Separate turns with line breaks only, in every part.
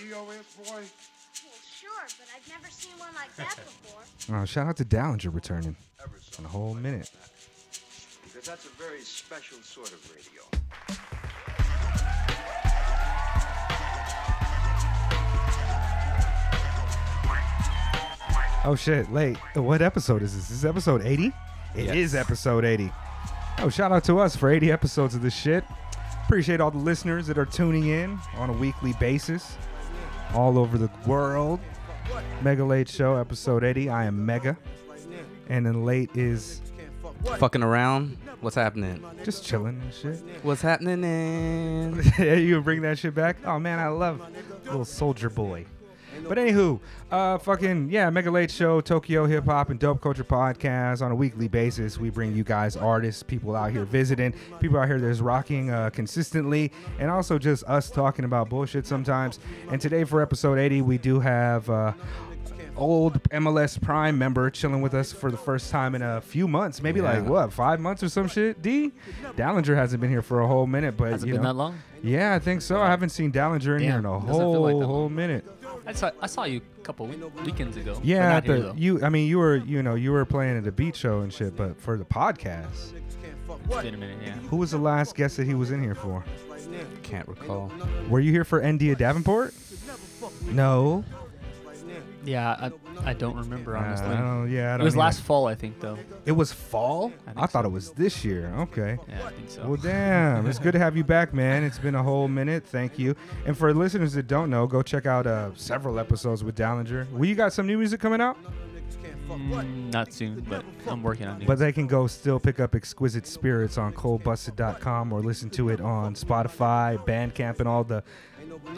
New York boy?
Well, sure, but I've never seen one like that before.
Oh, shout out to Dallinger returning
Ever
in
so.
a whole minute.
Because that's a very special sort of radio.
Oh shit, late. What episode is this? This is episode 80? It is
Yes.
episode 80. Oh, shout out to us for 80 episodes of this shit. Appreciate all the listeners that are tuning in on a weekly basis all over the world. Mega Late Show, episode 80. I am Mega. And then late is
Fucking around. What's happening?
just chilling and shit.
What's happening? In...
you gonna bring that shit back? Oh man, I love little soldier boy. But anywho, uh, fucking yeah, Mega Late Show, Tokyo Hip Hop and Dope Culture Podcast on a weekly basis. We bring you guys artists, people out here visiting, people out here that's rocking uh, consistently, and also just us talking about bullshit sometimes. And today for episode 80, we do have uh, old MLS Prime member chilling with us for the first time in a few months, maybe
Yeah.
like what five months or some shit. D. Dallinger hasn't been here for a whole minute, but
Has it
you
been
know-
that long?
yeah, I think so. I haven't seen Dallinger in here
Damn,
in a
doesn't feel
whole
like that
whole
long.
minute.
I saw, I saw you a couple week, weekends ago.
Yeah,
but not
at the,
here, though.
you. I mean, you were you know you were playing at the beat show and shit, but for the podcast,
It's been a minute, yeah.
who was the last guest that he was in here for?
Can't recall.
Were you here for India Davenport? No.
Yeah, I, I don't remember,
Uh,
honestly.
I don't- yeah, I
it
don't
was
either.
last fall, I think, though.
It was fall.
I think
I, thought
so.
it was this year. Okay.
Yeah, I think so.
Well, damn. It's good to have you back, man. It's been a whole minute. Thank you. And for listeners that don't know, go check out uh, several episodes with Dallinger. Well, you got some new music coming out?
Mm, not soon, but I'm working on it.
But they can go still pick up Exquisite Spirits on coldbusted.com or listen to it on Spotify, Bandcamp, and all the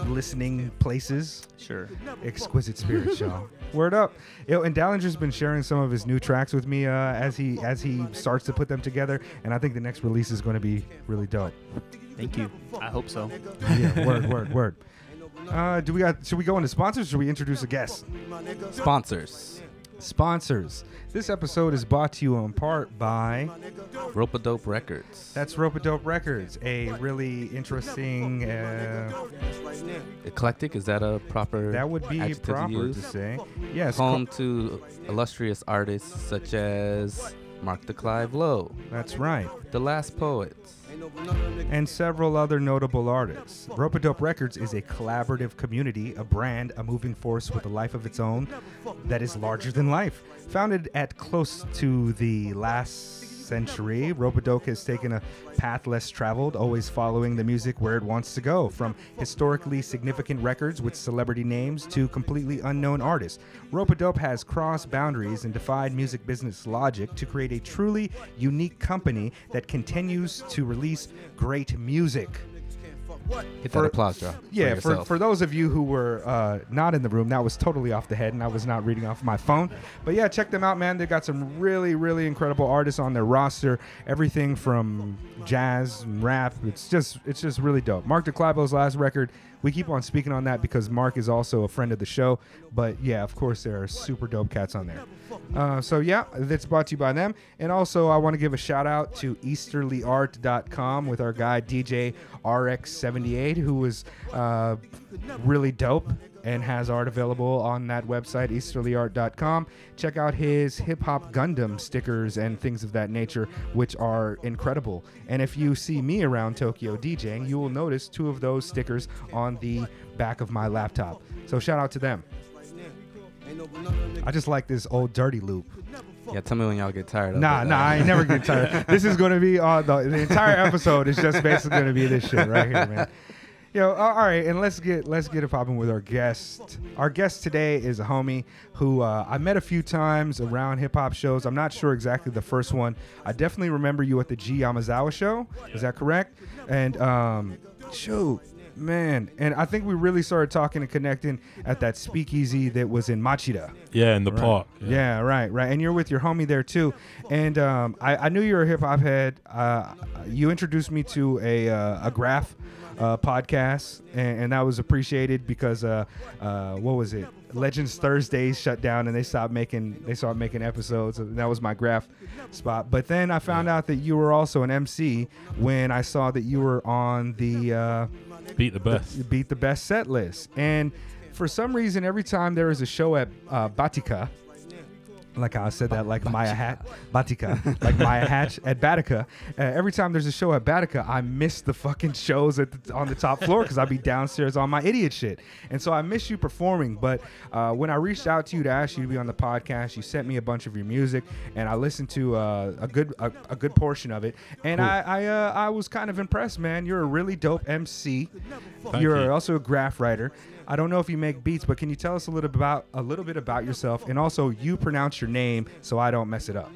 listening places.
sure.
Exquisite Spirits, y'all. Word up. Yo, and Dallinger's been sharing some of his new tracks with me uh, as he as he starts to put them together, and I think the next release is going to be really dope.
Thank you. I hope so.
Yeah, word, word, word. Uh, do we got? Should we go into sponsors? Or should we introduce a guest?
Sponsors.
Sponsors. This episode is brought to you in part by
Rope a Dope Records.
That's Ropadope Records, a really interesting. Uh,
Eclectic, is that a proper
that would be
adjective to
proper to
use?
say. Yes,
Home
co-
to illustrious artists such as Mark the Clive Lowe,
that's right,
The Last Poets,
and several other notable artists. Ropadope Records is a collaborative community, a brand, a moving force with a life of its own that is larger than life. Founded at close to the last century, Ropadope has taken a path less traveled, always following the music where it wants to go, from historically significant records with celebrity names to completely unknown artists. Ropadope has crossed boundaries and defied music business logic to create a truly unique company that continues to release great music.
Hit
For-
that applause drop. for
Yeah, for, for,
yourself.
those of you who were uh, not in the room, that was totally off the head, and I was not reading off my phone. But yeah, check them out, man. They've got some really, really incredible artists on their roster. Everything from jazz, and rap. It's just, it's just really dope. Mark DeClabo's last record. We keep on speaking on that because Mark is also a friend of the show. But yeah, of course, there are super dope cats on there. Uh, so yeah, that's brought to you by them. And also, I want to give a shout out to easterlyart.com with our guy DJ RX78, who was uh, really dope and has art available on that website, easterlyart.com. Check out his hip hop Gundam stickers and things of that nature, which are incredible. And if you see me around Tokyo DJing, you will notice two of those stickers on the back of my laptop. So shout out to them. I just like this old dirty loop.
Yeah, tell me when y'all get tired of
Nah,
it.
nah,
Uh,
I ain't never get tired. this is going to be uh, the, the entire episode is just basically going to be this shit right here, man. Yo, a- all right, and let's get let's get it popping with our guest. Our guest today is a homie who uh, I met a few times around hip hop shows. I'm not sure exactly the first one. I definitely remember you at the G Yamazawa show. Is that correct? And um, shoot, man, and I think we really started talking and connecting at that speakeasy that was in Machida.
Yeah, in the park.
Yeah. right, right. And you're with your homie there too. And um, I, I knew you were a hip hop head. Uh, you introduced me to a uh, a graph uh, podcast, and, and that was appreciated because uh, uh, what was it? Legends Thursdays shut down, and they stopped making they stopped making episodes. And that was my graph spot. But then I found out that you were also an MC when I saw that you were on the. Uh,
Beat the best.
beat the best set list. And for some reason, every time there is a show at uh, Batica, like I said that, like Maya Hat, Batica, like Maya Hatch at Batica. Uh, every time there's a show at Batica, I miss the fucking shows at the, on the top floor because I'll be downstairs on my idiot shit. And so I miss you performing. But uh, when I reached out to you to ask you to be on the podcast, you sent me a bunch of your music, and I listened to uh, a good a, a good portion of it. And I I, uh, I was kind of impressed, man. You're a really dope MC.
Thank
You're
you.
also a graph writer. I don't know if you make beats, but can you tell us a little about a little bit about yourself and also you pronounce your name so I don't mess it up.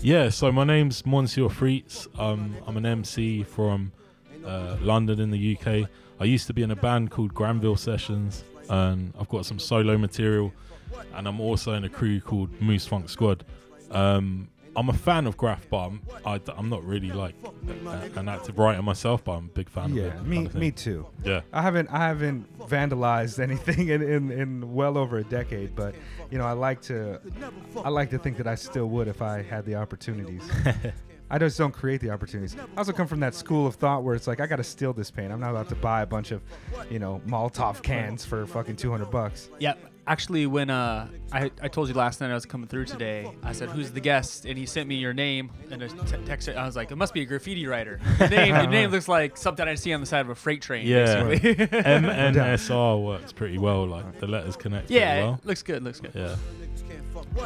Yeah, so my name's Monsieur Fritz. Um, I'm an MC from uh, London in the UK. I used to be in a band called Granville Sessions, and I've got some solo material, and I'm also in a crew called Moose Funk Squad. Um, I'm a fan of graph, but I'm, I, am not really like a, a- an active writer myself, but I'm a big fan of it.
Yeah,
kind
me
of thing.
me too.
Yeah.
I haven't I haven't vandalized anything in, in, in well over a decade, but you know I like to I like to think that I still would if I had the opportunities. I just don't create the opportunities. I also come from that school of thought where it's like I gotta steal this paint. I'm not about to buy a bunch of, you know, Molotov cans for fucking 200 bucks.
Yeah, actually, when uh, I, I told you last night I was coming through today, I said, "Who's the guest?" and he sent me your name and a te- text. I was like, "It must be a graffiti writer." The name, the name looks like something I see on the side of a freight train.
Yeah.
basically.
MNSR works pretty well. Like the letters connect
yeah,
pretty well.
it looks good. Looks good.
Yeah.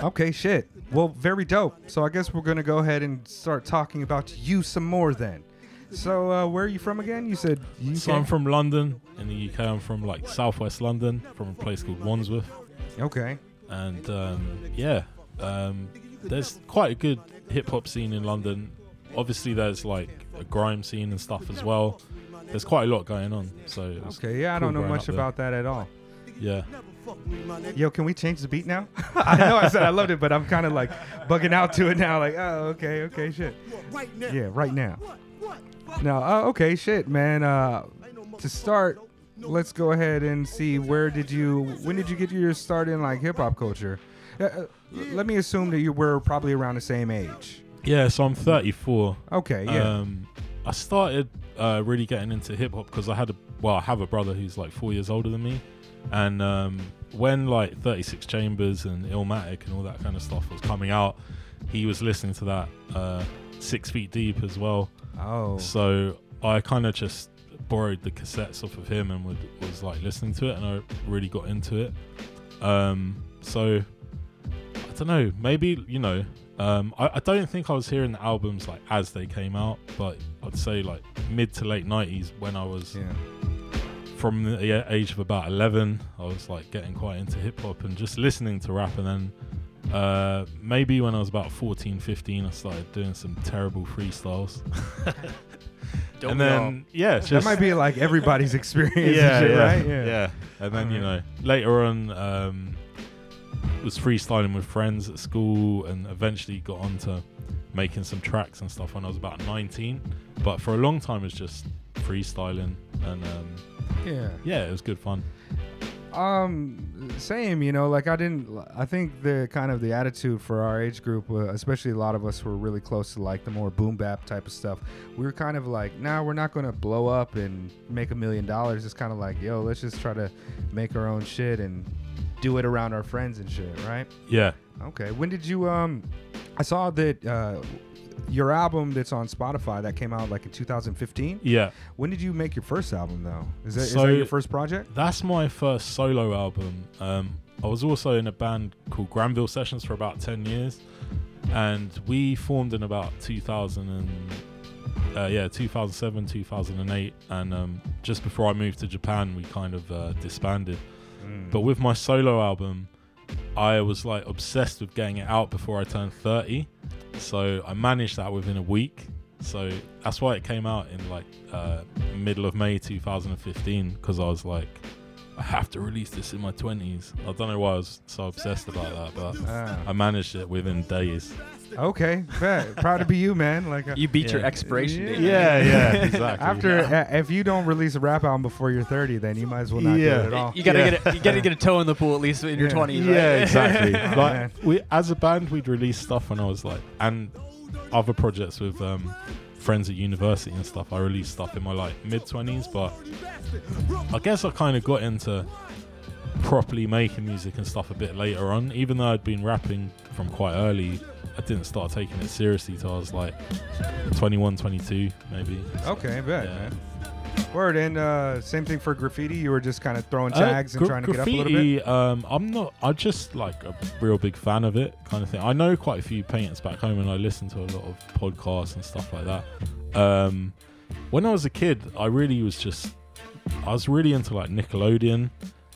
Okay, shit. Well, very dope. So I guess we're gonna go ahead and start talking about you some more then. So uh, where are you from again? You said you
So I'm from London in the UK. I'm from like southwest London, from a place called Wandsworth,
Okay.
and um, yeah, um, there's quite a good hip hop scene in London. Obviously, there's like a grime scene and stuff as well. There's quite a lot going on. So it was
Okay. Yeah, I
cool
don't know
growing
much
up there.
about that at all.
Yeah,
Yo, can we change the beat now? I know I said I loved it, but I'm kind of like bugging out to it now. Like, oh, okay, okay, shit. Yeah, right now. No, uh, okay, shit, man. Uh, to start, let's go ahead and see where did you, when did you get your start in like hip hop culture? Uh, uh, let me assume that you were probably around the same age.
yeah. So I'm 34.
Okay, yeah.
Um, I started uh, really getting into hip hop because I had a well, I have a brother who's like four years older than me, and um, when like 36 Chambers and Illmatic and all that kind of stuff was coming out, he was listening to that uh, Six Feet Deep as well.
oh,
So I kind of just borrowed the cassettes off of him and would, was like listening to it, and I really got into it. Um, so I don't know, maybe you know, um, I, I don't think I was hearing the albums like as they came out, but I'd say like mid to late '90s when I was
yeah.
from the a- age of about 11 i was like getting quite into hip-hop and just listening to rap and then uh, maybe when i was about 14 15 i started doing some terrible freestyles
Don't
and
we
then yeah it's
That
just
might be like everybody's experience, and
yeah,
shit,
yeah,
right?
yeah and then you know later on um, was freestyling with friends at school and eventually got onto making some tracks and stuff when i was about 19 but for a long time it was just freestyling and um,
yeah.
yeah it was good fun
Um, same. You know, like I didn't. I think the kind of the attitude for our age group, uh, especially a lot of us were really close to like the more boom bap type of stuff. We were kind of like, nah, we're not going to blow up and make a million dollars. It's kind of like, yo, let's just try to make our own shit and do it around our friends and shit, right?
yeah
Okay. When did you? Um, I saw that uh, your album that's on Spotify that came out like in 2015.
yeah
When did you make your first album though? Is that, is
So-
that your first project?
That's my first solo album. Um, I was also in a band called Granville Sessions for about 10 years, and we formed in about 2000 and uh, yeah, 2007, 2008, and um, just before I moved to Japan, we kind of uh, disbanded. But with my solo album, I was like obsessed with getting it out before I turned 30, so I managed that within a week. So that's why it came out in like uh, middle of May 2015 because I was like, I have to release this in my 20s. I don't know why I was so obsessed about that, but
Ah.
I managed it within days.
Okay, bet. proud to be you, man. Like, uh,
You beat your
Yeah.
expiration date.
yeah, exactly.
after uh, if you don't release a rap album before you're 30, then you might as well not
Yeah.
do it at all.
Eh, You gotta get a, you gotta get a toe in the pool at least in your
Yeah.
twenties.
yeah,
right?
exactly.
Oh, man.
like we, as a band, we'd release stuff when I was like, and other projects with um, friends at university and stuff, I released stuff in my like mid 20s, but I guess I kind of got into properly making music and stuff a bit later on. Even though I'd been rapping from quite early, I didn't start taking it seriously till I was like 21, 22, maybe.
Okay, I bet.
Yeah.
Man. Word and uh, same thing for graffiti. You were just kind of throwing
Uh,
tags and
gra-
trying to
graffiti,
get up a little bit.
Um, I'm not. I'm just like a real big fan of it, kind of thing. I know quite a few painters back home, and I listen to a lot of podcasts and stuff like that. Um, when I was a kid, I really was just. I was really into like Nickelodeon,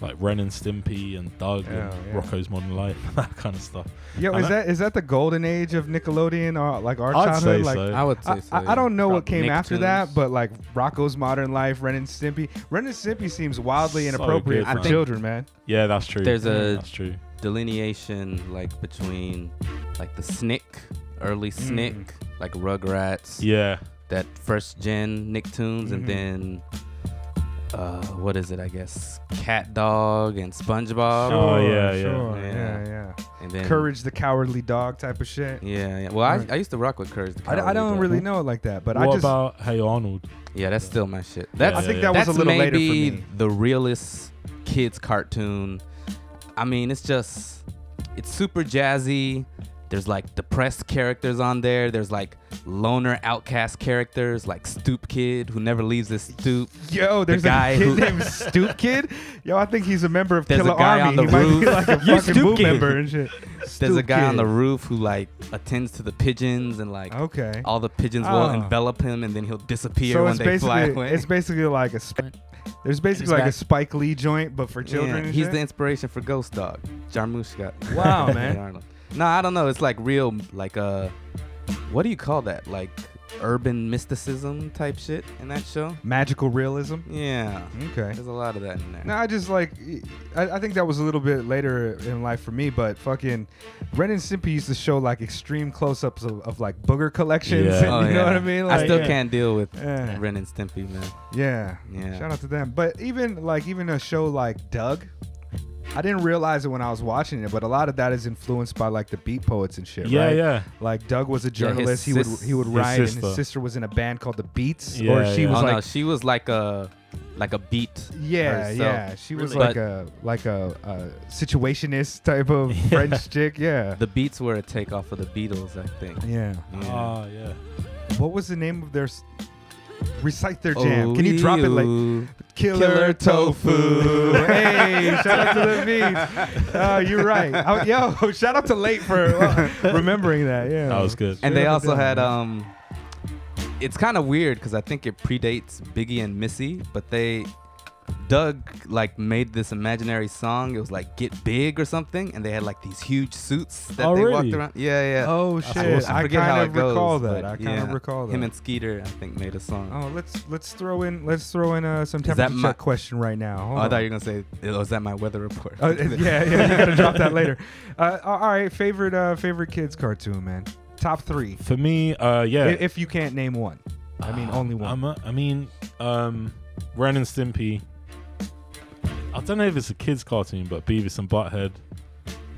like Ren and Stimpy and Doug and
Oh, Yeah, yeah.
Rocco's Modern Life, that kind of stuff.
Yo,
and
is
I-
that is that the golden age of Nickelodeon or like our
Uh-huh. I'd
childhood?
say
like,
so.
I would say
I,
so.
I I don't know what
Probably
came after that,
Nicktoons.
but like Rocco's Modern Life, Ren and Stimpy. Ren and Stimpy seems wildly
So
inappropriate
good,
for
man. I think-
children, man.
Yeah, that's true.
There's a-
that's true.
delineation like between like the Snick, early
Mm.
Snick, like Rugrats,
Yeah,
that first gen Nicktoons,
Mhm.
and then uh, what is it? I guess Cat Dog and SpongeBob,
Oh, yeah, yeah.
sure,
Yeah.
yeah, yeah.
and then
Courage the Cowardly Dog type of shit.
Yeah, yeah. Well, I,
Right.
I used to rock with Courage. The
I, d- I
Cowardly
don't
Dog.
really know it like that, but I
what
just
about Hey Arnold?
Yeah, that's still my shit.
Yeah,
That's
I think
yeah.
that was
that's
a little later for
maybe
me.
the realest kids cartoon. I mean, it's just it's super jazzy. There's like depressed characters on there. There's like loner outcast characters like Stoop Kid who never leaves his stoop.
Yo, there's
guy
a kid
who-
named Stoop Kid. Yo, I think he's a member of
There's a
Killer
guy
Army.
on the
he might be like
roof.
a
You
fucking
Stoop
Boo
Kid.
member and shit.
There's a
Stoop
guy on
Kid.
the roof who like attends to the pigeons and like
Okay.
all the pigeons
Oh.
will envelop him and then he'll disappear
So
when
it's
they fly
basically
away.
it's basically like a sp- there's basically
He's
like a
back.
Spike Lee joint, but for children.
Yeah,
and
he's
shit?
the inspiration for Ghost Dog. Jarmusch got.
Wow,
Hey
man.
Arnold. No, I don't know. It's like real, like uh, what do you call that? Like urban mysticism type shit in that show.
magical realism.
Yeah,
Okay.
there's a lot of that in there.
No, I just like I, I think that was a little bit later in life for me, but fucking Ren and Stimpy used to show like extreme close-ups of, of like booger collections.
Yeah.
and
Oh,
you know
yeah.
what I mean?
I
Like,
still
yeah.
can't deal with
Yeah.
Ren and Stimpy, man.
Yeah.
Yeah.
Shout out to them. But even like even a show like Doug, I didn't realize it when I was watching it, but a lot of that is influenced by like the beat poets and shit,
Yeah,
right?
yeah.
Like Doug was a
Yeah, his
journalist. he would
sis-
he would
His
write and his
sister.
sister was in a band called The Beats or
Yeah,
she
yeah.
was
Oh
like
no, she was like a, like a beat.
yeah,
herself.
yeah. She was
Really?
like a like a, a situationist type of French chick. Yeah,
The beats were a takeoff of the Beatles, I think.
yeah. Oh,
Yeah.
Ah, yeah.
What was the name of their s- recite their
Oh,
jam? Can you drop it like
ooh.
Killer,
Killer
Tofu?
Tofu.
hey, shout out to the beats. Uh, you're right. I- yo, shout out to Late for uh, remembering that. Yeah,
That was good.
and they
Straight up
also
down,
had
man.
um it's kind of weird because i think it predates biggie and missy but they doug like made this imaginary song it was like get big or something and they had like these huge suits that
Oh,
they
really?
walked around yeah yeah
Oh
That's
shit!
awesome.
I,
forget how
kind
it
of
goes,
recall that.
but
I kind of
yeah.
recall that.
him and skeeter i think made a song
oh, let's let's throw in let's throw in uh, some
Is that
temperature
my-
check question right now. Hold
Oh, I
on.
thought you were gonna say, "Was that my weather report?"
Uh, yeah, yeah, you gotta drop that later. Uh, all right, favorite uh, favorite kids cartoon, man. Top three,
For me, uh, yeah. Uh,
I- if you can't name one. I mean, only one.
Ah, I'm a, I mean, um, Ren and Stimpy. I don't know if it's a kids' cartoon, but Beavis and Butthead.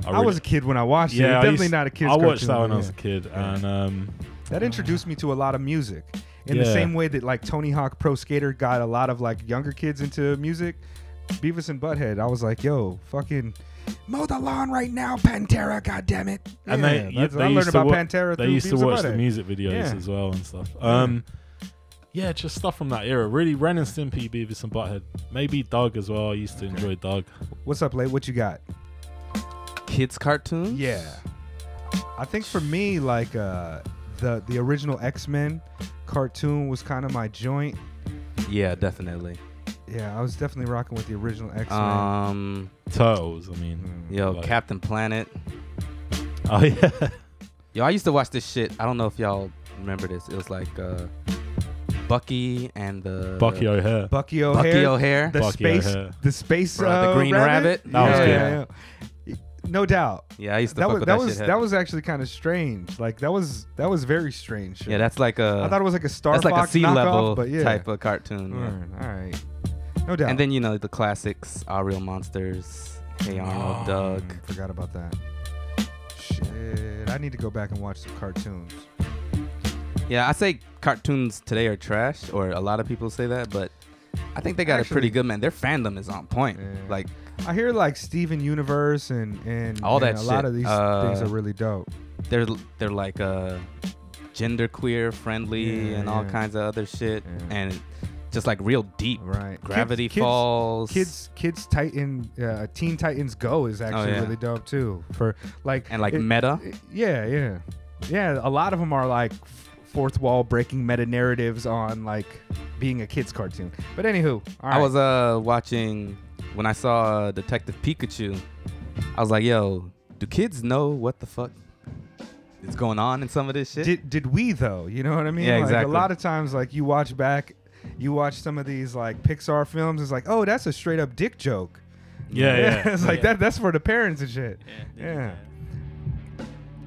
I,
really-
was a kid when I watched it.
I
Definitely
used-
not a kids.
I
cartoon,
watched that when I
yeah.
was a kid, and um,
That introduced me to a lot of music. In the
Yeah.
same way that like Tony Hawk Pro Skater got a lot of like younger kids into music, Beavis and Butthead. I was like, yo, fucking mow the lawn right now, Pantera. God damn it.
and
Yeah,
they,
that's-
you- they
I learned
used to
about
wa-
Pantera.
They
through
used to
Beavis and
watch the
Butthead.
music videos
Yeah.
as well and stuff. Um, yeah, just stuff from that era. Really, Ren and Stimpy, Beavis and Butthead. Maybe Doug as well. I used to enjoy Doug.
What's up, late? What you got?
Kids cartoon.
Yeah. I think for me, like uh, the the original X Men cartoon was kind of my joint.
yeah, definitely.
Yeah, I was definitely rocking with the original Mm. X Men.
Um,
Turtles. I mean,
yo,
Like-
Captain Planet.
Mm.
oh yeah,
Yo, I used to watch this shit. I don't know if y'all remember this. It was like uh, Bucky and the
Bucky O'Hare.
Bucky
Bucky
O'Hare,
O'Hare.
the
Bucky
space,
O'Hare.
the space,
Bro,
uh,
the Green Rabbit.
That was
yeah. No doubt.
yeah, I used to
That
fuck
was
with
that
that,
was
shit.
that was actually kind of strange. Like that was that was very strange.
yeah, that's like a.
I thought it was like a Star
that's like
Fox
a sea
knockoff,
level
but yeah.
type of cartoon. yeah.
Mm, all right, no doubt.
And then you know the classics: Our Real Monsters, Hey Arnold, Doug.
Mm, forgot about that. Shit, I need to go back and watch some cartoons.
Yeah, I say cartoons today are trash, or a lot of people say that, but I think they got
Actually-
it pretty good, man. Their fandom is on point.
Yeah.
Like,
I hear like Steven Universe and and,
All
and
that
a lot
shit.
of these
Uh,
things are really dope.
they're they're like uh, gender queer friendly
Yeah,
and all
yeah.
kinds of other shit,
Yeah.
and just like real deep.
Right.
Gravity
Kids- kids-
Falls.
Kids Kids Titan uh, Teen Titans Go is actually
Oh, yeah.
really dope too for like
And like
it-
meta.
it- yeah, yeah. Yeah, a lot of them are like f- fourth wall breaking meta narratives on like being a kids cartoon. But anywho, all
I
right.
was uh watching when I saw uh, Detective Pikachu. I was like, yo, do kids know what the fuck is going on in some of this shit?
did did we though? You know what I mean?
Yeah,
like,
exactly.
A lot of times, like you watch back, you watch some of these like Pixar films. It's like, oh, that's a straight up dick joke.
Yeah, yeah.
it's like that. That's for the parents and shit.
they do
Yeah.
that.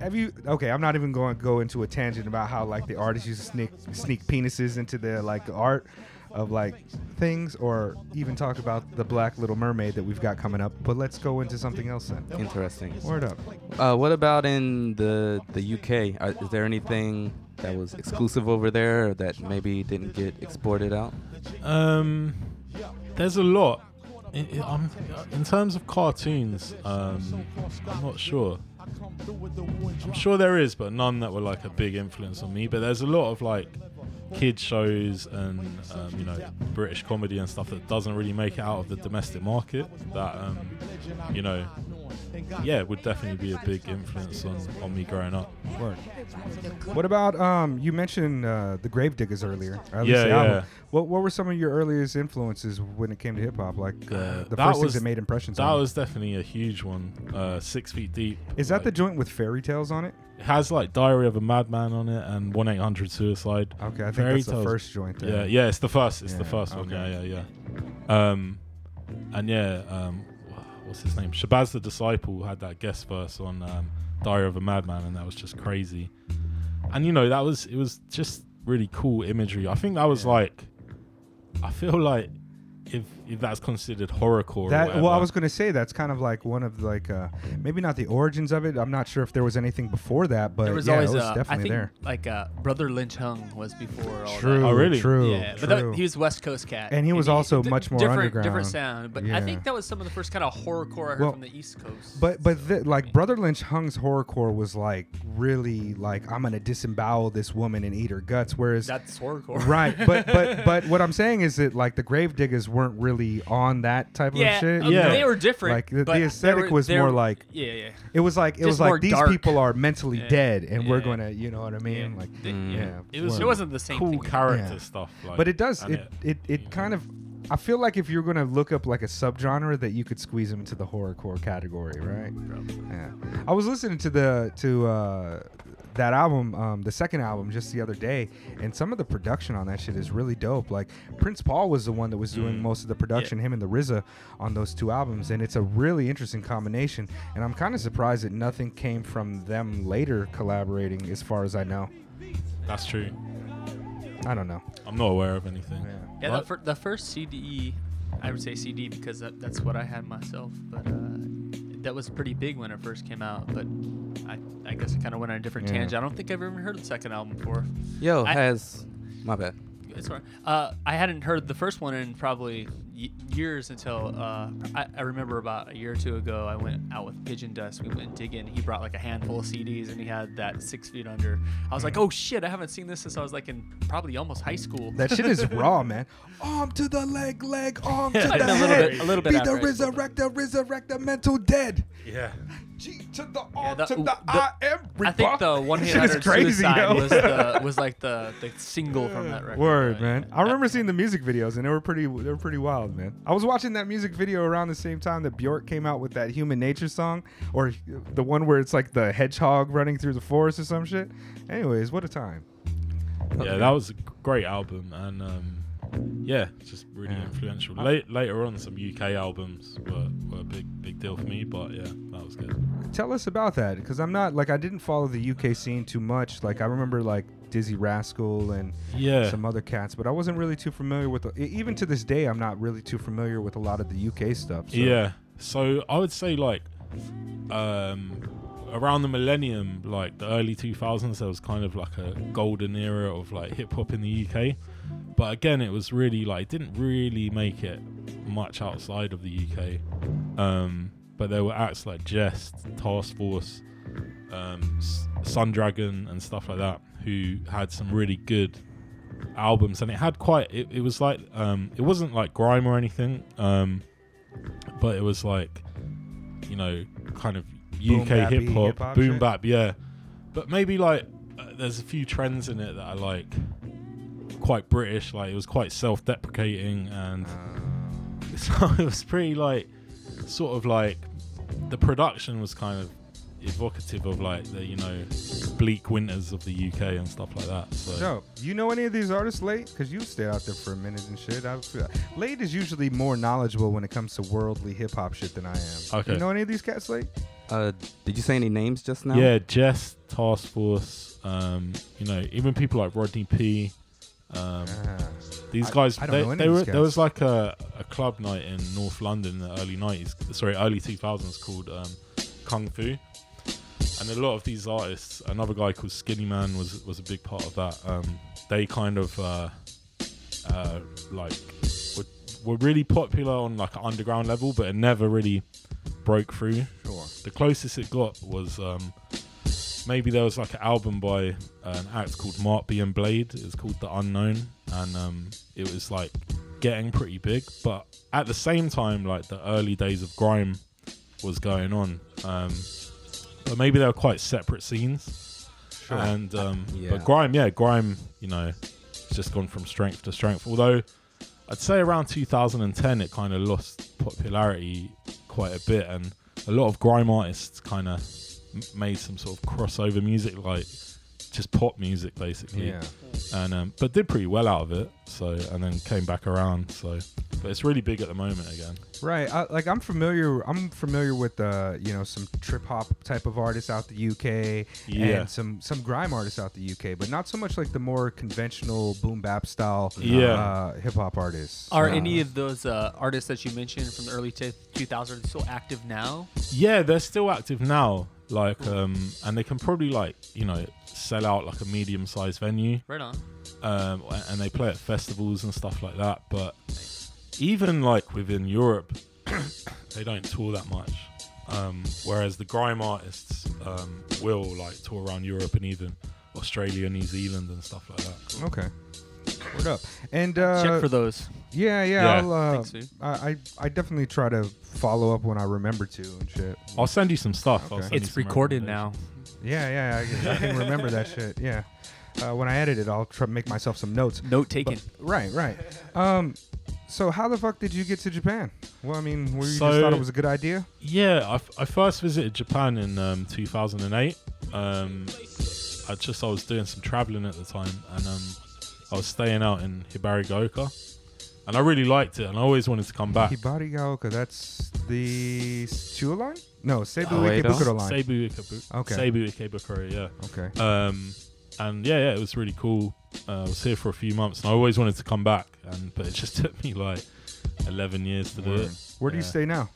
Have you? Okay, I'm not even going to go into a tangent about how like the artists used to sneak sneak penises into their like art of like things, or even talk about the Black Little Mermaid that we've got coming up. But let's go into something else then.
Interesting.
Word up.
Uh, what about in the the UK? Are, is there anything that was exclusive over there or that maybe didn't get exported out?
Um, there's a lot. In, in, um, in terms of cartoons, um, I'm not sure. I'm sure there is, but none that were like a big influence on me. But there's a lot of like kid shows and um, you know British comedy and stuff that doesn't really make it out of the domestic market. That um, you know, yeah, would definitely be a big influence on, on me growing up.
Word. What about um? You mentioned uh, the Gravediggers earlier. or at least
Yeah,
the album.
yeah.
What What were some of your earliest influences when it came to hip hop? Like uh,
Uh,
the
that
first
was-
things that made impressions.
That
on you.
was definitely a huge one. Uh, six feet deep.
Is that
like-
the joint with fairy tales on it?
It has like Diary of a Madman on it and one eight hundred suicide.
Okay, I think
Fairy
that's the
Tales.
first joint. There.
Yeah, yeah, it's the first. It's the
Oh, Yeah,
first one. Yeah,
okay.
yeah, yeah. Um, and yeah, um, wh- what's his name? Shabazz the Disciple had that guest verse on um, Diary of a Madman, and that was just crazy. And you know, that was it was just really cool imagery. I think that was like, I feel like if if that's considered horrorcore.
That
or whatever,
well, I was going to say that's kind of like one of like uh, maybe not the origins of it. I'm not sure if there was anything before that, but
There was
yeah,
always
it was
uh, I
definitely
think
there.
like uh, brother Lynch Hung was before all
True.
that.
Oh, really?
True.
Yeah, but
true.
that, he was West Coast cat,
And he was also much more
different,
underground.
different sound. But
Yeah.
I think that was some of the first kind of horrorcore I heard
Well,
from the East Coast.
But but th- like Brother Lynch Hung's horrorcore was like really like I'm gonna disembowel this woman and eat her guts. Whereas
that's horrorcore,
right, but but but what I'm saying is that like the Gravediggers weren't really on that type
yeah,
of shit.
um,
Yeah.
they were different.
Like, the- the
but they
aesthetic
were-
was
they
more
were-
like-
yeah, yeah.
It was like it
Just
was
more
like these
dark.
people are mentally
Yeah.
dead, and we're
Yeah.
gonna, you know what I mean? Like, mm.
They-
yeah,
It was
It wasn't the same
cool
thing.
character
Yeah.
stuff. Like,
but it does
and
it it, it kind of i feel like if you're gonna look up like a subgenre that you could squeeze them into the horrorcore category right yeah i was listening to the to uh that album um the second album just the other day and some of the production on that shit is really dope like prince paul was the one that was doing most of the production him and the rizza on those two albums and it's a really interesting combination and i'm kind of surprised that nothing came from them later collaborating as far as i know
that's true.
i don't know
I'm not aware of anything.
Yeah.
Yeah, the,
What?
fir- the first CDE, I would say CD because that, that's what I had myself. But uh, that was pretty big when it first came out. But I, I guess I kind of went on a different
Yeah.
tangent. I don't think I've ever heard the second album before.
Yo,
I-
has my bad.
It's all right. Uh, I hadn't heard the first one in probably y- years until uh, I, I remember about a year or two ago. I went out with Pigeon Dust. We went digging. He brought like a handful of CDs and he had that Six Feet Under. I was like, oh shit, I haven't seen this since I was like in probably almost high school.
That shit is raw, man. Arm to the leg, leg, arm to
I
the
know, a little
head.
bit- a little bit
Be
after
the
high school,
resurrector, resurrect the mental dead.
Yeah.
G to the arm
the-
to the,
the-
I am.
I think the one hit
Shit is
under
crazy,
suicide
yo.
was the was like the the single from that record.
Word,
right?
man. I remember seeing the music videos, and they were pretty, they were pretty wild, man. I was watching that music video around the same time that Bjork came out with that Human Nature song, or the one where it's like the hedgehog running through the forest or some shit. Anyways, what a time.
yeah, that was a great album, and um, yeah, just really
Yeah.
influential. Late, later on, some UK albums were, were a big big deal for me, but yeah, that was good.
tell us about that because i'm not like i didn't follow the uk scene too much like i remember like dizzy rascal and
Yeah.
some other cats but i wasn't really too familiar with the, e- even to this day i'm not really too familiar with a lot of the uk stuff so.
Yeah, so I would say like um, around the millennium, like the early 2000s, there was kind of like a golden era of like hip hop in the UK. But again, it was really like, it didn't really make it much outside of the UK. Um, but there were acts like Jest, Task Force, um, S- Sundragon, and stuff like that, who had some really good albums. And it had quite, it, it was like, um, it wasn't like grime or anything, um, but it was like, you know, kind of
Boom
UK
bappy
hip hop,
hip-hop
boom
shit?
bap, yeah. But maybe like, uh, there's a few trends in it that I like quite British, like it was quite self deprecating and so it was pretty like sort of like the production was kind of evocative of like the you know bleak winters of the UK and stuff like that. So
No, you know any of these artists late? Because you stay out there for a minute and shit. I feel, late is usually more knowledgeable when it comes to worldly hip hop shit than I am.
Okay.
You know any of these cats late?
Uh, did you say any names just now?
yeah, Jess, Task Force, um, you know, even people like Rodney P. Um,
Ah.
these
I-
guys,
I don't
they,
know any
they
of
were,
these
there
guys.
was like a, a club night in North London in the early 90s, sorry, early 2000s called um, Kung Fu. And a lot of these artists, another guy called Skinny Man was, was a big part of that. Um, they kind of uh, uh, like were, were really popular on like an underground level, but it never really broke through
Sure.
the closest it got was um, maybe there was like an album by an act called Mark B and Blade. It's called The Unknown, and um, it was like getting pretty big. But at the same time, like the early days of grime was going on. Um, but maybe they were quite separate scenes.
Sure.
And um,
Yeah.
but grime, yeah, grime, you know, it's just gone from strength to strength. Although I'd say around 2010, it kind of lost popularity quite a bit, and a lot of grime artists kind of made some sort of crossover music, like just pop music, basically.
Yeah.
And um, but did pretty well out of it. So and then came back around. So but it's really big at the moment again.
Right, I, like I'm familiar. I'm familiar with uh, you know some trip hop type of artists out the UK
Yeah.
and some some grime artists out the UK, but not so much like the more conventional boom bap style
Yeah.
uh, hip hop artists.
Are
Uh,
any of those uh, artists that you mentioned from the early t- 2000s still active now?
Yeah, they're still active now. Like um, and they can probably like you know sell out like a medium-sized venue.
Right on.
um, and they play at festivals and stuff like that. But even like within Europe, they don't tour that much. Um, whereas the grime artists um, will like tour around Europe and even Australia, New Zealand, and stuff like that.
okay? What up? And uh,
Check for those.
yeah, yeah.
Yeah.
I'll, uh,
Thanks, dude.
I, I I definitely try to follow up when I remember to and shit.
I'll send you some stuff. I'll
Okay.
send you
It's
some
recorded now.
recommendations.
Yeah, yeah. I, I can remember that shit. Yeah. Uh, when I edit it, I'll try make myself some notes.
Note taken.
Right, right. Um, so how the fuck did you get to Japan? Well, I mean, were you just
So-
thought it was a good idea?
Yeah, I, f- I first visited Japan in um, 2008. Um, I just I was doing some traveling at the time, and um, I was staying out in Hibarigaoka, and I really liked it, and I always wanted to come back.
Hibari Gaoka, that's the Chuo line? No, Seibu
Oh, wait,
Ikebukuro
don't-
line.
Seibu Ikebukuro.
Okay.
Seibu Ikebukuro, yeah.
Okay.
Um, and yeah, yeah, it was really cool. Uh, I was here for a few months, and I always wanted to come back, and but it just took me like eleven years to do
Word.
it.
Where do you
Yeah.
stay now?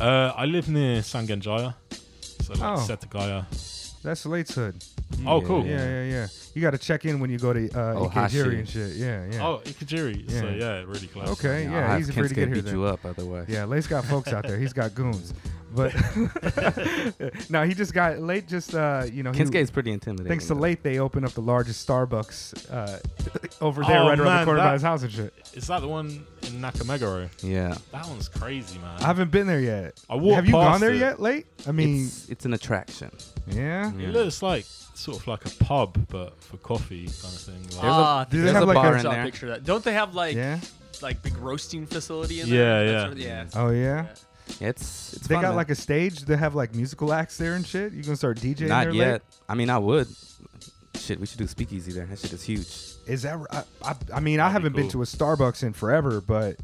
Uh, I live near Sangenjaya, so like
Oh.
Setagaya.
That's Late's hood.
Oh, cool.
Yeah, yeah, yeah. You got to check in when you go to uh, Ikejiri
Ohashi.
and shit. Yeah, yeah.
Oh, Ikejiri. So
Yeah.
yeah, really close.
okay,
I'll
yeah.
have
Easy for you to
Kensuke
get here
beat
then.
you up otherwise.
Yeah, Late's got folks out there. He's got goons. But no, he just got late. Just uh, you know, he-
Kensuke is pretty intimidating.
Thanks to
though.
late, they opened up the largest Starbucks uh, over there,
Oh,
right around the
man,
corner by
that-
his house and shit.
Is that the one in Nakameguro?
Yeah.
That one's crazy, man.
I haven't been there yet.
I walked
Have you gone
past
there
it.
yet, late? I mean,
it's, it's an attraction.
yeah.
It looks like sort of like a pub, but for coffee kind of thing. Like,
Ah,
do they
there's
have
a
like
bar
a-
in
there?
there. Picture that. Don't they have like
Yeah.
like big roasting facility in
Yeah,
there?
yeah.
That's yeah. it's-
Oh, yeah.
It's it's
They
fun,
got
man.
like a stage. They have like musical acts there and shit. You gonna start DJing there?
not yet.
Late?
I mean, I would. Shit, we should do speakeasy there. That shit is huge.
Is that? r- I, I, I mean, I
That'd be
haven't been
cool.
to a Starbucks in forever, but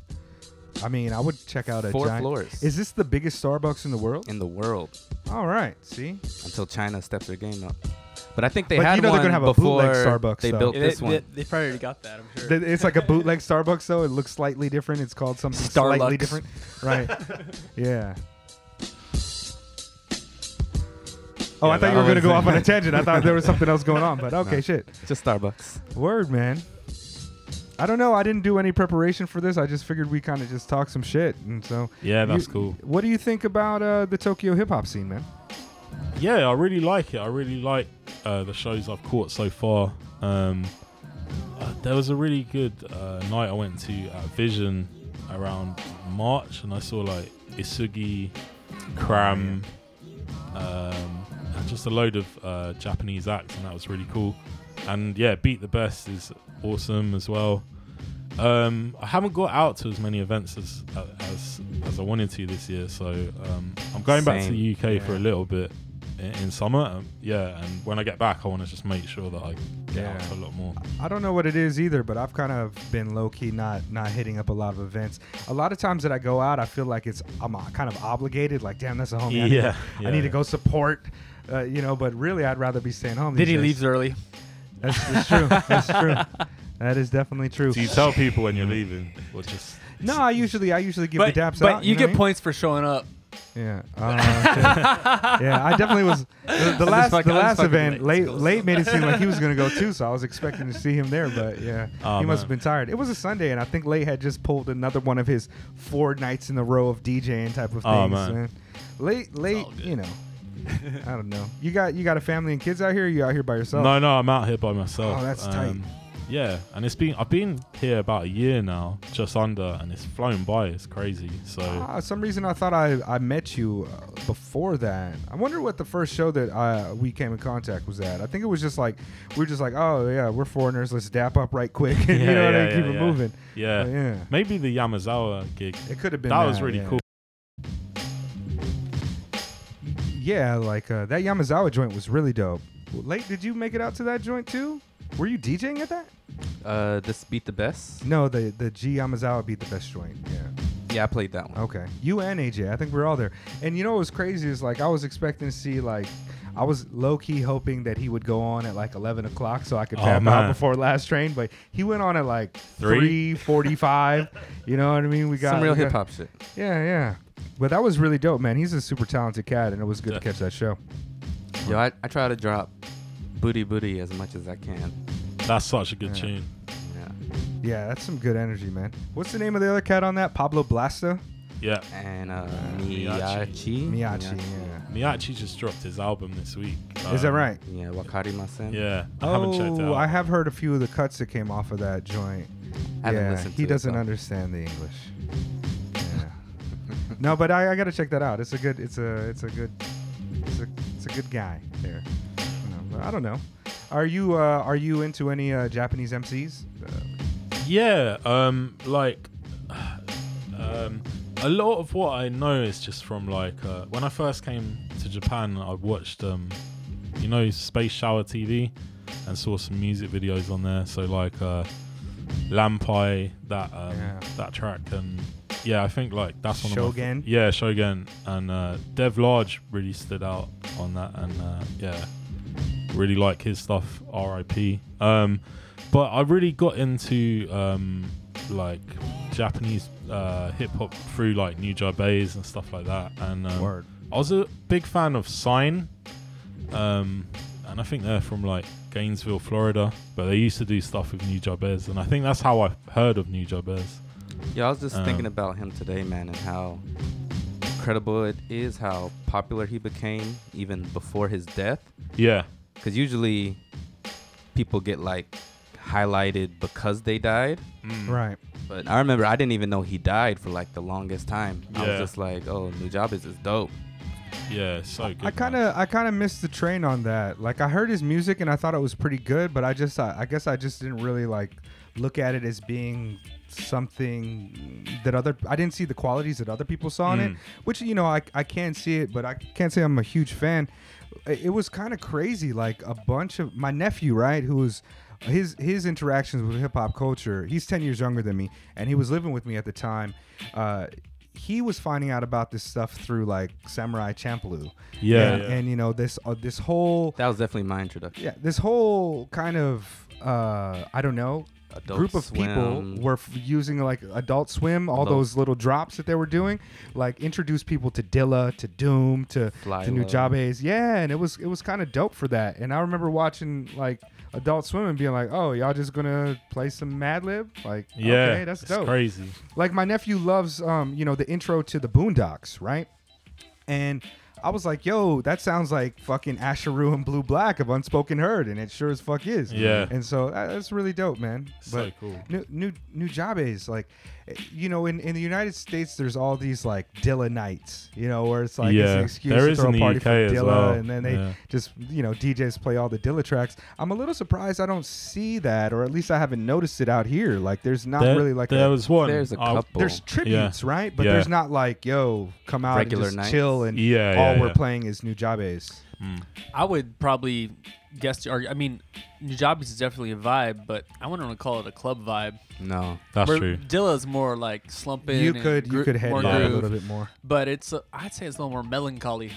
I mean, I would check out a
Four
giant-
floors.
Is this the biggest Starbucks in the world?
in the world
All right. See,
until China steps their game up. But I think they
But
had
you know they're gonna
one
have a
before
bootleg Starbucks,
they
though.
built
Yeah,
this
they,
one.
they, they probably already got that. I'm sure.
Th- it's like a bootleg Starbucks though. It looks slightly different. It's called something slightly
Starlux.
different, right? yeah. Oh, I
Yeah,
thought
that-
you were
I
gonna go off on
wasn't-
a tangent. I thought there was something else going on, but okay, shit.
Just Starbucks.
Word, man. I don't know. I didn't do any preparation for this. I just figured we kind of just talk some shit, and so
Yeah, that's
You-
cool.
What do you think about uh, the Tokyo hip hop scene, man?
Yeah, I really like it. I really like uh, the shows I've caught so far. Um, uh, there was a really good uh, night I went to at Vision around March, and I saw like Isugi, Cram, um, and just a load of uh, Japanese acts, and that was really cool. And yeah, Beat the Best is awesome as well. Um, I haven't got out to as many events as uh, as, as I wanted to this year, so um, I'm going back to
Same.
the UK for a
Yeah.
little bit in, in summer. Um, yeah, and when I get back, I want to just make sure that I get out
Yeah.
to a lot more.
I don't know what it is either, but I've kind of been low key not not hitting up a lot of events. A lot of times that I go out, I feel like it's I'm uh, kind of obligated. Like, damn, that's a homie. I need,
Yeah,
to,
yeah,
I need to
yeah.
go support. Uh, you know, but really, I'd rather be staying home. these
Diddy
days.
leaves early.
That's, that's true. That's true. That is definitely true.
Do you tell people when you're leaving, or just
No, I usually I usually give
But,
the daps
but
out.
you,
know
get
what I mean?
points for showing up.
Yeah. Uh, shit. yeah, I definitely was the, the
just
last
fucking-
the
I'm just
last
fucking
event
late.
late late made it seem like he was gonna go too, so I was expecting to see him there, but yeah,
Oh,
he must have
man.
been tired. It was a Sunday, and I think late had just pulled another one of his four nights in a row of DJing type of things.
Oh, man.
late late,
all
you know, I don't know. You got you got a family and kids out here. Or you out here by yourself?
No, no, I'm out here by myself. Um,
Oh, that's tight.
Yeah, and it's been I've been here about a year now, just under, and it's flown by. It's crazy. So
Ah, some reason I thought I, I met you uh, before that. I wonder what the first show that uh, we came in contact was at. I think it was just like we were just like, oh yeah, we're foreigners. Let's dap up right quick. you know what I mean? Keep it moving.
Yeah.
But yeah.
maybe the Yamazawa gig.
It could have been
That
that,
was really
yeah.
cool.
Yeah, like uh, that Yamazawa joint was really dope. Late, did you make it out to that joint too? Were you DJing at that?
Uh, this beat the best.
No, the the G Yamazawa beat the best joint. Yeah.
Yeah, I played that one.
Okay. You and AJ. I think we're all there. And you know what was crazy is like I was expecting to see like I was low key hoping that he would go on at like eleven o'clock so I could
Oh,
tap out
man.
before last train, but he went on at like
Three?
three forty five. you know what I mean? We got
Some real
we got-
hip hop shit.
Yeah, yeah. But that was really dope, man. He's a super talented cat, and it was good to
Yeah.
catch that show.
Yo, I, I try to drop booty booty as much as I can.
That's such a good
Yeah.
tune.
Yeah.
Yeah, that's some good energy, man. What's the name of the other cat on that? Pablo Blasta?
Yeah.
And uh, Miyachi.
Miyachi.
Miyachi, yeah.
Miyachi just dropped his album this week.
Is that
Um,
right?
Yeah, Wakari Masen.
Yeah. I haven't checked it
Oh,
out.
I have heard a few of the cuts that came off of that joint.
I haven't
yeah,
listened
he
to it,
doesn't
though.
understand the English. Yeah. no, but I, I gotta check that out. It's a good. It's a. It's a good. It's a. It's a good guy there. You know, but I don't know. Are you uh, Are you into any uh, Japanese MCs? Uh,
Yeah, um, like um, a lot of what I know is just from like uh, when I first came to Japan, I watched um, you know Space Shower TV and saw some music videos on there. So like uh, Lampai, that um,
Yeah.
that track, and yeah, I think like that's one of my
Shogun?
yeah, Shogun and uh, Dev Large really stood out on that, and uh, yeah, really like his stuff. R.I.P. Um, but I really got into um, like Japanese uh, hip hop through like New Jaibes and stuff like that, and um,
Word.
I was a big fan of Sign, um, and I think they're from like Gainesville, Florida, but they used to do stuff with New Jaibes, and I think that's how I heard of New Jaibes.
Yeah, I was just
Um,
thinking about him today, man, and how incredible it is how popular he became even before his death.
Yeah,
Because usually people get like highlighted because they died.
Right.
But I remember I didn't even know he died for like the longest time. I
Yeah.
was just like, oh, New Job is just dope.
yeah, it's so good.
I kind of. I kind of missed the train on that. Like I heard his music and I thought it was pretty good, but I just. I, I guess I just didn't really like look at it as being something that other I didn't see the qualities that other people saw in it
Mm.
which you know I, I can see it but I can't say I'm a huge fan it it was kind of crazy like a bunch of my nephew right who's his his interactions with hip hop culture he's 10 years younger than me and he was living with me at the time uh he was finding out about this stuff through like Samurai Champloo,
Yeah,
and,
yeah.
and, you know this uh, this whole
That was definitely my introduction.
yeah this whole kind of uh i don't know
Adult
group of
Swim.
people were f- using like Adult Swim, all
Adult-
those little drops that they were doing, like introduce people to Dilla, to Doom, to
Fly
to New
Low.
Jabez. Yeah, and it was it was kind of dope for that. And I remember watching like Adult Swim and being like, oh, y'all just gonna play some Madlib? Like,
Yeah,
okay, that's
it's
dope
crazy.
like my nephew loves um you know the intro to the boondocks right and i was like yo that sounds like fucking asheru and blue black of unspoken herd and it sure as fuck is
Yeah.
and so that, that's really dope man
So cool.
new new new jabes like eh, you know in, in the united states there's all these like dilla nights you know where it's like it's
Yeah,
an excuse
there
to
is
throw
in
a
the
party
UK
for
as
dilla
well.
and then they
Yeah.
just you know djs play all the dilla tracks i'm a little surprised i don't see that or at least i haven't noticed it out here like there's not
there,
really like
there
a,
was one.
There's a
I-
couple.
there's tributes, right? But
Yeah.
there's not like, yo, come out
Regular
and just
nights.
chill and
Yeah,
all
yeah,
we're
yeah.
playing is new jabes.
I would probably guess to argue. I mean, Nujabes is definitely a vibe, but I wouldn't really call it a club vibe.
no.
That's
Where
true.
Dilla's more like slumping.
You
and
could you
gro-
could head
more
down a
groove,
little bit more.
But it's uh, I'd say it's a little more melancholy.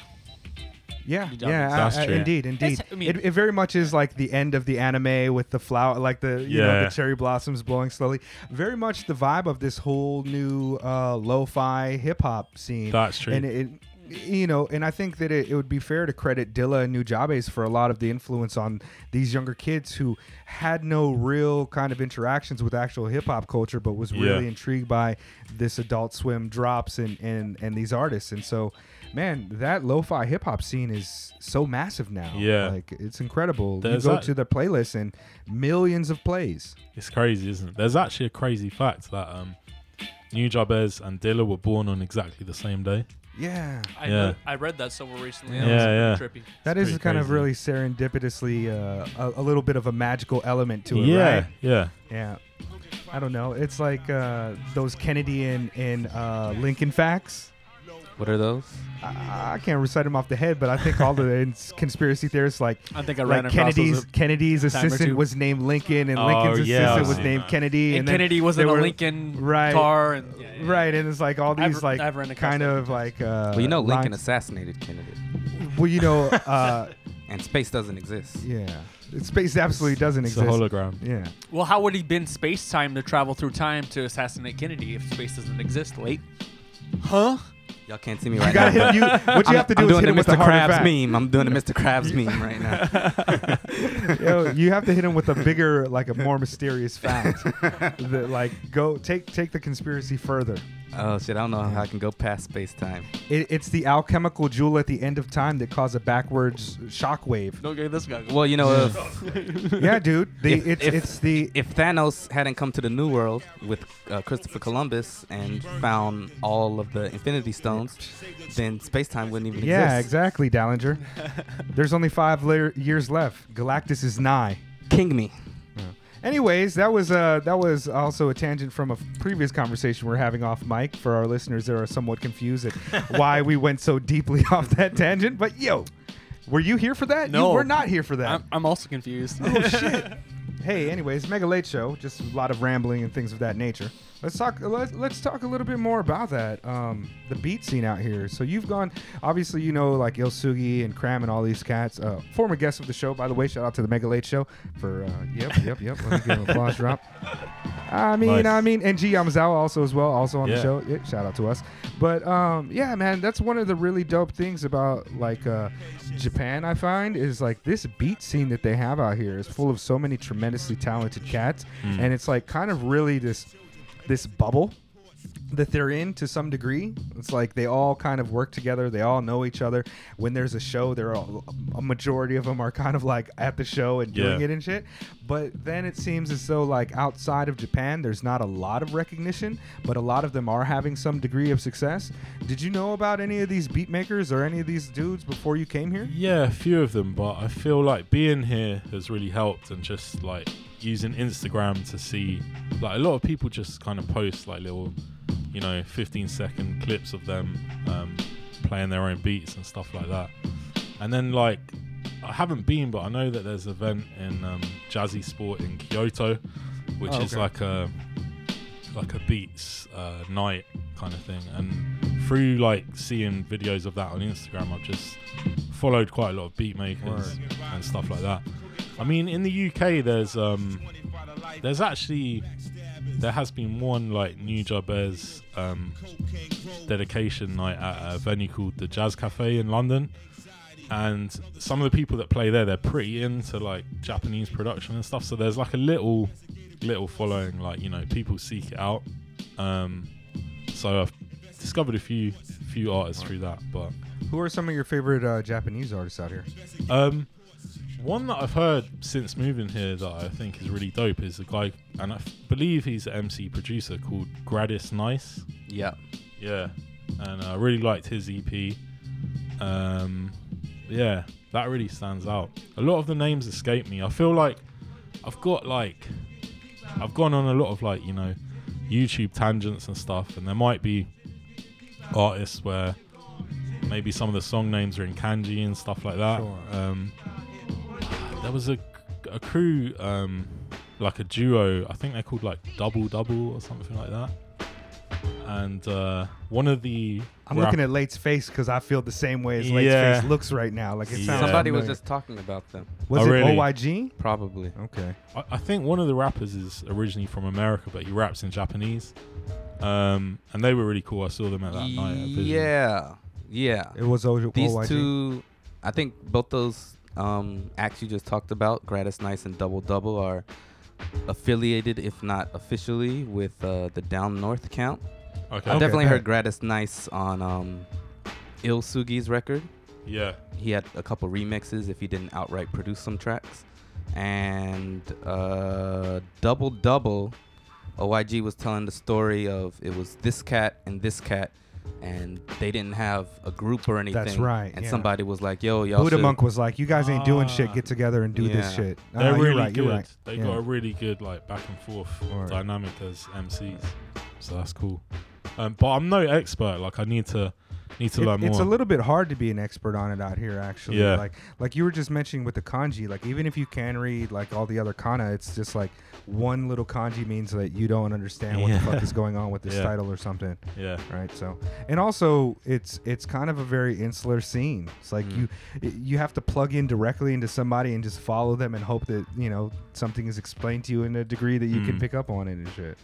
Yeah,
New Jabez.
yeah,
That's
I- I-
true.
indeed, indeed.
It's- I mean-
it, it very much is like the end of the anime with the flower, like the you know
Yeah.
the cherry blossoms blowing slowly. Very much the vibe of this whole new uh, lo-fi hip hop scene.
That's true.
And it, it- you know, and I think that it, it would be fair to credit Dilla and New Jabez for a lot of the influence on these younger kids who had no real kind of interactions with actual hip hop culture, but was really
Yeah.
intrigued by this Adult Swim drops and and and these artists. And so, man, that lo-fi hip hop scene is so massive now.
Yeah.
like it's incredible.
There's
you go
that-
to the playlist and millions of plays.
It's crazy, isn't it? There's actually a crazy fact that um, New Jabez and Dilla were born on exactly the same day.
Yeah,
I,
Yeah.
read, I read that somewhere recently. and it
Yeah,
was pretty Trippy.
that is
pretty
kind of
crazy.
really serendipitously uh, a, a little bit of a magical element to it.
yeah,
right?
yeah.
Yeah. I don't know. It's like uh, those Kennedy and, and uh, Lincoln facts.
What are those?
I, I can't recite them off the head, but I think all the ins- conspiracy theorists like
I think I ran
like
across those
Kennedy's
a-
Kennedy's
time or
assistant
two.
was named Lincoln, and
Oh,
Lincoln's
yeah,
assistant
I've
was
seen
named
that.
Kennedy,
and,
and, then
Kennedy was
they
in a
were-
Lincoln
right.
car. And, yeah, yeah, yeah.
Right, and it's like all
I've
these
re-
like
I've run across
kind
that
of like uh,
well, you know, Lincoln
lines-
assassinated Kennedy,
well, you know, uh,
and space doesn't exist.
yeah, space absolutely doesn't
It's a
exist.
hologram.
yeah,
Well, how would he been space time to travel through time to assassinate Kennedy if space doesn't exist? Late, huh?
Y'all can't see me right
you gotta
now.
hit you. What you
I'm,
have to do
I'm
is
doing
hit him
the
with
Mr.
the harder
Krabs
fact.
meme. I'm doing a Mr. Krabs meme right now.
Yo, you have to hit him with a bigger, like a more mysterious fact. that, like, go take take the conspiracy further.
Oh shit! I don't know how I can go past space time.
It, it's the alchemical jewel at the end of time that caused a backwards shockwave.
Don't get this guy.
Well, you know, if
yeah, dude. The,
If-
it's
if-
it's the
if Thanos hadn't come to the New World with uh, Christopher Columbus and found all of the Infinity Stones, then space time wouldn't even
yeah,
exist.
exactly, Dallinger. There's only five layer years left. Galactus is nigh.
King me.
Anyways, that was uh, that was also a tangent from a f- previous conversation we are having off mic. For our listeners that are somewhat confused at why we went so deeply off that tangent, but yo, were you here for that?
No.
you were not here for that.
I'm, I'm also confused.
hey, anyways, Mega Late Show, just a lot of rambling and things of that nature. Let's talk. Let's, let's talk a little bit more about that. Um, the beat scene out here. So you've gone, obviously, you know, like Ilsugi and Cram and all these cats. Uh, former guest of the show, by the way. Shout out to the Mega Late Show for. Uh, yep, yep, yep. Let me give him an applause drop. I mean,
Nice.
I mean, and G Yamazawa also as well, also on the
Yeah.
show. Yeah, shout out to us. But um, yeah, man, that's one of the really dope things about like uh, Japan. I find is like this beat scene that they have out here is full of so many tremendously talented cats,
Mm.
and it's like kind of really this this bubble that they're in to some degree. It's like they all kind of work together. They all know each other. When there's a show, they're all, a majority of them are kind of like at the show and doing
Yeah.
it and shit. But then it seems as though like outside of Japan, there's not a lot of recognition, but a lot of them are having some degree of success. Did you know about any of these beat makers or any of these dudes before you came here?
Yeah, a few of them, but I feel like being here has really helped and just like using Instagram to see like a lot of people just kind of post like little, you know, 15 second clips of them um, playing their own beats and stuff like that. And then like I haven't been, but I know that there's an event in um, Jazzy Sport in Kyoto, which
Oh,
is
okay.
like a like a beats uh, night kind of thing. And through like seeing videos of that on Instagram, I've just followed quite a lot of beat makers and stuff like that. I mean, in the UK, there's um, There's actually there has been one like New Jabez um, dedication night at a venue called the Jazz Cafe in London, and some of the people that play there they're pretty into like Japanese production and stuff. So there's like a little little following, like you know people seek it out. Um, so I've discovered a few few artists through that, but.
Who are some of your favorite uh, Japanese artists out here?
Um, one that I've heard since moving here that I think is really dope is a guy, and I f- believe he's an MC producer called Gradis Nice.
Yeah.
Yeah, and I really liked his EP. Um, yeah, that really stands out. A lot of the names escape me. I feel like I've got like I've gone on a lot of like you know YouTube tangents and stuff, and there might be artists where maybe some of the song names are in kanji and stuff like that.
Sure.
Um, there was a a crew um, like a duo. I think they're called like Double Double or something like that. And uh, one of the
I'm
rap-
looking at Late's face because I feel the same way as Late's
Yeah.
face looks right now. Like it sounds.
Yeah.
Somebody was
familiar.
just talking about them.
Was
Oh,
it
really?
OYG?
Probably.
Okay.
I, I think one of the rappers is originally from America, but he raps in Japanese. Um, and they were really cool. I saw them at that night. At Vision.
Yeah. Yeah.
It was o-
These
OYG.
two, I think both those um, acts you just talked about, Gratis Nice and Double Double, are affiliated, if not officially, with uh, the Down North count.
Okay.
I definitely heard
bet.
Gratis Nice on um, Il Sugi's record.
yeah.
He had a couple remixes if he didn't outright produce some tracks. And uh, Double Double, OYG was telling the story of it was this cat and this cat, and they didn't have a group or anything.
right,
And
yeah.
somebody was like, yo, y'all.
Buddha
should-
Monk was like, "You guys ain't doing shit.
Ah.
Get together and do this
Yeah.
shit." Uh,
They're
you're
really
right,
good.
You're right.
They
Yeah.
got a really good like back and forth
Alright.
dynamic as MCs. So that's cool. Um, but I'm no expert. Like I need to need to
It-
learn
it's
more.
a little bit hard to be an expert on it out here, actually.
Yeah.
Like, like you were just mentioning with the kanji. Like, even if you can read like all the other kana, it's just like one little kanji means that you don't understand what
Yeah.
the fuck is going on with this
Yeah.
title or something,
yeah.
right? So, and also, it's it's kind of a very insular scene. It's
Mm.
like you you you have to plug in directly into somebody and just follow them and hope that you know something is explained to you in a degree that you can
Mm.
pick up on it and shit.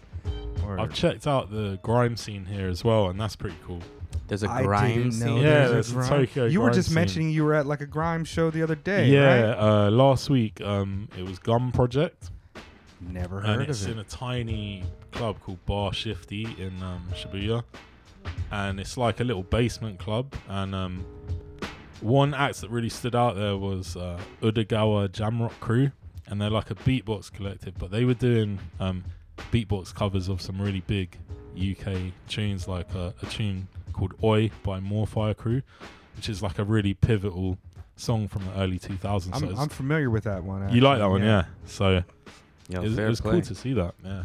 Or,
I've checked out the grime scene here as well, and that's pretty cool.
There's a
I
grime
didn't know
scene.
Yeah,
there was
there's the
grime.
Tokyo
You were
grime
just
scene.
mentioning you were at like a grime show the other day,
yeah.
right?
Uh, last week, um, it was Gum Project,
Never
and
heard
it's
of
in
it.
a tiny club called Bar Shifty in um, Shibuya, and it's like a little basement club. And um, one act that really stood out there was uh, Udagawa Jamrock Crew, and they're like a beatbox collective, but they were doing um, beatbox covers of some really big UK tunes, like uh, a tune called "Oi" by Morfire Crew, which is like a really pivotal song from the early 2000s. So
I'm,
it's-
I'm familiar with that one.
you like
actually,
that one, yeah? So
Yo,
it was,
fair
it was
play.
cool to see that. Yeah.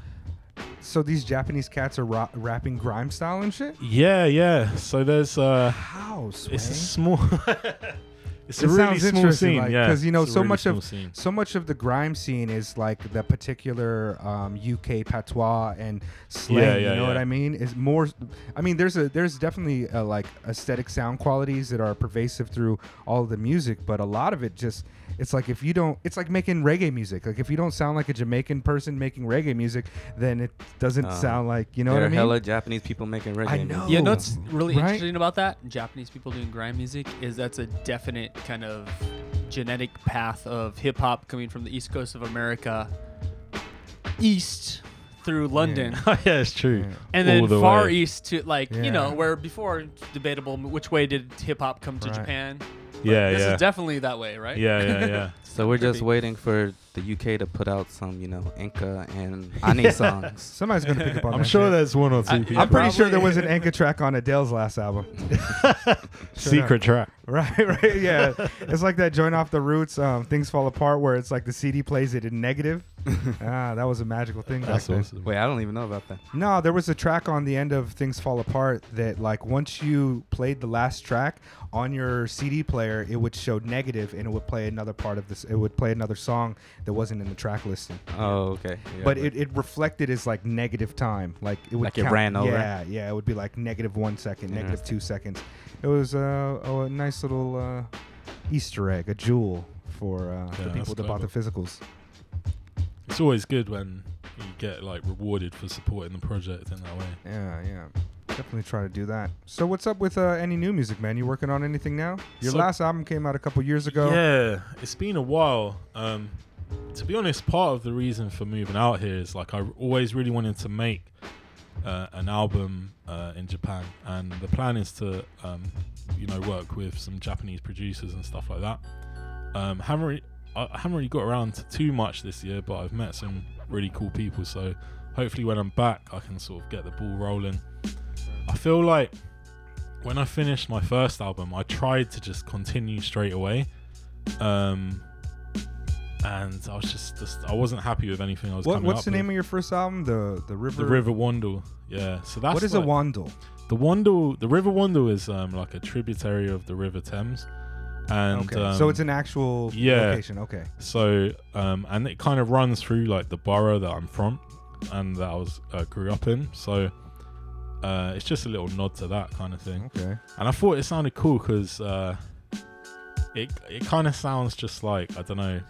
So these Japanese cats are ro- rapping grime style and shit.
Yeah, yeah. So there's uh,
How?
it's a
Sway?
small, it's a
It
really
sounds
small
interesting,
scene.
like,
yeah,
'cause, you know,
It's a
so
really
much of-
small scene.
So much of the grime scene is like the particular um, UK patois and slang.
Yeah, yeah,
you know what
yeah.
I mean? Is more. I mean, there's a there's definitely uh like aesthetic sound qualities that are pervasive through all of the music, but a lot of it just it's like if you don't, it's like making reggae music. Like if you don't sound like a Jamaican person making reggae music, then it doesn't
Uh,
sound like you know
There
what
are
I mean.
hella Japanese people making reggae.
I
music.
know.
Yeah,
Oh.
you know what's really
Right?
interesting about that? Japanese people doing grime music is that's a definite kind of genetic path of hip hop coming from the east coast of America, east through London,
yeah, it's true.
Yeah.
and
All
then
the
far
way.
east to like
Yeah.
you know where before it's debatable which way did hip hop come to
Right.
Japan. But
Yeah,
this
yeah.
is definitely that way, right?
yeah, yeah, yeah.
So we're just
Trippy.
waiting for the UK to put out some, you know, Inca and Ani songs.
Somebody's gonna pick up on
I'm
that
sure
shit.
there's one or two.
I-
people.
yeah,
I'm pretty sure there was
probably.
an Anka track on Adele's last album.
secret track.
Right, right, yeah. it's like that joint off the roots, um, things fall apart, where it's like the CD plays it in negative. ah, that was a magical thing.
That's
back then.
awesome.
Wait, I don't even know about that.
No, there was a track on the end of Things Fall Apart that, like, once you played the last track on your CD player, it would show negative and it would play another part of this. It would play another song that wasn't in the track listing.
Oh, okay. Yeah,
but it, it reflected as like negative time, like it would
Like it
count-
ran over?
Yeah, yeah, it would be like negative one second,
Mm-hmm.
negative two seconds. It was uh, oh, a nice little uh, Easter egg, a jewel for uh,
Yeah,
the
that's
people that bought the physicals.
It's always good when get like rewarded for supporting the project in that way.
Yeah, yeah. Definitely try to do that. So what's up with uh, any new music, man? You working on anything now? Your
So-
last album came out a couple years ago.
Yeah, it's been a while. Um, to be honest, part of the reason for moving out here is like I always really wanted to make uh, an album uh, in Japan, and the plan is to, um, you know, work with some Japanese producers and stuff like that. Um, haven't re- I I haven't really got around to too much this year, but I've met some really cool people. So hopefully, when I'm back, I can sort of get the ball rolling. I feel like when I finished my first album, I tried to just continue straight away um and i was just, just i wasn't happy with anything i was
What,
coming
what's
up
the name
with.
of your first album? The the river.
the river wandle yeah so that's
What is
like,
a wandle?
the wandle the river wandle is um like a tributary of the river thames and
Okay.
um,
so it's an actual
yeah.
location. Okay.
so um and it kind of runs through like the borough that i'm from and that i was uh, grew up in so uh it's just a little nod to that kind of thing
Okay.
and I thought it sounded cool because uh, it it kind of sounds just like I don't know,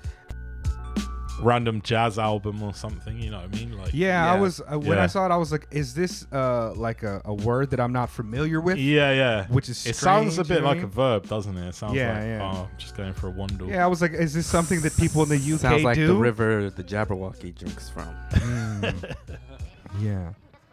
random jazz album or something. You know what I mean? Like
Yeah, I
Yeah.
was uh, when I
Yeah.
saw it, I was like, "Is this uh, like a, a word that I'm not familiar with?"
yeah, yeah.
Which is
it sounds a
strange,
bit
you know what
like
I
a
mean?
verb, doesn't it? It sounds
Yeah,
like
yeah.
oh, I'm just going for a wander.
Yeah, I was like, "Is this something that people in the UK
Sounds like
do?"
the river the Jabberwocky drinks from.
Mm. yeah.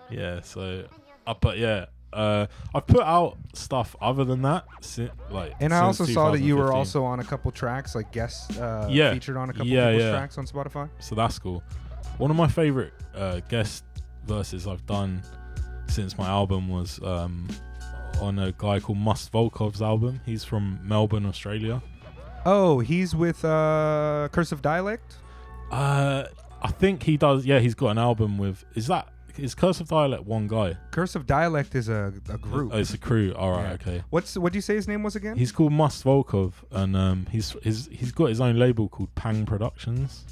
Yeah, so, uh, but yeah, uh, I've put out stuff other than that. Si- like,
And I
since
also saw that you were
2015.
also on a couple tracks, like guest uh,
Yeah.
featured on a couple
Yeah,
people's
yeah.
tracks on Spotify.
so that's cool. One of my favorite uh, guest verses I've done since my album was um, on a guy called Must Volkov's album. He's from Melbourne, Australia.
Oh, he's with uh, Cursive Dialect.
Uh, I think he does. Yeah, he's got an album with. Is that is Curse of Dialect one guy?
Cursive Dialect is a, a group.
Oh, it's a crew. All right,
Yeah.
okay.
What's what do you say his name was again?
He's called Must Volkov, and um, he's he's he's got his own label called Pang Productions,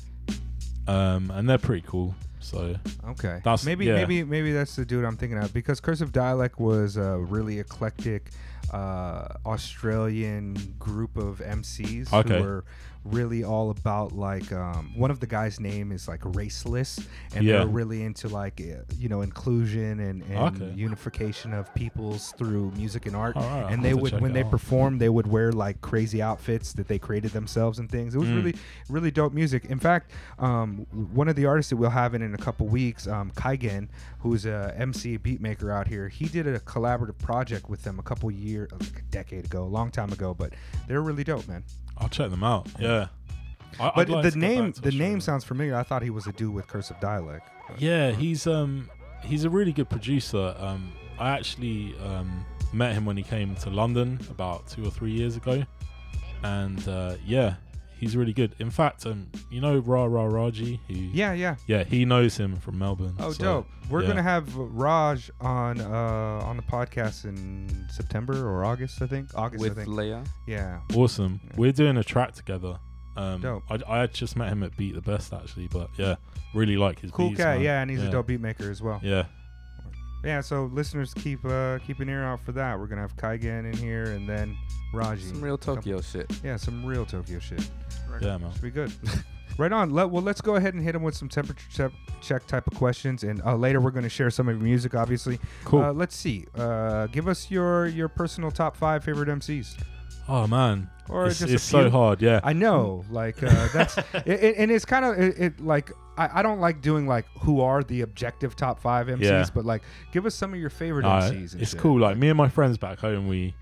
um, and they're pretty cool. So
Okay.
That's-
maybe
yeah.
maybe maybe that's the dude I'm thinking of because Cursive Dialect was a really eclectic uh, Australian group of MCs
Okay.
who were really all about like um, one of the guys' name is like raceless and
Yeah.
they're really into like uh, you know inclusion and, and
Okay.
unification of peoples through music and art
All right, I'll
and
have
they
to
would
check
when
it
they
out.
performed they would wear like crazy outfits that they created themselves and things it
Mm.
was really really dope music in fact um, one of the artists that we'll have in in a couple weeks um, kaigen who's a mc beat maker out here he did a collaborative project with them a couple year like a decade ago a long time ago but they're really dope man
I'll check them out. Yeah. I, I'd
but
like
the
to get back
name
to
the name
Australia.
sounds familiar i thought he was a dude with cursive dialect but-
Yeah, he's um he's a really good producer. Um, I actually um met him when he came to London about two or three years ago, and uh, yeah, he's really good. In fact, um, you know Ra Ra Raji, who
yeah yeah
yeah, he knows him from Melbourne.
Oh,
so,
dope! We're
yeah.
gonna have Raj on uh, on the podcast in September or August, I think. August, I
With
think.
Leia.
yeah.
awesome.
Yeah.
We're doing a track together. Um,
Dope.
I, I had just met him at Beat the Best actually, but yeah, really like his
Cool
beats,
guy,
man.
yeah, and he's
yeah.
a dope beat maker as well. Yeah.
Yeah,
so listeners keep uh keep an ear out for that. We're gonna have Kaigen in here and then Raji.
Some real Tokyo shit.
Yeah, some real Tokyo shit.
yeah, man.
Should be good. right on. Let, well, let's go ahead and hit him with some temperature check, check type of questions, and uh, later we're gonna share some of your music, obviously.
Cool.
Uh, let's see. Uh, give us your your personal top five favorite MCs.
oh man,
Or
it's,
just a
it's so
few.
hard. Yeah,
I know, like uh, that's, it, it, and it's kind of it, it. Like I, I don't like doing like who are the objective top five MCs,
Yeah.
but like give us some of your favorite
No,
MCs. And
it's
shit.
cool. Like me and my friends back home, we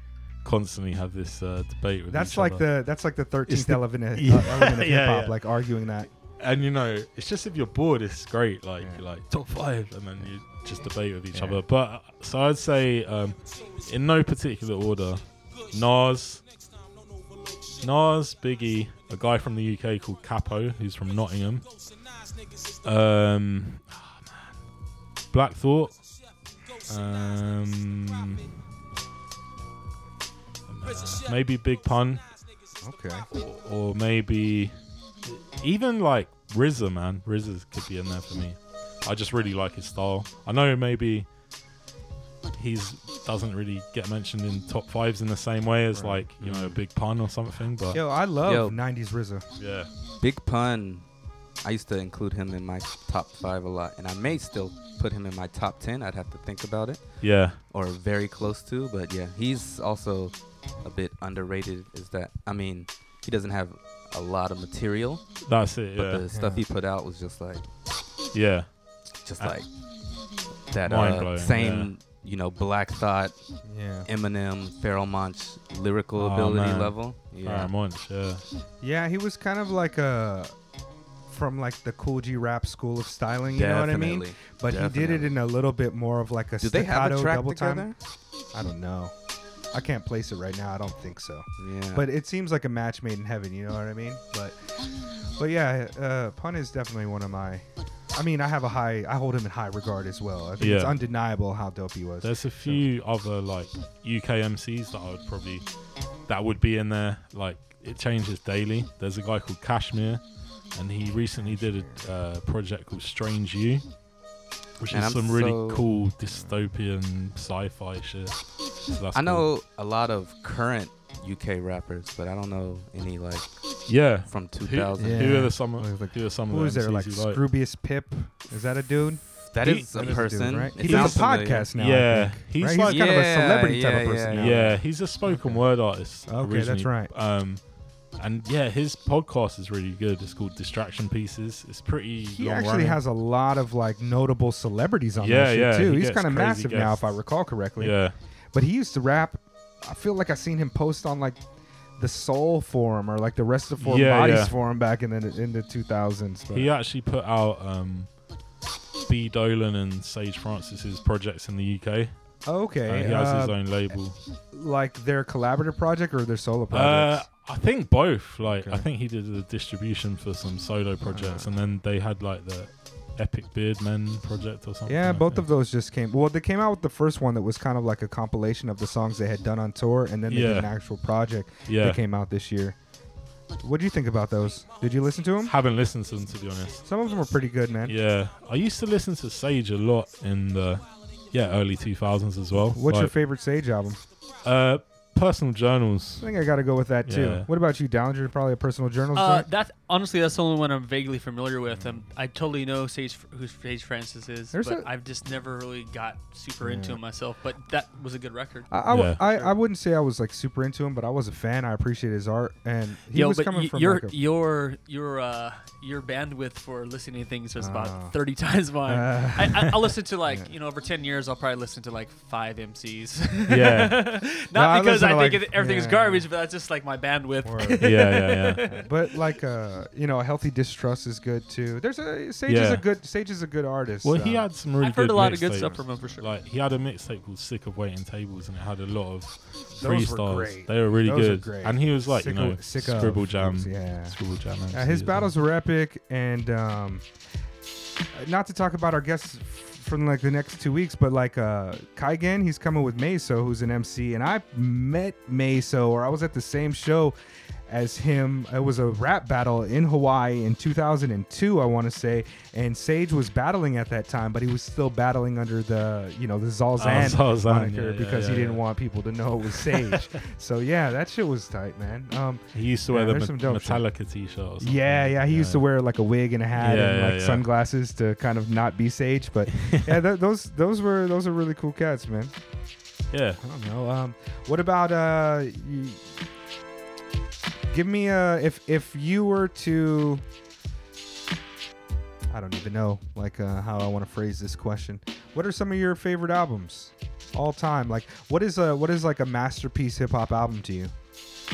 constantly have this uh, debate with
That's
each
like
other.
the that's like the thirteenth
the-
element, of-
Yeah,
uh, element of
yeah,
hip hop,
yeah.
like arguing that.
and you know, it's just if you're bored, it's great. Like
Yeah.
you're like top five, and then you just debate with each
Yeah.
other. But uh, so I'd say, um, in no particular order, Nas, Nas, Biggie, a guy from the UK called Capo, who's from Nottingham, um, ah, man, Black Thought. Um, uh, maybe Big Pun
Okay,
or maybe even like RZA, man. RZA could be in there for me. I just really like his style. I know maybe he's doesn't really get mentioned in top fives in the same way as
Right.
like you know a big pun or something, but
yo, I love
Yo.
'90s RZA.
yeah,
Big Pun I used to include him in my top five a lot, and I may still put him in my top ten. I'd have to think about it,
Yeah.
or very close to. But yeah, he's also a bit underrated. Is that I mean, he doesn't have a lot of material,
That's it.
but
Yeah.
the stuff he put out was just like,
yeah.
just
Uh,
like that uh,
mind-blowing,
same, you know, Black Thought,
Yeah.
Eminem, Pharrell Monch lyrical
Oh,
ability
man.
level.
Uh,
Yeah.
Yeah,
yeah.
Yeah, he was kind of like a from like the cool G rap school of styling, you know what I mean?
Definitely,
But he did it
definitely.
in a little bit more of like a
Do
staccato
they have a track
double
together?
time. I don't know. I can't place it right now. I don't think so.
Yeah,
But it seems like a match made in heaven, you know what I mean? But but yeah, uh, Pun is definitely one of my I mean, I have a high I hold him in high regard as well. I think it's
Yeah.
undeniable how dope he was.
There's a few other like UK MCs that I would probably that would be in there. Like it changes daily. There's a guy called Kashmir, and he recently did a uh, project called Strange You, which
And
is
I'm
some really
so-
cool dystopian sci-fi shit. So that's
I
cool.
know a lot of current UK rappers, but I don't know any like
Yeah.
from
Who,
2000.
Yeah.
who are the some?
Like- like-
who are some
Who
of
is
the
there?
MCs
Like
you like?
Scroobius Pip? Is that a dude?
That
He-
is
That
a
is a dude,
person.
right?
It
He
sounds
does a
familiar.
podcast now. I
Yeah,
think,
he's
right? kind
like-
of a
Yeah,
celebrity type
yeah,
of person.
yeah.
now.
Yeah, he's a spoken word artist.
Okay, that's
originally.
right.
Um, and yeah, his podcast is really good. It's called Distraction Pieces. It's pretty.
He
long
actually
running.
has a lot of like notable celebrities on
Yeah,
that shit
yeah,
too.
he
He's
gets
kind of
crazy
massive now, if I
guests.
recall correctly.
Yeah,
But he used to rap. I feel like I seen him post on like the Soul Forum or like the Rest of Four
Yeah,
Bodies
yeah.
Forum back in the in the 2000s. But
he actually put out um, B Dolan and Sage Francis's projects in the UK. Uh,
okay,
he has his
uh,
own label.
like their collaborative project or their solo
Uh,
project.
I think both. Like,
Okay.
I
Uh,
think he did the distribution for some solo projects, and then they had like the Epic Beard Men project or something.
yeah,
I
both
think.
of those just came. Well, they came out with the first one that was kind of like a compilation of the songs they had done on tour, and then they did
Yeah.
an actual project
Yeah,
that came out this year. What do you think about those? Did you listen to them?
haven't listened to them to be honest.
Some of them are pretty good, man.
Yeah, I used to listen to Sage a lot in the yeah early 2000s as well.
What's your
Like,
favorite Sage album?
Uh, personal
I
journals.
think I got to go with that too.
Yeah.
What about you, Dallinger? Probably a personal journal.
Uh,
joint?
that's honestly that's the only one I'm vaguely familiar with. Um, I totally know Sage Fr- who Sage Francis is,
There's
but
a-
i I've just never really got super
Yeah. Uh,
into him myself. But that was a good record.
I, I, w-
Yeah.
I, I wouldn't say I was like super into him, but I was a fan. I appreciate his art, and he
Yo,
was
but
coming
y-
from
your
like a,
your your uh, your bandwidth for listening to things is
Ah.
about thirty times mine.
Ah.
I, I, I'll listen to like
Yeah.
you know over ten years, I'll probably listen to like five MCs.
Yeah.
No, I
not because
listen
I,
to,
think
like,
it, everything is
yeah.
garbage, but that's just like my bandwidth.
Word.
yeah, yeah, yeah.
but like uh, you know, a healthy distrust is good too. There's a Sage is
Yeah.
a good Sage is a good artist.
Well, he
uh,
had some really.
I've heard
good
a lot of good
mixtapes.
stuff from him for sure.
Like he had a mixtape called "Sick of Waiting Tables" and it had a lot of
were
freestyles.
great.
They were really
Those are
good,
great.
and he was like
Sick
you know
of- sick of-
scribble jam,
yeah.
scribble jam.
Uh, his
MC.
battles were epic, and um, not to talk about our guests from like the next two weeks, but like uh, Kaigen, he's coming with Meso, who's an MC, and I met Meso, or I was at the same show as him. It was a rap battle in Hawaii in 2002, I want to say, and Sage was battling at that time, but he was still battling under the you know the Zalzan,
Oh, Zalzan,
moniker
yeah, yeah,
because
yeah,
he didn't
yeah.
want people to know it was Sage. so yeah, that shit was tight, man. Um,
He used to
Yeah,
wear the
there's some dope
Me-
shit.
Metallica t-shirt. Or something.
yeah, yeah. He used to wear like a wig and a hat
Yeah,
and
yeah,
like
yeah.
sunglasses to kind of not be Sage. But yeah, th- those those were those are really cool cats, man.
Yeah.
I don't know. Um, what about uh? You, give me a if if you were to. I don't even know like uh, how I want to phrase this question. What are some of your favorite albums, all time? Like, what is a what is like a masterpiece hip hop album to you?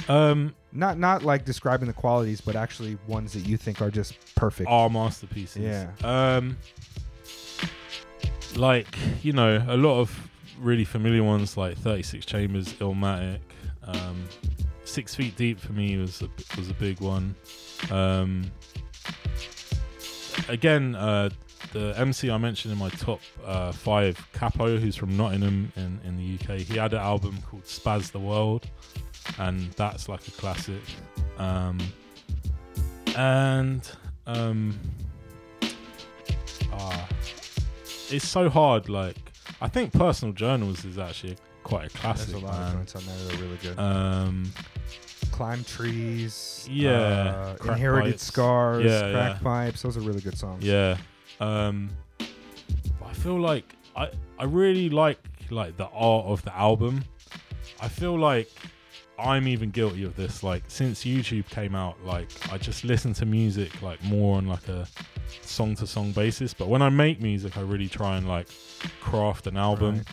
Um,
Not not like describing the qualities, but actually ones that you think are just perfect.
All masterpieces.
Yeah.
Um, like you know, a lot of really familiar ones like Thirty Six Chambers, Illmatic, um, Six Feet Deep for me was a, was a big one. Um, again, uh, the MC I mentioned in my top uh, five, Capo, who's from Nottingham in, in the UK, he had an album called Spaz the World, and that's like a classic. Um, and um, ah, it's so hard. Like, I think Personal Journals is actually quite a
There's
classic.
a lot of
man.
joints on there that are really good.
Um,
Climb Trees.
Yeah,
uh,
Crack
Inherited
Pipes.
Scars.
Yeah,
crack
yeah.
Pipes. Those are really good songs.
Yeah. Um but I feel like I I really like like the art of the album. I feel like I'm even guilty of this like since YouTube came out like I just listen to music like more on like a song to song basis, but when I make music I really try and like craft an album.
Right.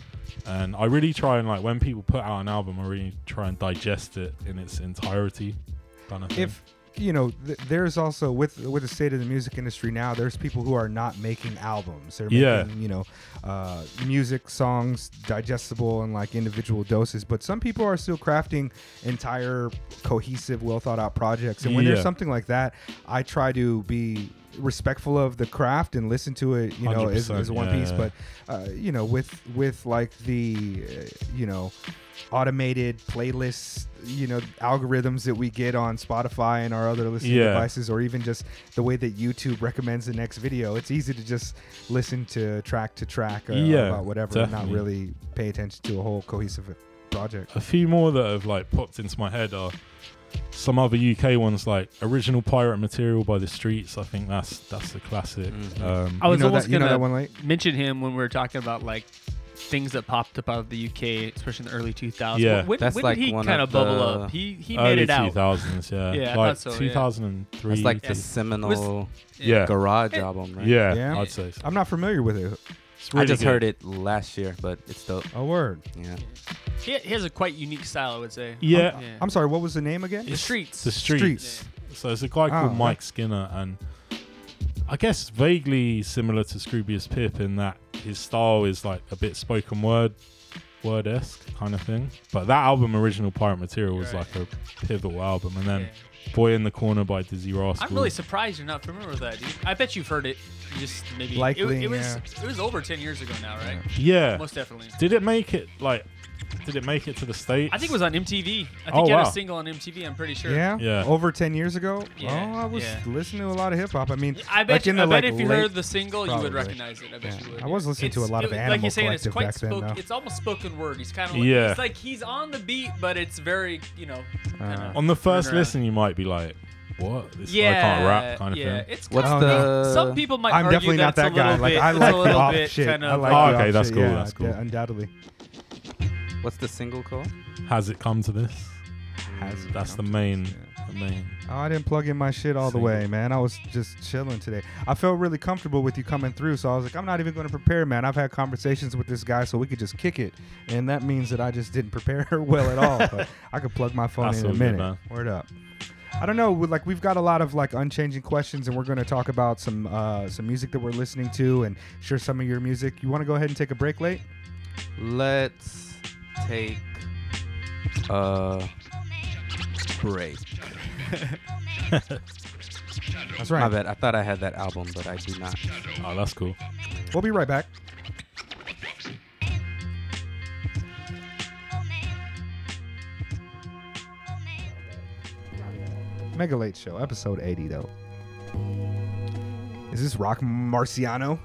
And I really try and like when people put out an album, I really try and digest it in its entirety. Kind of thing.
if you know th- there's also with with the state of the music industry now there's people who are not making albums they're making
Yeah.
you know uh, music songs digestible and like individual doses but some people are still crafting entire cohesive well thought out projects and when
Yeah.
there's something like that i try to be respectful of the craft and listen to it you know as,
100%,
as one
yeah,
piece
yeah.
but uh, you know with with like the uh, you know automated playlists, you know, algorithms that we get on Spotify and our other listening
Yeah.
devices, or even just the way that YouTube recommends the next video. It's easy to just listen to track to track uh,
Yeah,
about whatever and not
definitely.
really pay attention to a whole cohesive project.
a few more that have like popped into my head are some other UK ones like original pirate material by the streets. I think that's that's a classic.
Mhm.
Um,
I was
you know
almost
that, you know
gonna
that one, like
mention him when we were talking about like things that popped up out of the UK, especially in the early 2000s.
Yeah.
when,
That's
when
like
did he
one
kind
of
of bubble
the
up? He he
early
made it out.
2000s, yeah,
Yeah, I
like
thought so, yeah.
2003.
That's like
to-
the seminal
yeah, yeah,
garage album, right?
Yeah.
I'd say. So.
I'm not familiar with it.
It's
I
really
just
good.
heard it last year, but it's dope.
A word.
Yeah.
He, he has a quite unique style, I would say.
Yeah,
Yeah.
I'm sorry. What was the name again?
the streets.
the streets. So it's a guy
Ah,
called
okay.
Mike Skinner, and I guess vaguely similar to Scroobius Pip in that his style is like a bit spoken word, word esque kind of thing. But that album, original Pirate Material, was
Right.
like a pivotal album, and then
Yeah.
Boy in the Corner by Dizzy Rascal.
I'm really surprised you're not familiar with that, dude. I bet you've heard it. You just maybe it-
Likely,
it, was
yeah.
it was over 10 years ago now, right?
yeah.
Most definitely.
Did it make it like? Did it make it to the states?
I think it was on MTV. I think
Oh,
he had
wow.
a single on MTV. I'm pretty sure.
Yeah?
Yeah.
Over 10 years ago?
Yeah,
oh, I was
yeah.
listening to a lot of hip hop. I mean,
I bet.
like
you,
in the,
I bet
like,
if you
late
heard the single, you
probably.
would recognize it. I bet
Yeah.
you would.
I was listening to a lot of
it-
Animal
like you're saying, it's
Collective
quite
back then,
spoken-
though.
It's almost spoken word. He's kind of like,
Yeah.
It's like he's on the beat, but it's very you know.
Uh,
kinda-
on the first
Around.
listen. You might be like, "What? This
yeah.
I can't rap," kind of
yeah.
thing.
It's
What's
kind
no.
the
of, some people might
I'm
argue
definitely not that
that's a
guy.
little
Like
bit,
I like
it's a
the
little
off
bit
shit.
Kind
I
of,
like
Oh,
the
okay,
off
that's
shit.
cool,
Yeah,
that's cool.
de- undoubtedly.
What's the single called?
Has it come to this? That's the main. The main.
Oh, I didn't plug in my shit all the way, man. I was just chilling today. I felt really comfortable with you coming through, so I was like, I'm not even going to prepare, man. I've had conversations with this guy, so we could just kick it, and that means that I just didn't prepare well at all. But I could plug my phone
That's
in a
all good,
minute.
man.
Word up. I don't know. we- Like we've got a lot of like unchanging questions, and we're going to talk about some uh, some music that we're listening to, and sure some of your music. You want to go ahead and take a break late?
Let's take a break.
That's right.
My bad. I thought I had that album, but I do not.
Oh, that's cool.
We'll be right back. Mega Late Show, episode 80, though. Is this Rock Marciano?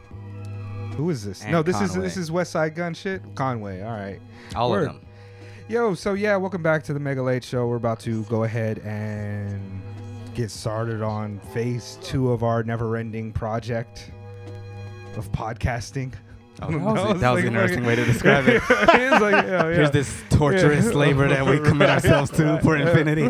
Who is this?
And
no, this
Conway.
is this is West Side Gun shit. Conway, all right.
All
Word.
of them.
Yo, so yeah, welcome back to the Mega Late Show. We're about to go ahead and get started on phase two of our never-ending project of podcasting. I
Oh, that
don't
was,
know,
a-
it's
that was
like-
an interesting way to describe it.
It's like, yeah, yeah.
Here's this torturous
Yeah.
labor that we commit ourselves to for infinity.
Yo,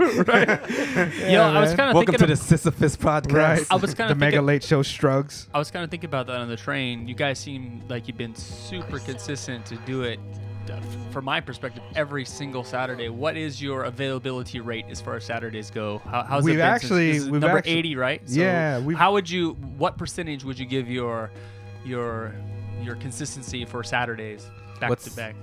I was
man.
kind of
Welcome to
thinking.
the
ab-
Sisyphus
Right.
podcast.
I was
the
kinda
Mega
thinking-
Late Show shrugs.
I was kind of thinking about that on the train. You guys seem like you've been super consistent to do it. uh, f- From my perspective, every single Saturday. What is your availability rate as far as Saturdays go? How, how's
We've
it been since-
actually-
this is
we've
number
actu-
eighty, right?
Yeah, we've-
how would you? What percentage would you give your your your consistency for Saturdays back
What's-
to back?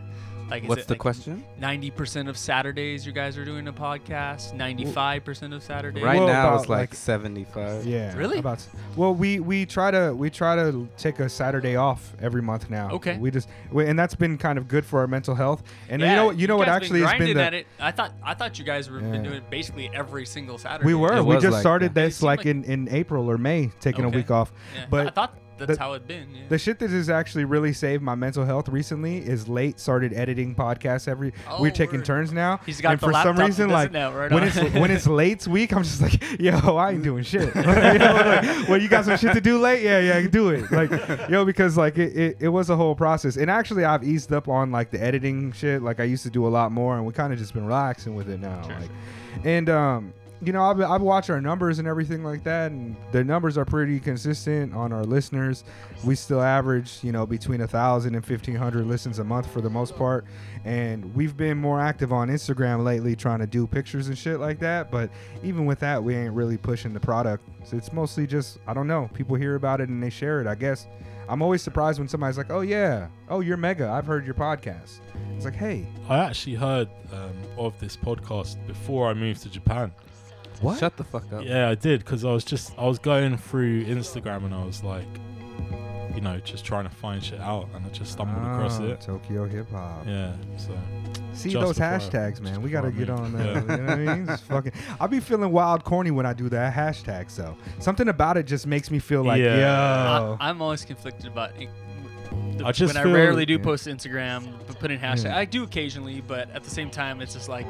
Like,
What's the question?
Ninety percent of Saturdays, you guys are doing a podcast. Ninety-five percent of Saturdays.
Right
Well,
now
about
it's like,
like-
75.
Yeah.
Really?
About well, we we try to we try to take a Saturday off every month now.
Okay.
We just we, and that's been kind of good for our mental health. And you know what you know what
guys
actually
been
has been
grinding
the
at it. I thought I thought you guys were
Yeah.
been doing it basically every single Saturday.
we were
It
we
was
just
like
started
that.
It
this
seemed
like,
like-
in in April or May taking a
Okay.
week off.
Yeah.
But
I thought that's
the-
how it been. Yeah.
The shit that has actually really saved my mental health recently is late started editing podcasts every.
Oh,
we're taking
word.
turns now.
He's got
and
the
for
laptop
some
that
reason,
does it
like
now, right
when
on.
it's when it's late's week, I'm just like, yo, I ain't doing shit. you know, like, well, you got some shit to do late? Yeah, yeah, do it. Like, yo, because like it, it, it was a whole process, and actually I've eased up on like the editing shit. Like I used to do a lot more, and we kind of just been relaxing with it now. like, and um. You know, I've, I've watched our numbers and everything like that, and the numbers are pretty consistent on our listeners. We still average, you know, between 1,000 and 1,500 listens a month for the most part. And we've been more active on Instagram lately trying to do pictures and shit like that. But even with that, we ain't really pushing the product. So it's mostly just, I don't know, people hear about it and they share it, I guess. I'm always surprised when somebody's like, oh, yeah, oh, you're mega. I've heard your podcast. It's like, hey,
I actually heard um, of this podcast before I moved to Japan.
what?
Shut the fuck up.
Yeah, I did because I was just I was going through Instagram and I was like, you know, just trying to find shit out, and I just stumbled across
Ah,
it.
Tokyo hip hop.
Yeah, so
See
Just
those
before-
hashtags, man.
just
We gotta
before I
get on that.
moved. Yeah.
You know what I mean? Just fucking. I be feeling wild, corny when I do that hashtag. So something about it just makes me feel like,
Yeah.
yo,
I, am always conflicted about. It. The-
I just
when I
feel-
rarely do
Yeah.
post Instagram, but put in hashtag.
Yeah.
I do occasionally, but at the same time, it's just like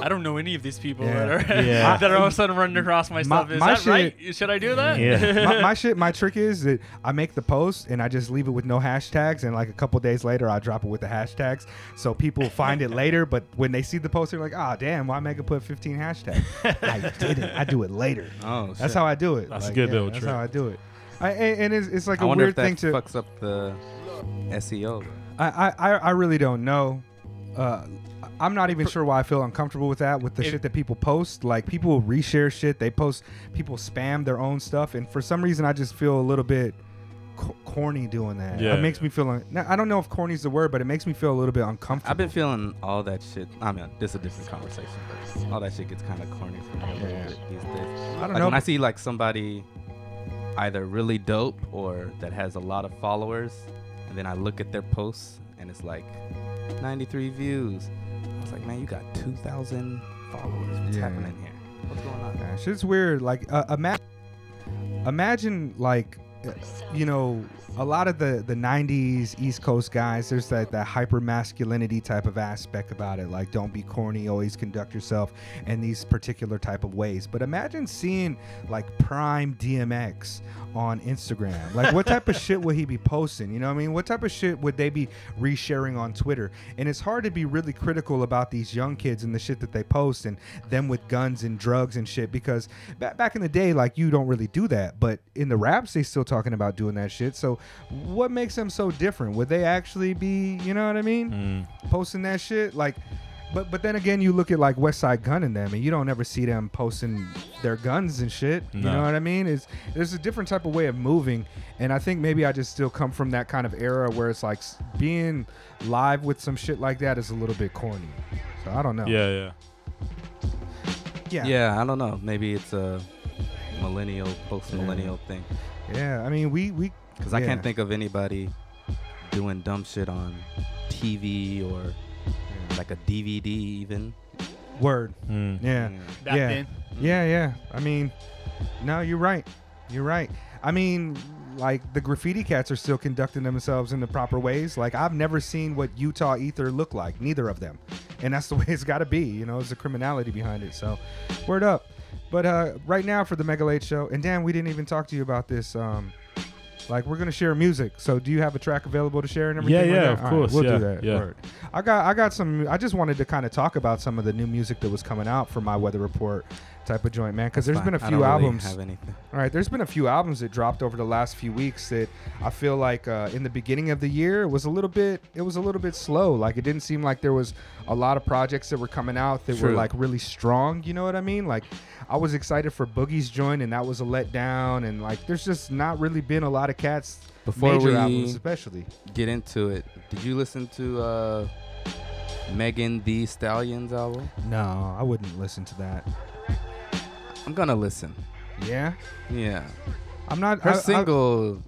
I don't know any of these people
Yeah.
that are
Yeah.
that are all of a sudden running across my,
My-
stuff. Is
my
that right? Should I do that?
Yeah.
my, my shit. My trick is that I make the post and I just leave it with no hashtags, and like a couple days later, I drop it with the hashtags, so people find it later. But when they see the post, they're like, ah, damn, why Mega put 15 hashtags? I didn't. I do it later.
Oh,
That's
shit.
how I do it.
That's a good little
That's
trick.
how I do it. I, and and it's, it's like
I
a
wonder
weird
if that
thing to.
fucks up the
E
SEO.
I, I, I- I really don't know. Uh, I'm not even sure why I feel uncomfortable with that, with the
If-
shit that people post. Like, people reshare shit. They post, people spam their own stuff. And for some reason, I just feel a little bit co- corny doing that.
Yeah.
It makes me feel, un- now, I don't know if corny's the word, but it makes me feel a little bit uncomfortable.
I've been feeling all that shit. I mean, this is a different conversation, but all that shit gets kind of corny for me a little
Yeah.
bit these
I
days.
don't
Like
know.
when I see like somebody either really dope or that has a lot of followers, and then I look at their posts and it's like 93 views. I was like, man, you got 2,000 followers. What's
Yeah.
happening here? What's going on?
Yeah, shit's weird. Like, uh, ima- imagine like, uh, you know, a lot of the the '90s East Coast guys. There's that that hyper masculinity type of aspect about it. Like, don't be corny. Always conduct yourself in these particular type of ways. But imagine seeing like Prime DMX on Instagram. Like, what type of shit would he be posting? You know what I mean? What type of shit would they be resharing on Twitter? And it's hard to be really critical about these young kids and the shit that they post and them with guns and drugs and shit because ba- back in the day, like, you don't really do that. But in the raps, they still talking about doing that shit. So, what makes them so different? Would they actually be, you know what I mean? posting that shit. Like, but but then again, you look at like West Side Gun and them, and you don't ever see them posting their guns and shit. You
No.
know what I mean? It's there's a different type of way of moving, and I think maybe I just still come from that kind of era where it's like s- being live with some shit like that is a little bit corny. So I don't know.
yeah, yeah.
Yeah.
Yeah, I don't know. Maybe it's a millennial, post millennial thing.
Yeah, I mean, we we
Because I
yeah.
can't think of anybody doing dumb shit on TV or like a DVD even.
word.
Mm.
Yeah.
Mm.
Back
yeah.
then.
Yeah, yeah. I mean, no, you're right. You're right. I mean, like the graffiti cats are still conducting themselves in the proper ways. Like I've never seen what Utah Ether look like, neither of them, and that's the way it's got to be. You know, it's the criminality behind it. So, word up. But uh, right now for the Mega Late Show, and Dan, we didn't even talk to you about this. Um, like we're gonna share music. So do you have a track available to share and everything?
Yeah,
like
yeah,
that?
of
All right,
course,
we'll do
yeah,
that.
yeah.
Word. I got I got some. I just wanted to kind of talk about some of the new music that was coming out for my weather report type of joint, man. Because there's
Fine.
been a
I
few
don't really
albums.
have anything.
All right, there's been a few albums that dropped over the last few weeks that I feel like uh, in the beginning of the year it was a little bit it was a little bit slow. Like it didn't seem like there was a lot of projects that were coming out that were
True.
like really strong. You know what I mean? Like I was excited for Boogie's joint and that was a letdown. And like there's just not really been a lot of cats
Before
major
we-
albums, especially.
Get into it. Did you listen to uh, Megan the Stallion's album?
No, I wouldn't listen to that.
I'm gonna listen.
Yeah,
Yeah,
I'm not.
her
I- I-
single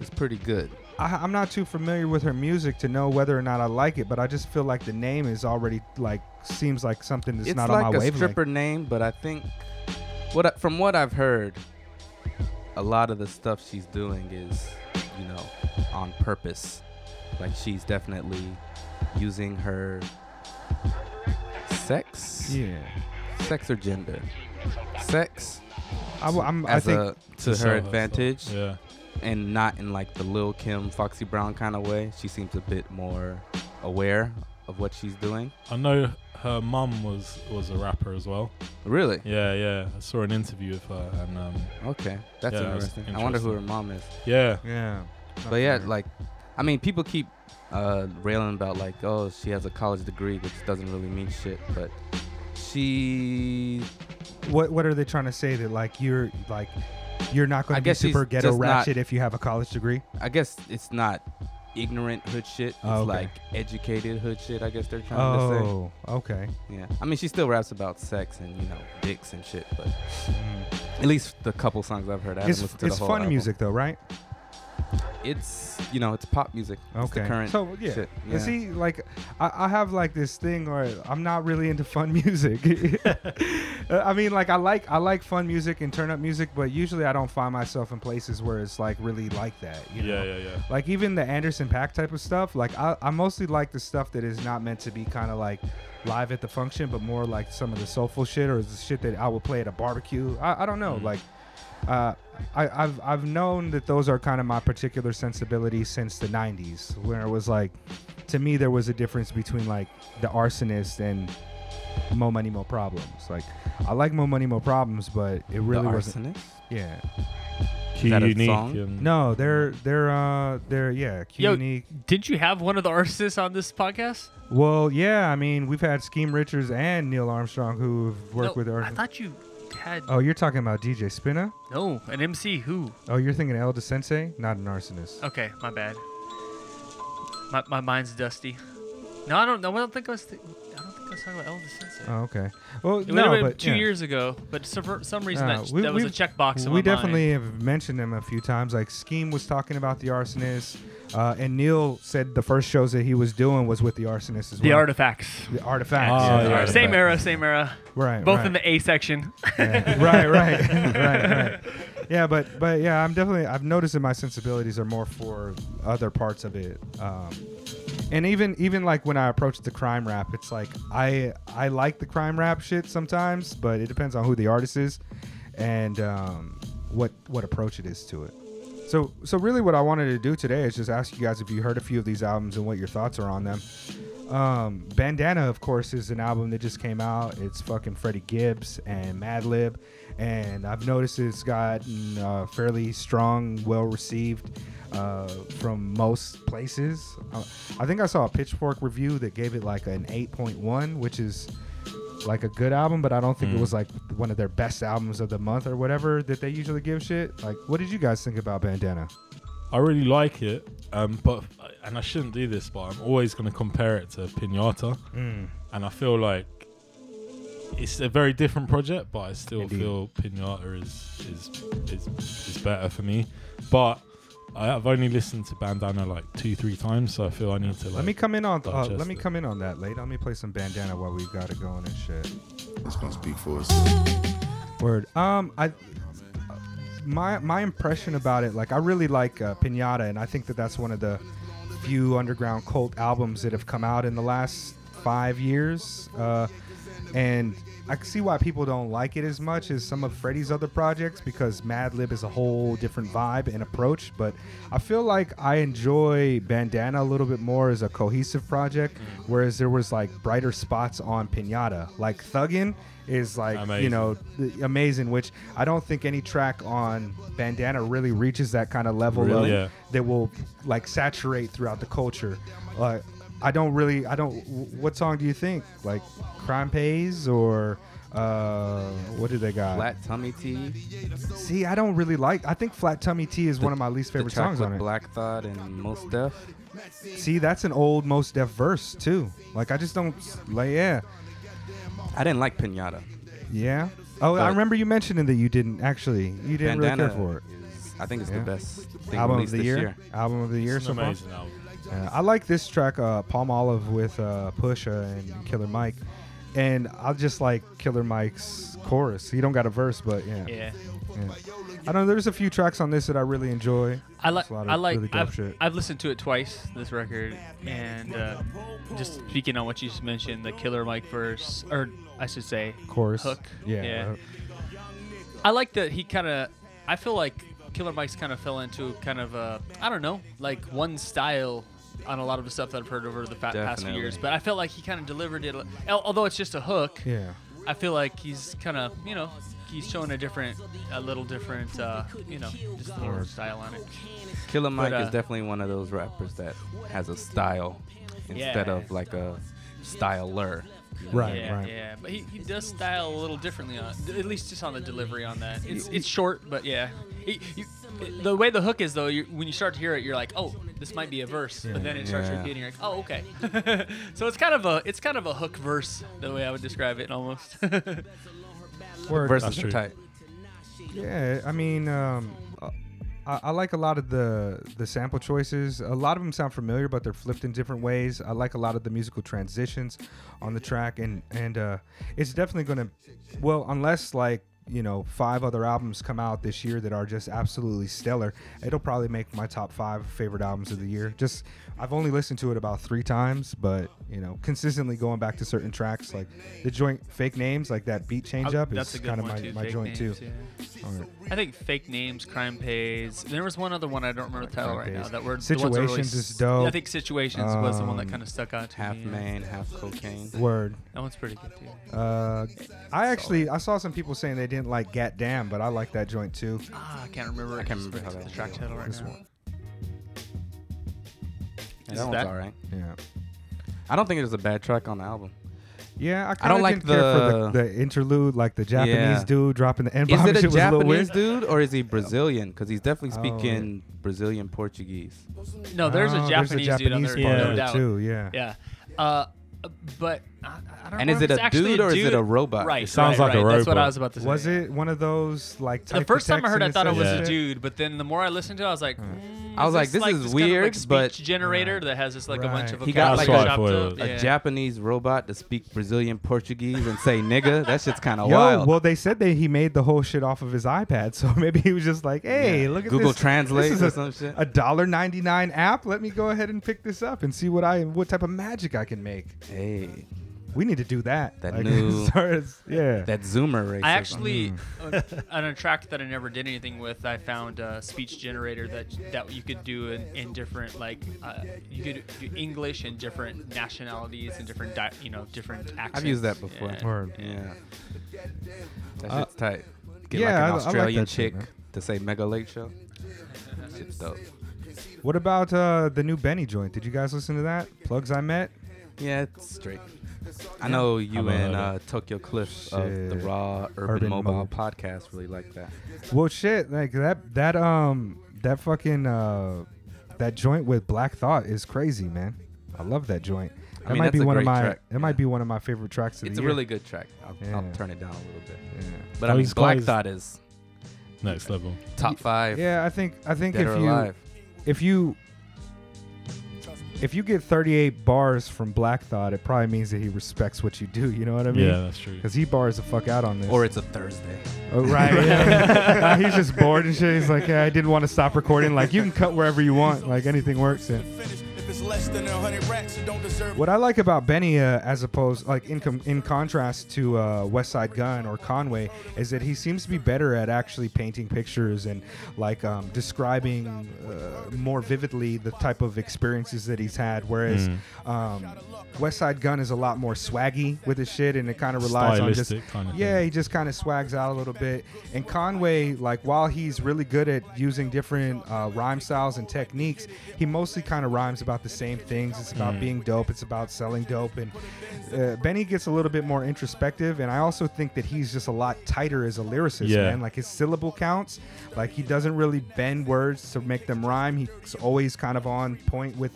is pretty good.
I, I'm not too familiar with her music to know whether or not I like it, but I just feel like the name is already like seems like something that's
It's,
not
like
on
a
my wavelength.
stripper name, but I think what I, from what I've heard, a lot of the stuff she's doing is you know, on purpose. Like she's definitely using her sex,
Yeah.
sex or gender, sex
I, w- I'm, I
as
think
a to
sell
her
herself.
advantage,
Yeah.
and not in like the Lil Kim, Foxy Brown kind of way. She seems a bit more aware of what she's doing.
I know her mum was was a rapper as well.
Really?
Yeah, yeah. I saw an interview with her and um,
Okay, that's
Yeah, that's
interesting. I wonder who her
interesting.
mom is.
yeah,
yeah.
But yeah, like, I mean, people keep uh, railing about like, oh, she has a college degree, which doesn't really mean shit. But she,
what what are they trying to say that like you're like you're not
I
going to be
guess she's
super ghetto
just not-
ratchet if you have a college degree?
I guess it's not ignorant hood shit. It's
Oh, okay.
like educated hood shit. I guess they're trying to
Oh, okay.
say. Yeah. I mean, she still raps about sex and you know dicks and shit. But
Mm.
at least the couple songs I've heard, I haven't
It's
listened to
it's
the whole
fun
album.
music though, right?
It's you know, it's pop music. It's the
Okay.
current
so yeah.
shit.
But see, like, I, I have like this thing, or I'm not really into fun music. Uh, I mean, like, I like I like fun music and turn up music, but usually I don't find myself in places where it's like really like that. You know?
yeah, yeah, yeah.
Like even the Anderson Pack type of stuff. Like I, I mostly like the stuff that is not meant to be kind of like live at the function, but more like some of the soulful shit or the shit that I would play at a barbecue. I, I don't know.
Mm-hmm.
Like uh, I, I've I've known that those are kind of my particular sensibilities since the '90s, where it was like, to me, there was a difference between like the arsonist and Mo Money Mo Problems. Like I like Mo Money Mo Problems, but it
The
really wasn't.
Arsonist?
Yeah.
Q
that a
unique.
song?
And
No, they're they're uh they're yeah. E
Yo,
Unique.
Didn't you have one of the artists on this podcast?
Well, yeah, I mean, we've had Scheme Richards and Neil Armstrong who've worked
no,
with our.
I thought you had
oh, you're talking about DJ Spinna?
no an MC who?
Oh, you're thinking Elda Sensei, not an arsonist.
Okay, my bad. My, my mind's dusty. No, I don't. No, I don't think I was. Th- I don't think I was talking about Elvis Sensei.
Oh, okay. Well,
it would have
no,
been
but
two
yeah.
years ago, but so for some reason
No,
that,
we-
that was a
we've-
checkbox. in my
We definitely have mentioned them a few times. Like Scheme was talking about the arsonist, uh, and Neil said the first shows that he was doing was with the arsonist as
the
well.
artifacts.
The artifacts.
Oh,
yeah.
yeah.
Same era, same era.
Right.
Both
right.
in the A section.
Yeah. right, right, right, right. Yeah, but but yeah, I'm definitely I've noticed that my sensibilities are more for other parts of it, um, and even even like when I approach the crime rap, it's like I I like the crime rap shit sometimes, but it depends on who the artist is, and um, what what approach it is to it. So so really, what I wanted to do today is just ask you guys if you heard a few of these albums and what your thoughts are on them. Um, Bandana, of course, is an album that just came out. It's fucking Freddie Gibbs and Madlib, and I've noticed it's gotten uh, fairly strong, well received uh, from most places. Uh, I think I saw a Pitchfork review that gave it like an 8.1, which is like a good album, but I don't think it was like one of their best albums of the month or whatever that they usually give shit. Like, what did you guys think about Bandana?
I really like it, um, but and I shouldn't do this, but I'm always going to compare it to Pinata,
Mm.
and I feel like it's a very different project, but I still
Indeed.
feel Pinata is is is is better for me. But I, I've only listened to Bandana like two, three times, so I feel I need to. Like,
Let me come in on uh,
Digest
let me
it.
come in on that later. Let me play some Bandana while we got it going and shit.
It's gonna speak for us.
Word. Um, I my my impression about it, like I really like uh, Pinata, and I think that that's one of the few underground cult albums that have come out in the last five years. Uh, and I can see why people don't like it as much as some of Freddie's other projects because Madlib is a whole different vibe and approach. But I feel like I enjoy Bandana a little bit more as a cohesive project, whereas there was like brighter spots on Pinata. Like Thuggin is like you
Amazing.
know know, th- amazing, which I don't think any track on Bandana really reaches that kind of level
Really?
of
Yeah.
that will like saturate throughout the culture. Like, I don't really, I don't. wh- What song do you think? Like, Crime Pays or uh, what do they got?
Flat tummy tea.
See, I don't really like. I think Flat Tummy Tea is one of my least
The
favorite
track
songs
with
on it.
Black Thought and Most Def.
See, that's an old Most Def verse too. Like, I just don't. Like, yeah,
I didn't like Pinata.
yeah. Oh, I
But-
remember you mentioning that you didn't actually. You didn't really care for it.
is- I think it's
Yeah.
the best thing
Album of
released
the
this
year?
year.
Album of the year
It's
so
an
far.
amazing album.
Uh, I like this track, uh, Palm Olive with uh, Pusha and Killer Mike. and I just like Killer Mike's chorus. He don't got a verse, but yeah.
Yeah.
yeah. I don't know. There's a few tracks on this that I really enjoy.
I like.
There's a lot of
I like.
really dope
I've,
shit.
I've listened to it twice. This record, and uh, just speaking on what you just mentioned, the Killer Mike verse, or I should say,
Chorus.
hook.
Yeah.
Yeah. I like that he kind of. I feel like Killer Mike's kind of fell into kind of a. I don't know, like one style on a lot of the stuff that I've heard over the fa- past few
Definitely.
years. But I felt like he kind of delivered it. al- Although it's just a hook,
Yeah.
I feel like he's kind of you know. He's showing a different, a little different, uh, you know, just a little style on it.
Killer Mike
uh,
is definitely one of those rappers that has a style instead
Yeah.
of like a styler.
Right.
yeah,
right.
yeah, but he, he does style a little differently on, at least just on the delivery on that. It's it's short, but yeah, He- you- the way the hook is though, you when you start to hear it, you're like, oh, this might be a verse, but then it starts
Yeah.
repeating. You're like, oh, okay. so it's kind of a it's kind of a hook verse the way I would describe it almost.
Word.
Versus
true.
the type.
Yeah, I mean, um, uh, I, I like a lot of the the sample choices. A lot of them sound familiar, but they're flipped in different ways. I like a lot of the musical transitions on the track, and and uh, it's definitely gonna, well, unless like you know five other albums come out this year that are just absolutely stellar, it'll probably make my top five favorite albums of the year. Just I've only listened to it about three times, but you know, consistently going back to certain tracks like the joint fake names, like that beat change up
That's
is
a good
kind of
one
my,
too.
my
fake
joint
names,
too.
yeah.
All right.
I think fake names, crime pays. There was one other one I don't remember the title right now.
Pays.
That were the ones that really
Situations is
s-
dope.
I think situations was the one that
Um,
kind of stuck out to
Half
me. yeah.
man, half cocaine.
Word.
That one's pretty good too.
Uh, I actually I saw some people saying they didn't like Gat Damn, but I like that joint too.
Ah, I can't remember. I
can't remember how that
the track
one
title right
This
now.
one.
That
Is
one's
that-
alright.
Yeah.
I don't think there's a bad track on the album.
Yeah, I,
I don't
kinda
like
didn't care for the, the interlude, like the Japanese
Yeah.
dude dropping the N
Is
bomb.
it a
shit was a little
Japanese
weird.
dude or is he Brazilian? Because he's definitely
Oh, yeah.
speaking Brazilian Portuguese.
No, there's a
Oh,
Japanese, dude on
Japanese
there,
part
yeah.
of
no
it
doubt.
too. Yeah.
Yeah. Uh, but I, I don't
And
know
is
if
it
it's
a
actually
dude or is it a robot?
Right.
It
sounds
right,
like a
right. That's what I
robot.
was about to say.
Was it one of those like
The
type
first time I
attacks
heard,
in
I thought it
this
was
shit?
a dude, but then the more I listened to, it, I was like, mm,
I was like, this is
like kind of, like,
weird,
speech
but-
generator that has this like a bunch
Right.
of
He got, like,
vocabulary
That's what I
chopped
thought
up.
it was.
Yeah.
A Japanese robot to speak Brazilian Portuguese and say nigga? That shit's kind of
Yo,
wild.
well, they said that he made the whole shit off of his iPad, so maybe he was just like, "Hey,
Yeah.
look at
Google
this.
Translate
this
or
is
some shit."
a dollar ninety nine app. Let me go ahead and pick this up and see what I what type of magic I can make.
Hey,
We need to do that.
That new-
start as- yeah.
that Zoomer racism.
I actually uh, on a track that I never did anything with. I found a speech generator that that you could do in, in different like uh, you could do English and different nationalities and different di- you know different accents.
I've used that before.
Yeah.
Word.
Yeah. That
Uh,
shit's tight. Get
yeah, I- I
like an
like
Australian
that shit,
chick
man.
to say Mega Late Show. Shit's dope.
What about uh, the new Benny joint? Did you guys listen to that? Plugs I met.
Yeah, it's straight. I know you
I'm on
and
it.
uh, Tokyo Cliff of the
Shit.
Raw Urban,
Urban
Mobile
Mobile.
podcast really like that.
Well, shit, like that that um that fucking uh that joint with Black Thought is crazy, man. I love that joint. That
I mean,
might
that's
be
a
one of
great
my
track.
that might be one of my favorite tracks of
It's
the
a
year.
really good track. I'll, I'll
Yeah.
turn it down a little bit.
Yeah.
But I mean,
Those
Black
guys-
Thought is
Next level.
top five.
Yeah, I think I think
Dead
if
or
you
alive.
if you if you get 38 bars from Black Thought, it probably means that he respects what you do. You know what I mean?
yeah, that's true.
Because he bars the fuck out on this.
Or it's a Thursday.
Oh, right. yeah. He's just bored and shit. He's like, yeah, I didn't want to stop recording. Like, you can cut wherever you want. Like, anything works. Yeah.
If it's less than a hundred racks, you don't deserve
What I like about Benny, uh, as opposed, like in com- in contrast to uh, West Side Gun or Conway, is that he seems to be better at actually painting pictures and like um, describing uh, more vividly the type of experiences that he's had. Whereas
Mm.
um, West Side Gun is a lot more swaggy with his shit, and it kind of relies on
Stylistic
just
kind of
yeah,
thing.
he just kind of swags out a little bit. And Conway, like while he's really good at using different uh, rhyme styles and techniques, he mostly kind of rhymes about the same things. It's about being dope. It's about selling dope. And uh, Benny gets a little bit more introspective. And I also think that he's just a lot tighter as a lyricist,
Yeah.
man. Like his syllable counts, like he doesn't really bend words to make them rhyme. He's always kind of on point with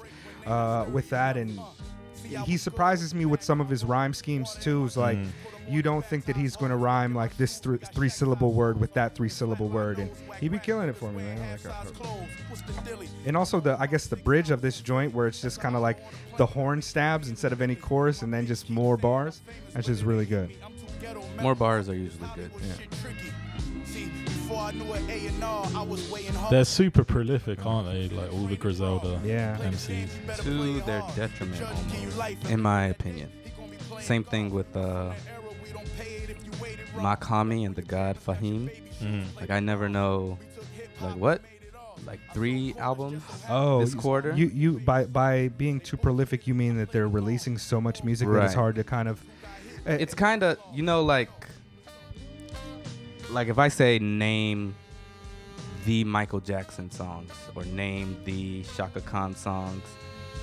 uh, with that and he surprises me with some of his rhyme schemes too. Is like you don't think that he's going to rhyme like this thr three syllable word with that three syllable word, and he be killing it for me, man. Like, I- and also the I guess the bridge of this joint where it's just kind of like the horn stabs instead of any chorus, and then just more bars. That's just really good.
More bars are usually good.
They're super prolific, aren't they? Like all the Griselda
Yeah.
MCs.
To their detriment, almost, in my opinion. Same thing with uh, Makami and the God Fahim.
Mm.
Like I never know, like what, like three albums
Oh,
this
you-
quarter.
You you by by being too prolific, you mean that they're releasing so much music that it's
Right.
hard to kind of.
it's kind of you know like like if i say name the michael jackson songs or name the shaka khan songs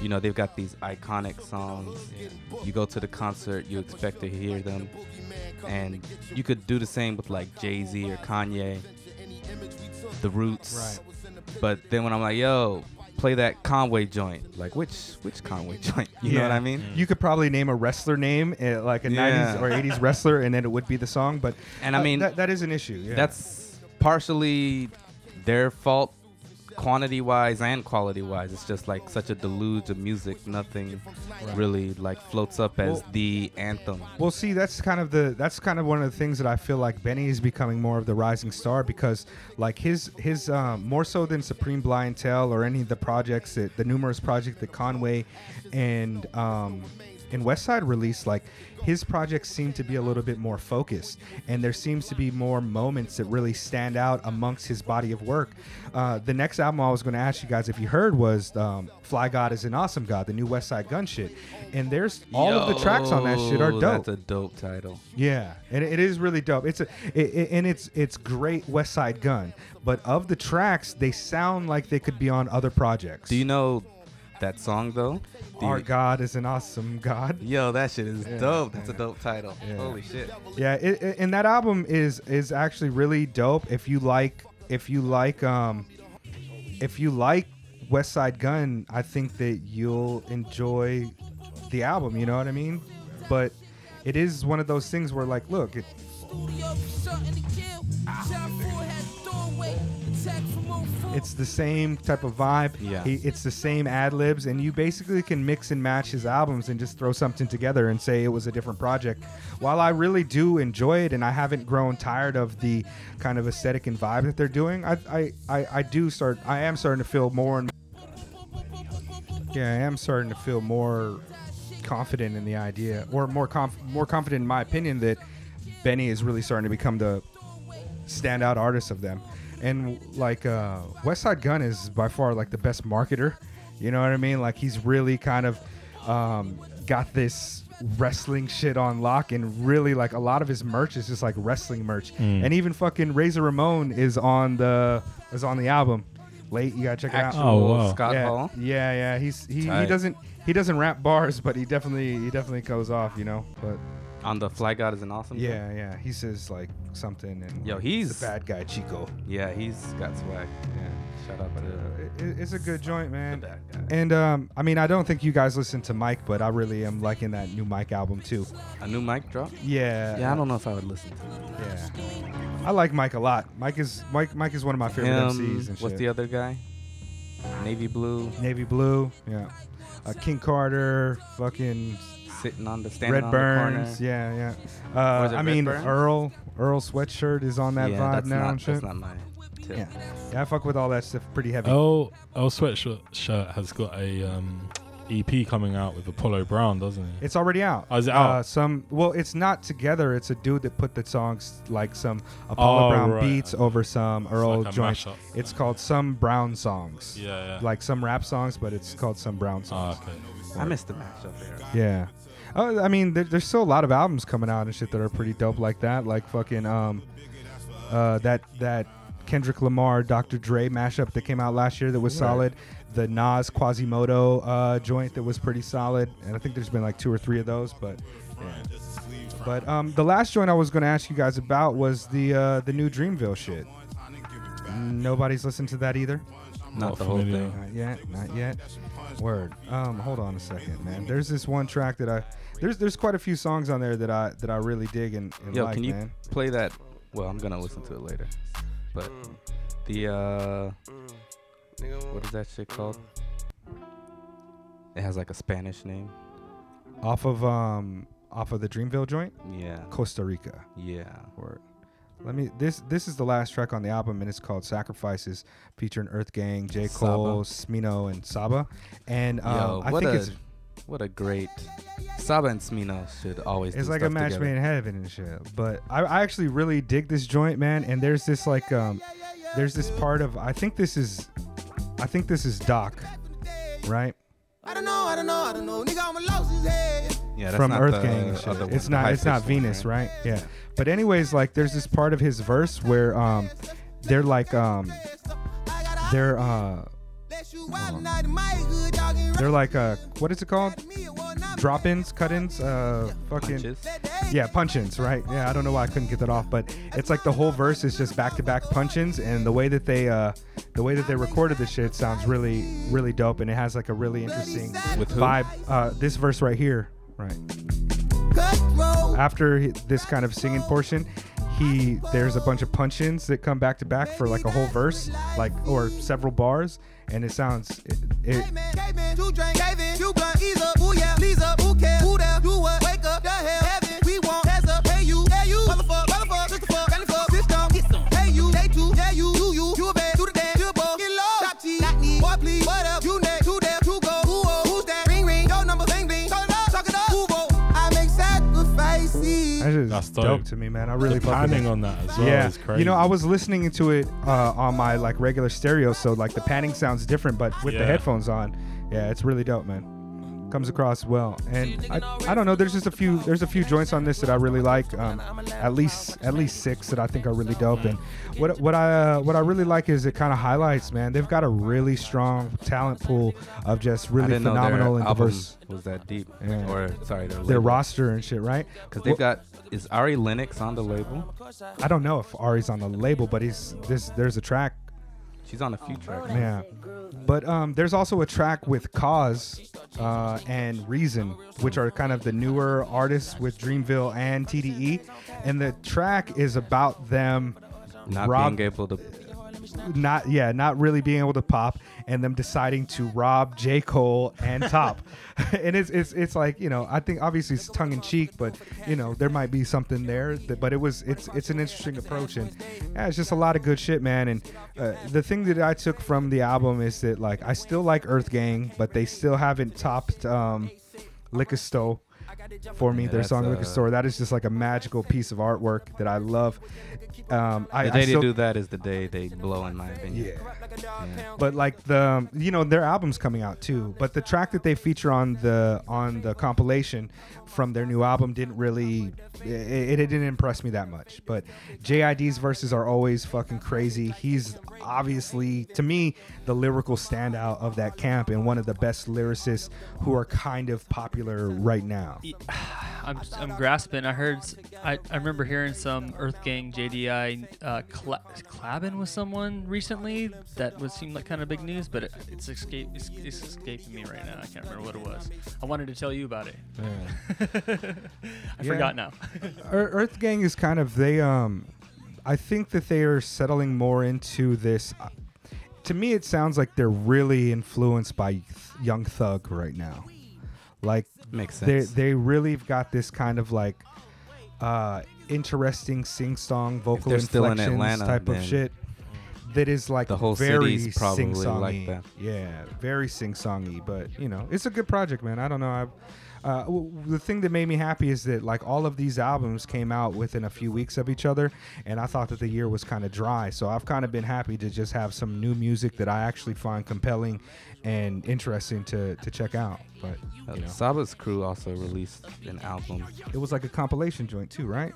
you know they've got these iconic songs you go to the concert you expect to hear them and you could do the same with like jay-z or kanye the roots but then when i'm like yo play that conway joint like which which conway joint you know what
Yeah.
i mean
You could probably name a wrestler name, eh, like a
Yeah.
90s or 80s wrestler, and then it would be the song. But
And I
uh,
mean,
that, that is an issue. Yeah.
that's partially their fault quantity wise and quality wise it's just like such a deluge of music nothing really like floats up as
Well-
the anthem
Well, see, that's kind of the that's kind of one of the things that I feel like Benny is becoming more of the rising star because, like his his um, more so than Supreme Blind Tell or any of the projects that the numerous project that Conway and um, and Westside released, like his projects seem to be a little bit more focused, and there seems to be more moments that really stand out amongst his body of work. Uh, the next album I was going to ask you guys if you heard was um, Fly God is an Awesome God, the new Westside Gun shit, and there's all of the tracks on that shit are
Yo,
dope.
that's a dope title
Yeah, and it is really dope. It's a it, it- and it's it's great West Side Gun, but of the tracks, they sound like they could be on other projects.
do you know that song though Do
Our
you-
God is an awesome God.
yo that shit is dope that's a dope title holy shit
Yeah, it, it- and that album is is actually really dope. If you like, if you like, um, if you like West Side Gun, I think that you'll enjoy the album. You know what I mean? But it is one of those things where, like, look, it, it's the same type of vibe.
Yeah.
He, it's the same ad libs, and you basically can mix and match his albums and just throw something together and say it was a different project. While I really do enjoy it, and I haven't grown tired of the kind of aesthetic and vibe that they're doing, I I, I, I do start. I am starting to feel more and yeah, I am starting to feel more confident in the idea, or more conf- more confident in my opinion that Benny is really starting to become the standout artists of them. And like uh, West Side Gun is by far like the best marketer. You know what I mean? Like he's really kind of um, got this wrestling shit on lock, and really like a lot of his merch is just like wrestling merch. And even fucking Razor Ramon is on the is on the album. Late, you gotta check it
actual
out.
Oh, wow.
scott
yeah,
hall
yeah, yeah. He's he, he
Tight.
doesn't he doesn't rap bars, but he definitely he definitely goes off. You know, but
on the fly god is an awesome
yeah, yeah. He says like something and
Yo,
like,
he's-
the bad guy Chico.
yeah he's got swag
Yeah.
shout out to
It, it- it's a good joint, man.
bad guy.
And um, I mean, I don't think you guys listen to Mike, but I really am liking that new Mike album too.
a new mic drop
Yeah,
yeah i don't know if i would listen to it.
yeah. I like Mike a lot. Mike is Mike. Mike is one of my favorite
him
MCs and
what's
shit.
the other guy navy blue
Navy Blue, yeah. Uh, King Carter, fucking
sitting on the standing
Red
on
Burns,
the corner.
yeah, yeah.
Or
Uh,
is it
I
Red
mean
Burns?
Earl, Earl sweatshirt is on that vibe
that's
now
not,
and shit.
That's not my tip.
yeah, yeah. I fuck with all that stuff pretty heavy.
L L sweatshirt shirt has got a um, EP coming out with Apollo Brown, doesn't it?
It's already out.
Oh, is it
Uh,
out?
some well, it's not together. It's a dude that put the songs like some Apollo
Oh,
Brown
right.
beats over some Earl
like a
joints.
mashup.
It's called some Brown songs.
Yeah, yeah.
Like some rap songs, but it's called some Brown
Ah,
songs.
okay.
I missed the matchup there.
Yeah. Oh, I mean, there, there's still a lot of albums coming out and shit that are pretty dope like that. Like fucking um, uh, that that Kendrick Lamar Dr. Dre mashup that came out last year that was solid. The Nas Quasimodo uh, joint that was pretty solid, and I think there's been like two or three of those, but. yeah. But um, the last joint I was going to ask you guys about was the uh, the new Dreamville shit. Nobody's listened to that either.
not the whole
familiar.
thing.
Not yet, not yet. Word. Um, hold on a second, man. There's this one track that I there's there's quite a few songs on there that I that I really dig and, and
Yo,
like,
can you
man.
play that? Well, I'm gonna listen to it later. But the uh, what is that shit called? It has like a Spanish name.
Off of um off of the Dreamville joint,
Yeah,
Costa Rica.
yeah.
Word. Let me this this is the last track on the album and it's called Sacrifices featuring Earth Gang, J.
Saba.
Cole, Smino, and Saba. And um,
Yo,
I
what
think
a
it's
what a great Saba and Smino should always.
it's
do
like a
stuff
match
together.
made in heaven and shit. But I, I actually really dig this joint, man. And there's this like um, there's this part of I think this is, I think this is Doc, right?
I don't know, I don't know, I don't know. Nigga, I'm a lousy head.
Yeah, that's
From
not
Earth
the
Gang and shit.
other one,
It's
the
not it's
high-pitched
not
one,
Venus, right? Yeah. But anyways, like there's this part of his verse where um, they're like um,
I gotta
they're uh,
let you wild and out of my good dog and
they're like uh, what is it called?
me. It won't not
Drop-ins, cut-ins, uh, fucking.
Punches.
Yeah, punch-ins, right? Yeah, I don't know why I couldn't get that off, but it's like the whole verse is just back-to-back punch-ins, and the way that they, uh, the way that they recorded this shit sounds really, really dope, and it has like a really interesting
With who?
vibe. Uh, this verse right here, right
cutthroat.
after he- this kind of singing portion. He there's a bunch of punch-ins that come back to back for like a whole verse, like or several bars, and it sounds it, it,
Cave in, two drink, cave in, two blunt, ease up, ooh yeah, please up, who care, who there, do what, wake up, the hell, heaven, we want, that's up, hey you, hey you, motherfuck, motherfuck, took the fuck, got the fuck, bitch down, get some, hey you, they too, yeah you, you, you, you a bad, do the damn, you a bug, get low, top T, not me, boy please, what up, you next, who there, who go, who oh, who's that, ring ring, your number, bling bling, talk it up, talk it up, who go, I make sacrifices.
that's just
That's
dope.
dope.
to me, man. I really
the
fuck with it.
panning on that as well
Oh,
yeah,
is crazy.
you know, I was listening to it uh, on my like regular stereo, so like the panning sounds different, but with the
Yeah.
headphones on, yeah, it's really dope, man. Comes across well, and I, I don't know. There's just a few there's a few joints on this that I really like. Um, at least at least six that I think are really dope. And what what I uh, what I really like is it kind of highlights, man. They've got a really strong talent pool of just
I
really
didn't know their
phenomenal and
album
diverse
was that deep.
Yeah.
Or sorry, their
their roster and shit, right?
because they've got is Ari Lennox on the label.
I don't know if Ari's on the label, but he's this. There's a track
She's on a few tracks.
Yeah. But um, there's also a track with Cause uh, and Reason, which are kind of the newer artists with Dreamville and TDE. And the track is about them
Not
Rob-
being able to.
not, yeah, not really being able to pop and them deciding to rob J. Cole and Top. and it's, it's, it's like, you know, I think obviously it's tongue in cheek, but, you know, there might be something there. That, but it was, it's, it's an interesting approach. And yeah, it's just a lot of good shit, man. And uh, the thing that I took from the album is that like I still like Earth Gang, but they still haven't topped um, Liquor Store for me.
Yeah,
their
that's,
song
uh,
Liquor Store that is just like a magical piece of artwork that I love. Um, I,
The
I
day they
still,
do that is the day they blow, in my opinion.
yeah. But like the um, you know their album's coming out too, but the track that they feature on the on the compilation from their new album didn't really it, it didn't impress me that much. But JID's verses are always fucking crazy. He's obviously to me the lyrical standout of that camp and one of the best lyricists who are kind of popular right now.
I'm, I'm grasping. I heard, s- I, I remember hearing some Earth Gang JDI uh, cla- collabing with someone recently that would seem like kind of big news, but it, it's, escape, it's, it's escaping me right now. I can't remember what it was. I wanted to tell you about it. I
Yeah.
forgot now.
Ear- Earth Gang is kind of they um I think that they are settling more into this uh, to me it sounds like they're really influenced by th- Young Thug right now. Like
Makes
they
sense.
they really've got this kind of like uh interesting sing-song vocal
they're
inflections
still in Atlanta,
type of
then
shit that is like
the whole
very
city's probably
sing-songy.
like that.
Yeah, very sing-songy, but you know, it's a good project, man. I don't know. I've, uh, w- w- the thing that made me happy is that like all of these albums came out within a few weeks of each other, and I thought that the year was kind of dry. So I've kind of been happy to just have some new music that I actually find compelling and interesting to to check out. But
Uh,
you know,
Saba's crew also released an album.
it was like a compilation joint too, right?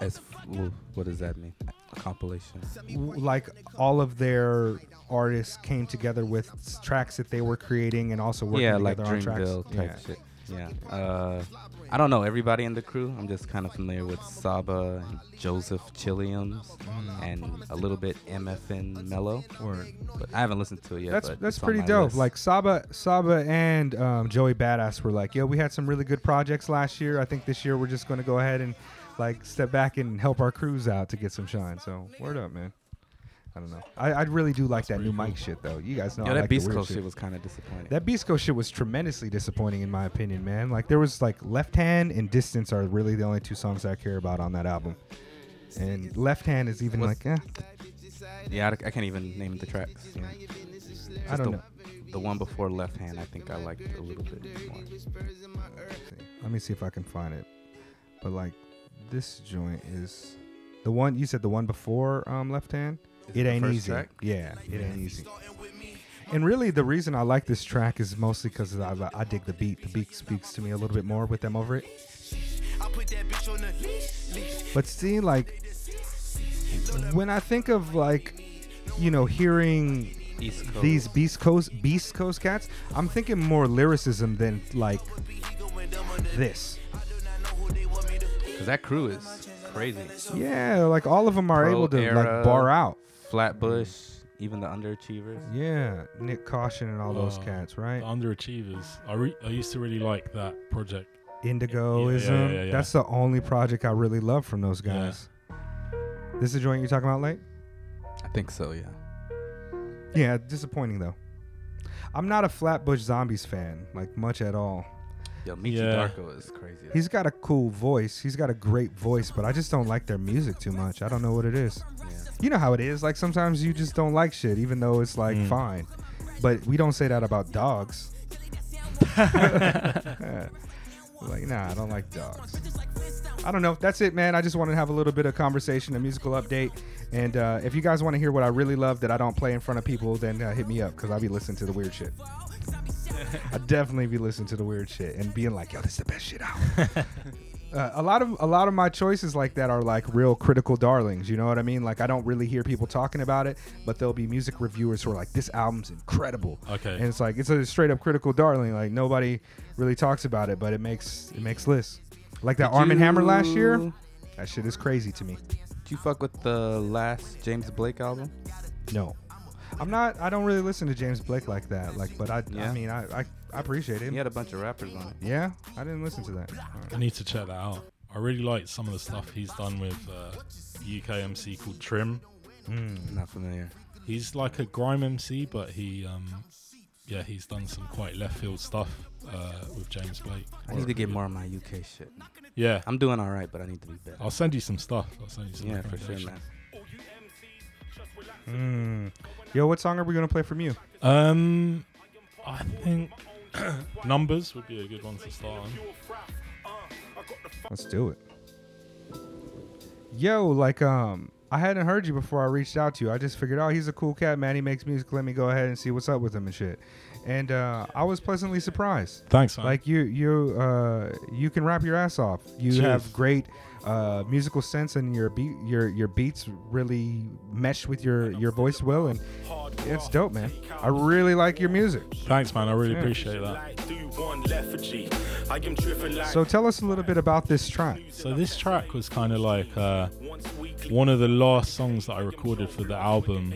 As f- w- what does that mean? A compilation.
w- like all of their artists came together with s- tracks that they were creating and also working
yeah, like
together on tracks.
Dreamville type
yeah.
shit. Yeah. Uh, I don't know everybody in the crew. I'm just kind of familiar with Saba, and Joseph Chilliams, and a little bit MFN Mello.
Mm. Word.
But I haven't listened to it yet.
That's
but
that's
it's on
pretty
my
dope.
list.
Like Saba, Saba and um, Joey Badass were like, "Yo, we had some really good projects last year. I think this year we're just going to go ahead and like step back and help our crews out to get some shine." So word up, man. I don't know. I, I really do like that new mic shit though. You guys know
Yo,
I
that
like the
Beast
weird
Coast shit was kind of disappointing.
That Beast Coast shit was tremendously disappointing in my opinion, man. Like there was like Left Hand and Distance are really the only two songs I care about on that album. And Left Hand is even
Was-
like, eh,
yeah, I, I can't even name the tracks. Yeah.
I
Just
don't
the,
know.
The one before Left Hand, I think I liked a little bit more.
Let me see if I can find it. But like this joint is the one you said the one before um, Left Hand.
Is it
It
the
ain't
first
easy.
track?
Yeah, it ain't easy. And really, the reason I like this track is mostly because I, I dig the beat. The beat speaks to me a little bit more with them over it. But see, like, when I think of, like, you know, hearing
East Coast.
these Beast Coast Beast Coast cats, I'm thinking more lyricism than, like, this.
Cause that crew is crazy.
Yeah, like, all of them are
Pro
able to,
era.
like, bar out.
Flatbush, even the underachievers.
Yeah, Nick Caution and all those
Uh,
cats,
The
right?
underachievers. I re- I used to really like that project.
Indigoism.
Yeah, yeah, yeah, yeah.
That's the only project I really love from those
Yeah.
guys. This is the joint you're talking about, late?
I think so, yeah.
Yeah, disappointing though. I'm not a Flatbush Zombies fan, like much at all.
Yo, Michi
Yeah.
Darko is crazy.
He's got a cool voice. He's got a great voice, but I just don't like their music too much. I don't know what it is. You know how it is. Like sometimes you just don't like shit, even though it's like fine. But we don't say that about dogs. like, nah, I don't like dogs. I don't know. That's it, man. I just wanted to have a little bit of conversation, a musical update. And uh, if you guys want to hear what I really love that I don't play in front of people, then uh, hit me up because I'll be listening to the weird shit. I definitely be listening to the weird shit and being like, "Yo, this is the best shit out." uh, a lot of a lot of my choices like that are like real critical darlings. You know what I mean? Like I don't really hear people talking about it, but there'll be music reviewers who are like, "This album's incredible."
Okay.
and it's like it's a straight up critical darling. Like nobody really talks about it, but it makes it makes lists. Like that
Did
Arm and Hammer last
you-
year. That shit is crazy to me.
Did you fuck with the last James Blake album?
No. I'm not. I don't really listen to James Blake like that. Like, but I.
Yeah.
I mean, I, I. I appreciate him.
He had a bunch of rappers on it.
Yeah. I didn't listen to that.
I need to check that out. I really like some of the stuff he's done with uh, UK MC called Trim.
I'm not familiar.
He's like a grime MC, but he, um, yeah, he's done some quite left field stuff uh, with James Blake.
I need to get more of my UK shit.
Yeah,
I'm doing all right, but I need to be better.
I'll send you some stuff. I'll send you some.
Yeah, for sure,
recommendations.
man.
Mm. Yo, what song are we gonna play from you?
Um, I think numbers would be a good one to start on.
Let's do it. Yo, like, um, I hadn't heard you before I reached out to you. I just figured, oh, he's a cool cat, man. He makes music. Let me go ahead and see what's up with him and shit. And uh, I was pleasantly surprised.
Thanks, man.
Like you, you, uh, you can rap your ass off. You
Cheers.
have great uh, musical sense, and your beat, your your beats really mesh with your your voice well, and it's dope, man. I really like your music.
Thanks, man. I really appreciate that.
So tell us a little bit about this track.
So this track was kind of like uh, one of the last songs that I recorded for the album,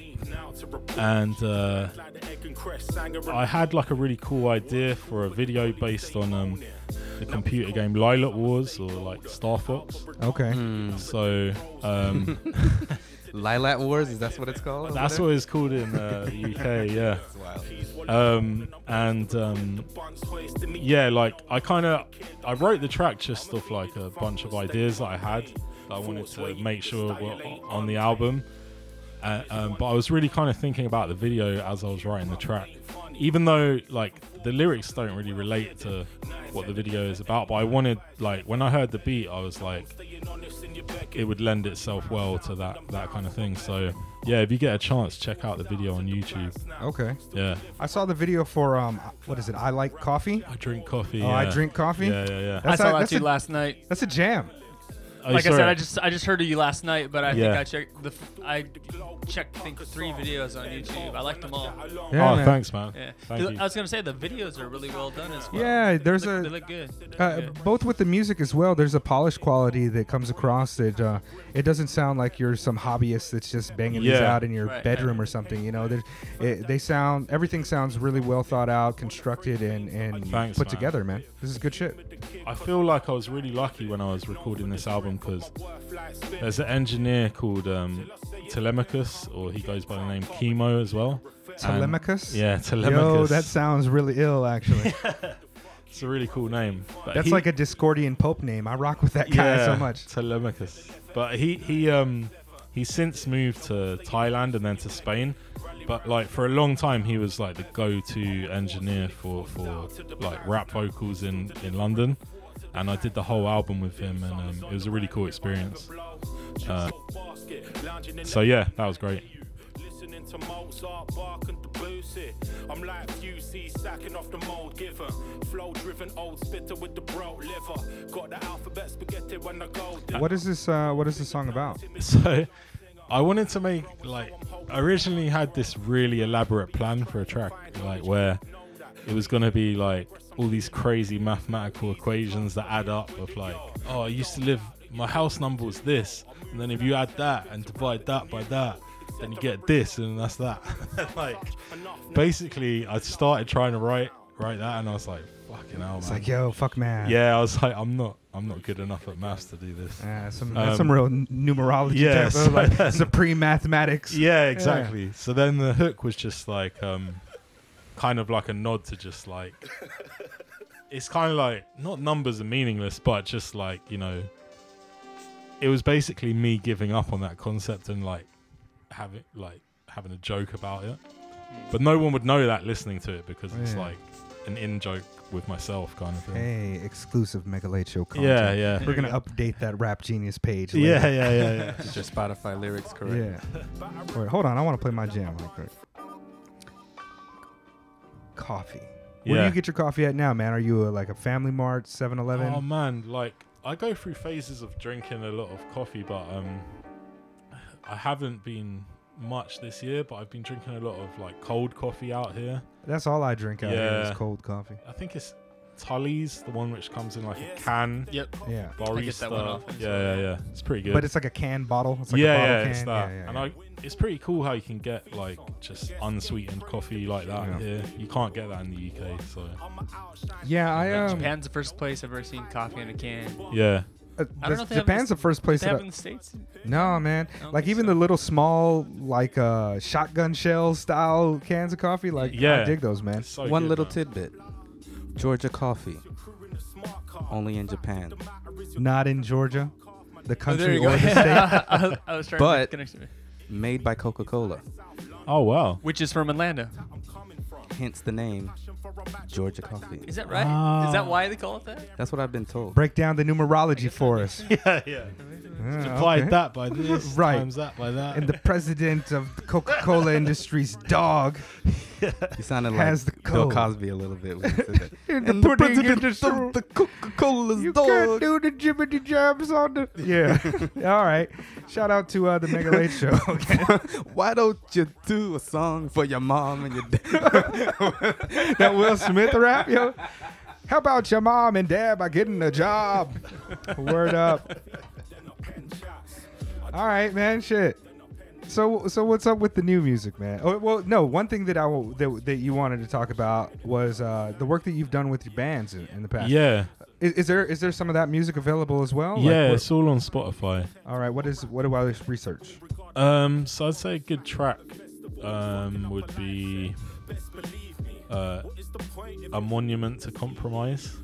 and uh, I had like a really cool idea for a video based on um, the computer game Lilac Wars or like Star Fox.
Okay.
Hmm. Mm. So um,
Lilac Wars, is that what it's called? over
that's
there?
what it's called in uh, the UK, yeah. Um, and um, yeah, like I kind of I wrote the track just off like a bunch of ideas that I had that I wanted to make sure were o- on the album. Uh, um, but I was really kind of thinking about the video as I was writing the track, even though like the lyrics don't really relate to what the video is about. But I wanted like when I heard the beat, I was like, it would lend itself well to that that kind of thing. So yeah, if you get a chance, check out the video on YouTube.
Okay.
Yeah,
I saw the video for um, what is it? I like coffee.
I drink coffee.
Oh, I
yeah.
drink coffee.
Yeah, yeah, yeah.
I
That's
saw
a-
that
that's
too
a-
last night.
That's a jam.
Oh,
Like I
sorry.
said, I just I just heard of you last night, but I
Yeah.
think I checked the f- I checked, I think, three videos on YouTube. I liked them all.
Yeah,
oh,
man.
thanks, man.
Yeah.
Thank
The-
you.
I was gonna say the videos are really well done as well.
Yeah, there's
they look,
a-
they look good. They look
Uh,
good.
both with the music as well. There's a polished quality that comes across that uh, it doesn't sound like you're some hobbyist that's just banging these
Yeah.
out in your
Right.
bedroom or something. You know, There's- it, they sound everything sounds really well thought out, constructed, and and
Thanks,
put
man.
together, man. This is good shit.
I feel like I was really lucky when I was recording this album because there's an engineer called um, Telemachus, or he goes by the name Chemo as well. And-
Telemachus.
yeah, Telemachus.
Yo, that sounds really ill, actually.
it's a really cool name. But
That's
he-
like a Discordian Pope name. I rock with that guy so much.
Telemachus. But he he um he's since moved to Thailand and then to Spain. But like for a long time, he was like the go-to engineer for for like rap vocals in in London. And I did the whole album with him, and um, it was a really cool experience. Uh, so yeah, that was great.
Listening to Mozart, Bach, and Debussy. I'm like Fusey, sacking off the mold given. Flow driven old spitter with the bro liver. Got the alphabet spaghetti when I go.
What is this? Uh, what is this song about?
So I wanted to make like I originally had this really elaborate plan for a track, like where it was gonna be like all these crazy mathematical equations that add up of like, oh, I used to live my house number was this, and then if you add that and divide that by that, then you get this and that's that. like basically I started trying to write write that and I was like, fucking hell man.
It's like, yo, fuck man.
yeah, I was like, I'm not I'm not good enough at maths to do this.
Uh, some that's
Um,
some real n- numerology
yeah,
type
so
of like
then-
supreme mathematics.
Yeah, exactly. So then the hook was just like, um, kind of like a nod to just like, it's kind of like not numbers are meaningless, but just like you know, it was basically me giving up on that concept and like having like having a joke about it, but no one would know that listening to it because it's
Hmm. Yeah.
like an in joke with myself kind of thing.
Hey, exclusive Mega Late Show content.
yeah, yeah.
We're gonna update that Rap Genius page.
Yeah,
Later.
yeah, yeah, yeah.
Is your Spotify lyrics correct?
Yeah. Wait, hold on. I want to play my jam real quick. Coffee. Where
Yeah.
do you get your coffee at now, man? Are you a, like a Family Mart, 7-Eleven?
Oh man, like I go through phases of drinking a lot of coffee, but um, I haven't been much this year. But I've been drinking a lot of like cold coffee out here.
That's all I drink out here
Yeah.
is cold coffee.
I think it's Tully's, the one which comes in like a can.
Yep.
Yeah.
Barista.
get that one often, so-
yeah, yeah, yeah. It's pretty good.
But it's like a can bottle. It's like
yeah,
a bottle
yeah,
can.
it's that.
Yeah, yeah,
and
yeah.
I, it's pretty cool how you can get like just unsweetened coffee like that
Yeah.
here. You can't get that in the UK, so
yeah, I um,
Japan's the first place I've ever seen coffee in a can.
yeah.
uh,
I don't know if they have
Japan's the
this-
first place
They
that
have
I-
in the states.
No, man.
I don't
Like
think
even the
so.
little small like uh shotgun shell style cans of coffee, like I
Yeah.
dig those, man.
It's so
One
good,
little
man.
tidbit. Georgia coffee. Only in Japan.
Not in Georgia, the
Oh, there
country
you go.
or the state.
I, I was trying to
But-
make connection,
Made by Coca Cola.
Oh wow.
which is from Atlanta.
Hence the name Georgia coffee.
Is that right? is
Ah.
that why they call it that?
That's what I've been told.
Break down the numerology for us.
Yeah, yeah.
Yeah,
Divide
okay.
that by this
Right.
times that by that.
And the president of the Coca-Cola Industries dog.
You sounded like
Has the
Bill
code.
Cosby a little bit. When you said that.
And
and
the
the
pudding
president
is
of the Coca-Cola's
You can't
dog.
do the jiminy jabs on the Yeah. All right. Shout out to uh, the Mega Late Show. Okay.
Why don't you do a song for your mom and your dad?
that Will Smith rap, yo. How about your mom and dad by getting a job? Word up. All right, man. Shit. So, so what's up with the new music, man? Oh, well, no. One thing that I will, that, that you wanted to talk about was uh, the work that you've done with your bands in, in the past.
yeah,
Is, is there is there some of that music available as well? Like,
yeah,
what-
it's all on Spotify.
all right. What is what do I research?
Um, so I'd say a good track um would be uh, a monument to compromise.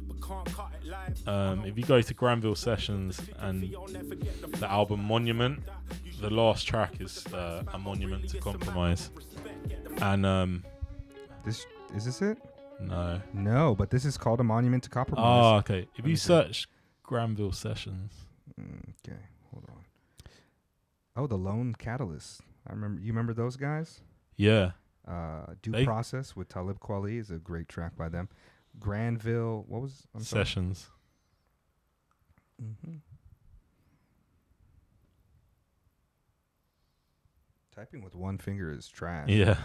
Um, if you go to Granville Sessions and the album Monument, the last track is uh, a monument to compromise. And um,
This is this it?
no,
No, but this is called a monument to
oh
compromise.
okay. If you search Granville Sessions,
Okay, hold on. Oh, the Lone Catalyst. I remember. You remember those guys?
yeah,
Uh, Due
They-
Process with Talib Kweli is a great track by them. Granville. What was? I'm sorry.
Sessions.
Mhm. Typing with one finger is trash.
Yeah.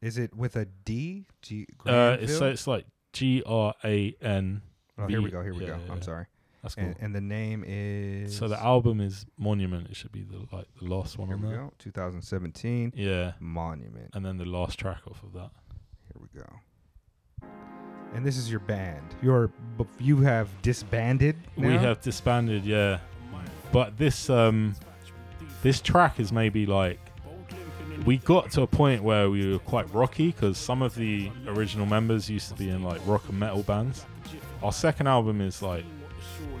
Is it with a D? G.
Uh,
Granville?
it's, so it's like G R A N.
oh, here we
V-
go. Here we
yeah,
go.
yeah,
I'm
yeah.
sorry.
That's cool.
And, and the name is.
so the album is Monument. It should be the like the last one
Here
on
we
there.
go. 2017
Yeah.
Monument.
And then the last track off of that.
Here we go. And this is your band. Your bef- you have disbanded.
We
now?
have disbanded, yeah. But this um this track is maybe like we got to a point where we were quite rocky because some of the original members used to be in like rock and metal bands. Our second album is like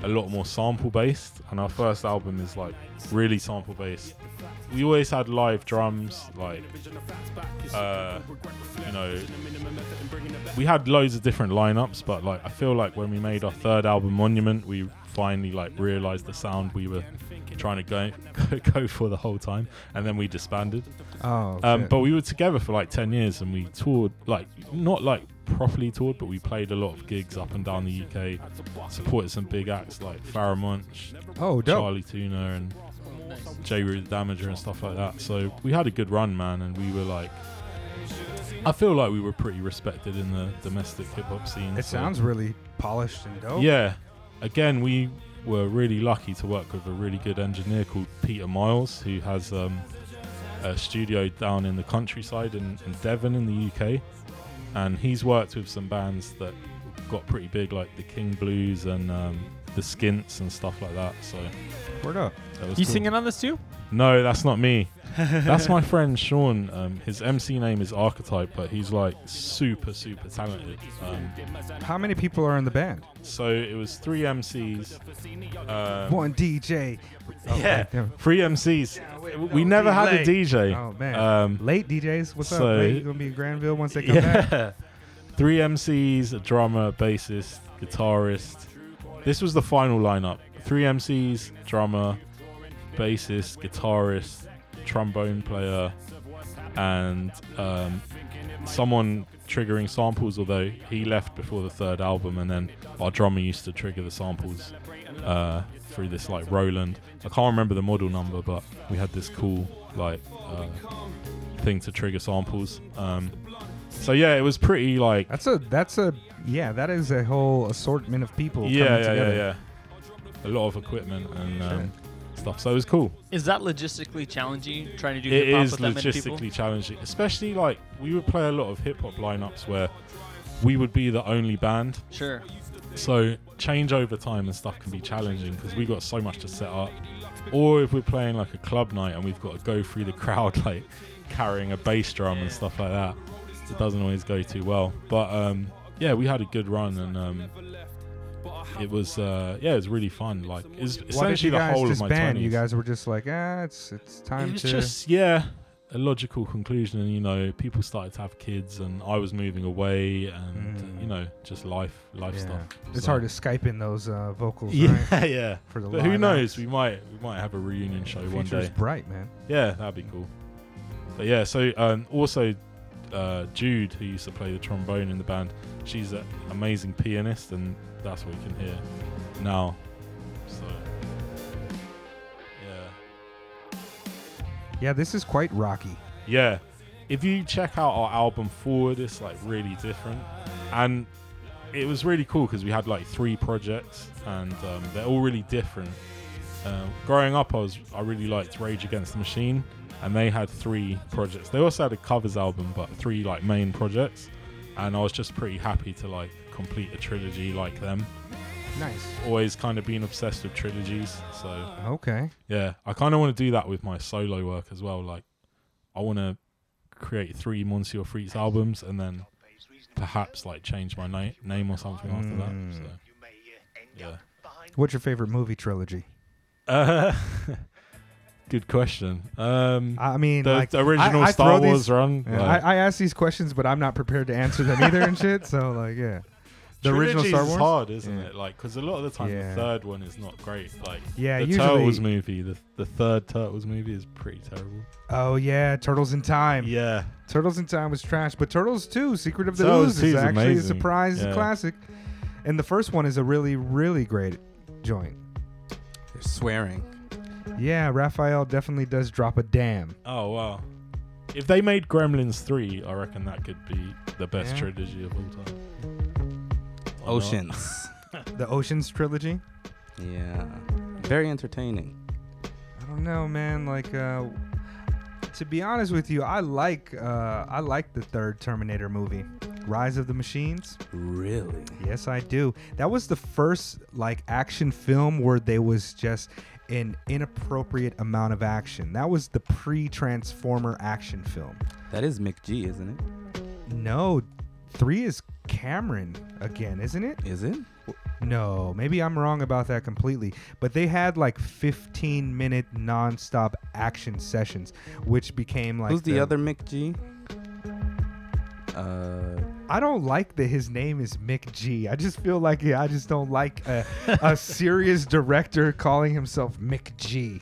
a lot more sample based, and our first album is like really sample based. We always had live drums, like uh, you know, we had loads of different lineups, but like I feel like when we made our third album, Monument, we finally like realized the sound we were trying to go go for the whole time, and then we disbanded.
Oh,
Um,
shit.
but we were together for like 10 years and we toured, like, not like properly toured, but we played a lot of gigs up and down the UK, supported some big acts like Farrah Munch,
oh, dope.
Charlie Tuna, and J. Root Damager and stuff like that. So we had a good run, man, and we were like, I feel like we were pretty respected in the domestic hip hop scene.
It
so-
sounds really polished and dope.
yeah. Again, we were really lucky to work with a really good engineer called Peter Miles, who has um, a studio down in the countryside in, in Devon in the UK. And he's worked with some bands that got pretty big, like the King Blues and um, the Skints and stuff like that. So
Word up.
that was
You
cool.
singing on this too?
No, that's not me. that's my friend Sean. Um, his MC name is Archetype, but he's like super, super talented. Um,
How many people are in the band?
so it was three MCs. Um,
One DJ. Oh,
yeah,
wait, no.
three MCs.
wait,
we
no,
never had a
delay.
DJ.
Oh man.
Um,
late DJs, what's
so-
up? Late, you gonna be in Granville once they come back.
yeah, three MCs, a drummer, bassist, guitarist. This was the final lineup: three MCs, drummer, bassist, guitarist, trombone player, and um, someone triggering samples. Although he left before the third album, and then our drummer used to trigger the samples uh, through this like Roland. I can't remember the model number, but we had this cool like uh, thing to trigger samples. Um, so yeah, it was pretty like
That's a that's a yeah. That is a whole assortment of people.
yeah,
coming
yeah, yeah,
together.
yeah. A lot of equipment and um, stuff. So it was cool.
Is that logistically challenging? Trying to do
it
hip hop
is
with that many people?
logistically challenging, especially like we would play a lot of hip hop lineups where we would be the only band.
Sure.
So change over time and stuff can be challenging because we got so much to set up. Or if we're playing like a club night and we've got to go through the crowd like carrying a bass drum and stuff like that, it doesn't always go too well. But um, yeah, we had a good run and um, it was uh, yeah, it was really fun. Like it's
Why did
essentially
you
the
guys
whole of my
disband?
twenties.
You guys were just like, ah, it's it's time
it was
to.
just yeah a logical conclusion and you know people started to have kids and i was moving away and uh,
Mm.
you know just life life
Yeah.
stuff
It's
So-
hard to Skype in those uh, vocals,
yeah
right?
yeah
For the
but who
live
knows
acts.
we might we might have a reunion show one
Future's
day
bright, man.
yeah that'd be cool but yeah so um also uh jude who used to play the trombone in the band she's an amazing pianist and that's what you can hear now so yeah
Yeah, this is quite rocky.
Yeah. If you check out our album Forward, it's like really different. And it was really cool because we had like three projects and um, they're all really different. Um, growing up, I was I really liked Rage Against the Machine, and they had three projects. They also had a covers album, but three like main projects. And I was just pretty happy to like complete a trilogy like them.
Nice.
Always kind of been obsessed with trilogies, so
Okay.
yeah, I kind of want to do that with my solo work as well. Like, I want to create three Monsieur Freaks albums and then perhaps like change my na- name or something after
Hmm.
that. So, yeah.
What's your favorite movie trilogy?
Uh, good question. Um,
I mean,
the,
like
the original
I, I
Star
throw
Wars
these-
run.
Yeah,
like,
I, I ask these questions, but I'm not prepared to answer them either and shit. So like, yeah, the original
Trilogies
Star
is
Wars.
hard, isn't
Yeah.
it? Like, because a lot of the time
Yeah.
the third one is not great. Like,
Yeah,
the
usually-
Turtles movie, the, the third Turtles movie is pretty terrible.
Oh yeah, Turtles in Time.
Yeah,
Turtles in Time was trash, but Turtles 2, Secret of the
Turtles
Ooze
2
is
is
actually a
amazing.
surprise
Yeah.
classic. And the first one is a really, really great joint.
They're swearing.
Yeah, Raphael definitely does drop a damn.
Oh wow. If they made Gremlins three, I reckon that could be the best
Yeah.
trilogy of all time.
Oh,
Or not.
Oceans.
The Oceans trilogy.
yeah. Very entertaining.
I don't know, man. Like, uh, to be honest with you, I like uh, I like the third Terminator movie, Rise of the Machines.
Really?
Yes, I do. That was the first like action film where there was just an inappropriate amount of action. That was the pre-Transformer action film.
That is Mick G, isn't it?
No, three is Cameron again, isn't it?
Is it?
No, maybe I'm wrong about that completely. But they had like 15 minute nonstop action sessions, which became like
Who's the, other Mick G? Uh,
I don't like that his name is Mick G. I just feel like yeah, I just don't like a, a serious director calling himself Mick G.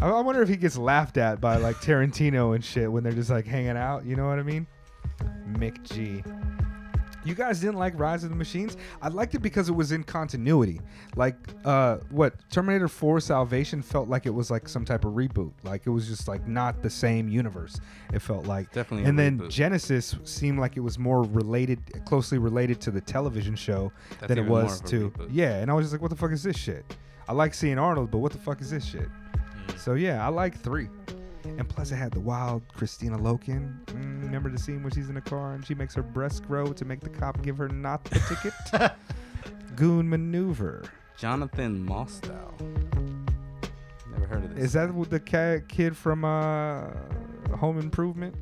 I, I wonder if he gets laughed at by like Tarantino and shit when they're just like hanging out. You know what I mean? Mick G. You guys didn't like Rise of the Machines? I liked it because it was in continuity. Like, uh, what Terminator 4 Salvation felt like it was like some type of reboot. Like it was just like not the same universe. It felt like
Definitely a
And then
reboot.
Genesis seemed like it was more related, closely related to the television show
That's
than it
even more
was
of a
to
reboot.
yeah. And I was just like, what the fuck is this shit? I like seeing Arnold, but what the fuck is this shit?
Mm.
So yeah, I like three. And plus, it had the wild Christina Loken. Mm, remember the scene where she's in the car and she makes her breast grow to make the cop give her not the ticket? Goon maneuver.
Jonathan Mostow. Never heard of this.
Is that with the ca- kid from uh, Home Improvement?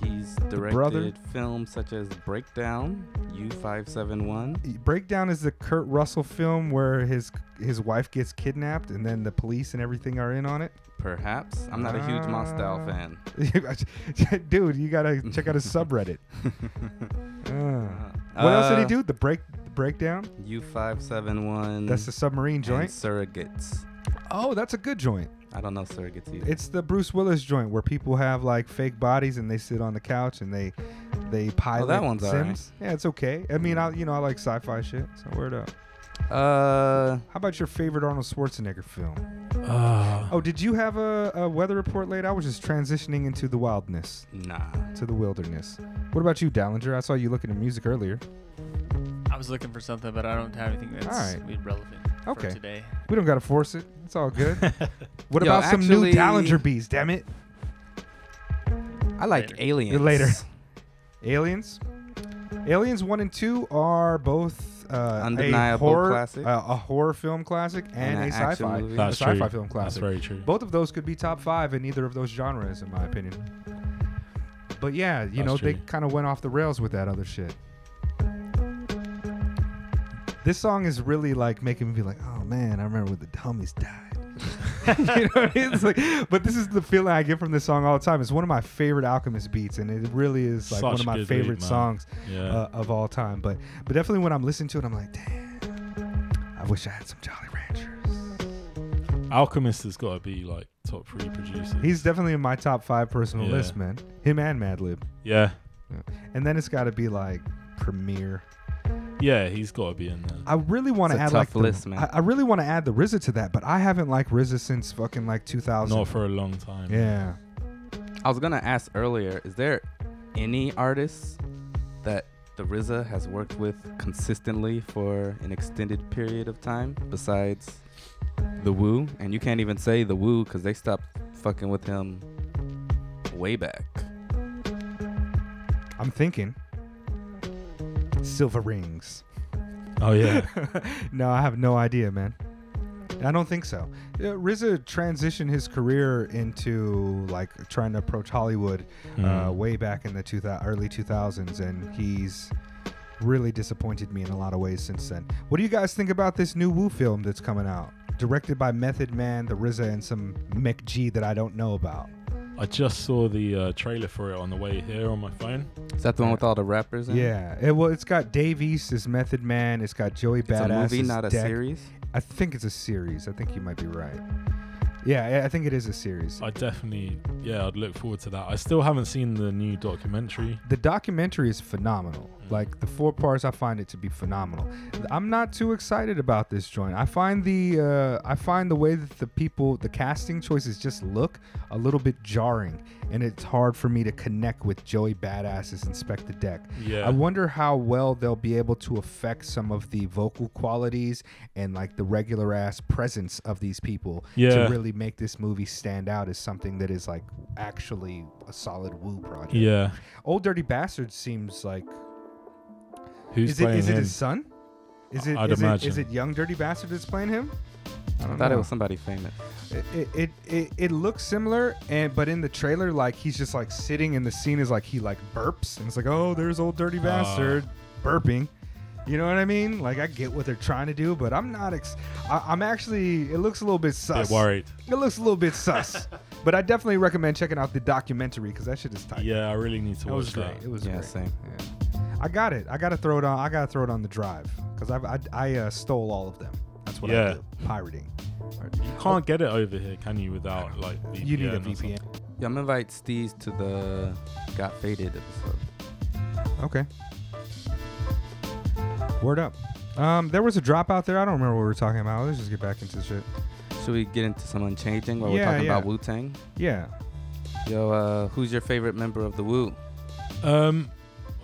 He's directed
brother?
films such as Breakdown, U571.
Breakdown is the Kurt Russell film where his his wife gets kidnapped and then the police and everything are in on it.
Perhaps. I'm not a huge Mostow
Ah.
fan.
Dude, you gotta check out his subreddit. Uh, what else did he
Uh,
do? The break breakdown.
U571.
That's the submarine
And
joint.
surrogates.
Oh, that's a good joint.
I don't know surrogates either.
It's the Bruce Willis joint where people have like fake bodies and they sit on the couch and they they pilot
Oh, one's all right.
Sims. Yeah, it's okay. I mean, I you know I like sci-fi shit. So word up.
uh,
How about your favorite Arnold Schwarzenegger film?
Ah.
Oh, did you have a, a weather report late? I was just transitioning into the wildness,
nah.
to the wilderness. What about you, Dallinger? I saw you looking at music earlier.
I was looking for something, but I don't have anything that's
All
relevant
Okay.
for today.
We don't gotta force it. It's all good. what
Yo,
about some new
actually-
Dallinger bees? Damn it,
I like
Later.
aliens.
Later. Aliens. Aliens one and two are both uh, a
Undeniable
horror,
classic.
uh, a horror film classic, and,
an
a
action
sci-fi,
movie.
a
That's
sci-fi
true.
film
That's
classic.
very true.
Both of those could be top five in either of those genres, in my opinion. But yeah, you
That's
know, they
true.
kind of went off the rails with that other shit. This song is really like making me be like, oh man, I remember when the dummies died. you know what I mean? It's like, but this is the feeling I get from this song all the time. It's one of my favorite Alchemist beats, and it really is like one
Such
of my
good
favorite
beat, man.
songs
Yeah.
uh, of all time. But but definitely when I'm listening to it, I'm like, damn, I wish I had some Jolly Ranchers.
Alchemist has got to be like top three producers.
He's definitely in my top five personal
Yeah.
list, man. Him and Madlib.
yeah,
And then it's got to be like Premiere.
yeah, he's got to be in there.
I really want to
It's a
add
tough
like the-
list, man.
I, I really want to add the RZA to that, but I haven't liked RZA since fucking like 2000.
Not for a long time.
yeah.
I was gonna ask earlier, is there any artists that the RZA has worked with consistently for an extended period of time besides the Woo? And you can't even say the Woo because they stopped fucking with him way back.
I'm thinking Silver Rings.
Oh yeah.
no, I have no idea, man. I don't think so. Uh, RZA transitioned his career into like trying to approach Hollywood uh,
Mm.
way back in the 2000, early 2000s, and he's really disappointed me in a lot of ways since then. What do you guys think about this new Wu film that's coming out? Directed by Method Man, the RZA, and some Mick G that I don't know about.
I just saw the uh, trailer for it on the way here on my phone.
Is that the one with all the rappers? In it?
Yeah, it, well, it's got Dave East as Method Man. It's got Joey
It's
Badass.
a movie,
as
not a
Deck.
series.
I think it's a series. I think you might be right. Yeah, I- I think it is a series.
I definitely, yeah, I'd look forward to that. I still haven't seen the new documentary.
The documentary is phenomenal.
Mm.
Like the four parts, I find it to be phenomenal. I'm not too excited about this joint. I find the uh, I find the way that the people, the casting choices, just look a little bit jarring, and it's hard for me to connect with Joey Badass's Inspect the Deck.
Yeah.
I wonder how well they'll be able to affect some of the vocal qualities and like the regular ass presence of these people to
Yeah.
really make this movie stand out as something that is like actually a solid woo project.
Yeah.
Old Dirty Bastard seems like
Who's
is it
playing
is
him?
it his son? Is it is it,
I'd
is
imagine.
it young Dirty Bastard that's playing him? I
I
don't
thought
know.
it was somebody famous.
It, it, it, it, it looks similar, and but in the trailer, like he's just like sitting, and the scene is like he like burps, and it's like, oh, there's old
Ah.
dirty bastard burping. You know what I mean? Like I get what they're trying to do, but I'm not. Ex- I, I'm actually. It looks a little bit sus.
Bit worried.
It looks a little bit sus, but I definitely recommend checking out the documentary because that shit is tight.
Yeah, uh, I really need to
That
watch
was great.
that.
It was
Yeah,
great.
same.
Yeah. I got it. I gotta throw it on. I gotta throw it on the drive because I I, I uh, stole all of them. That's what I
Yeah.
do. Pirating.
You can't get it over here, can you? Without like VPN
You need a
or something?
VPN.
Yeah, I'm gonna invite Steez to the Got Faded episode.
Okay. Word up. Um, there was a drop out there. I don't remember what we were talking about. Let's just get back into shit.
Should we get into some unchanging while
Yeah,
we're talking
yeah.
about Wu Tang?
Yeah.
Yo, uh, who's your favorite member of the Wu?
Um,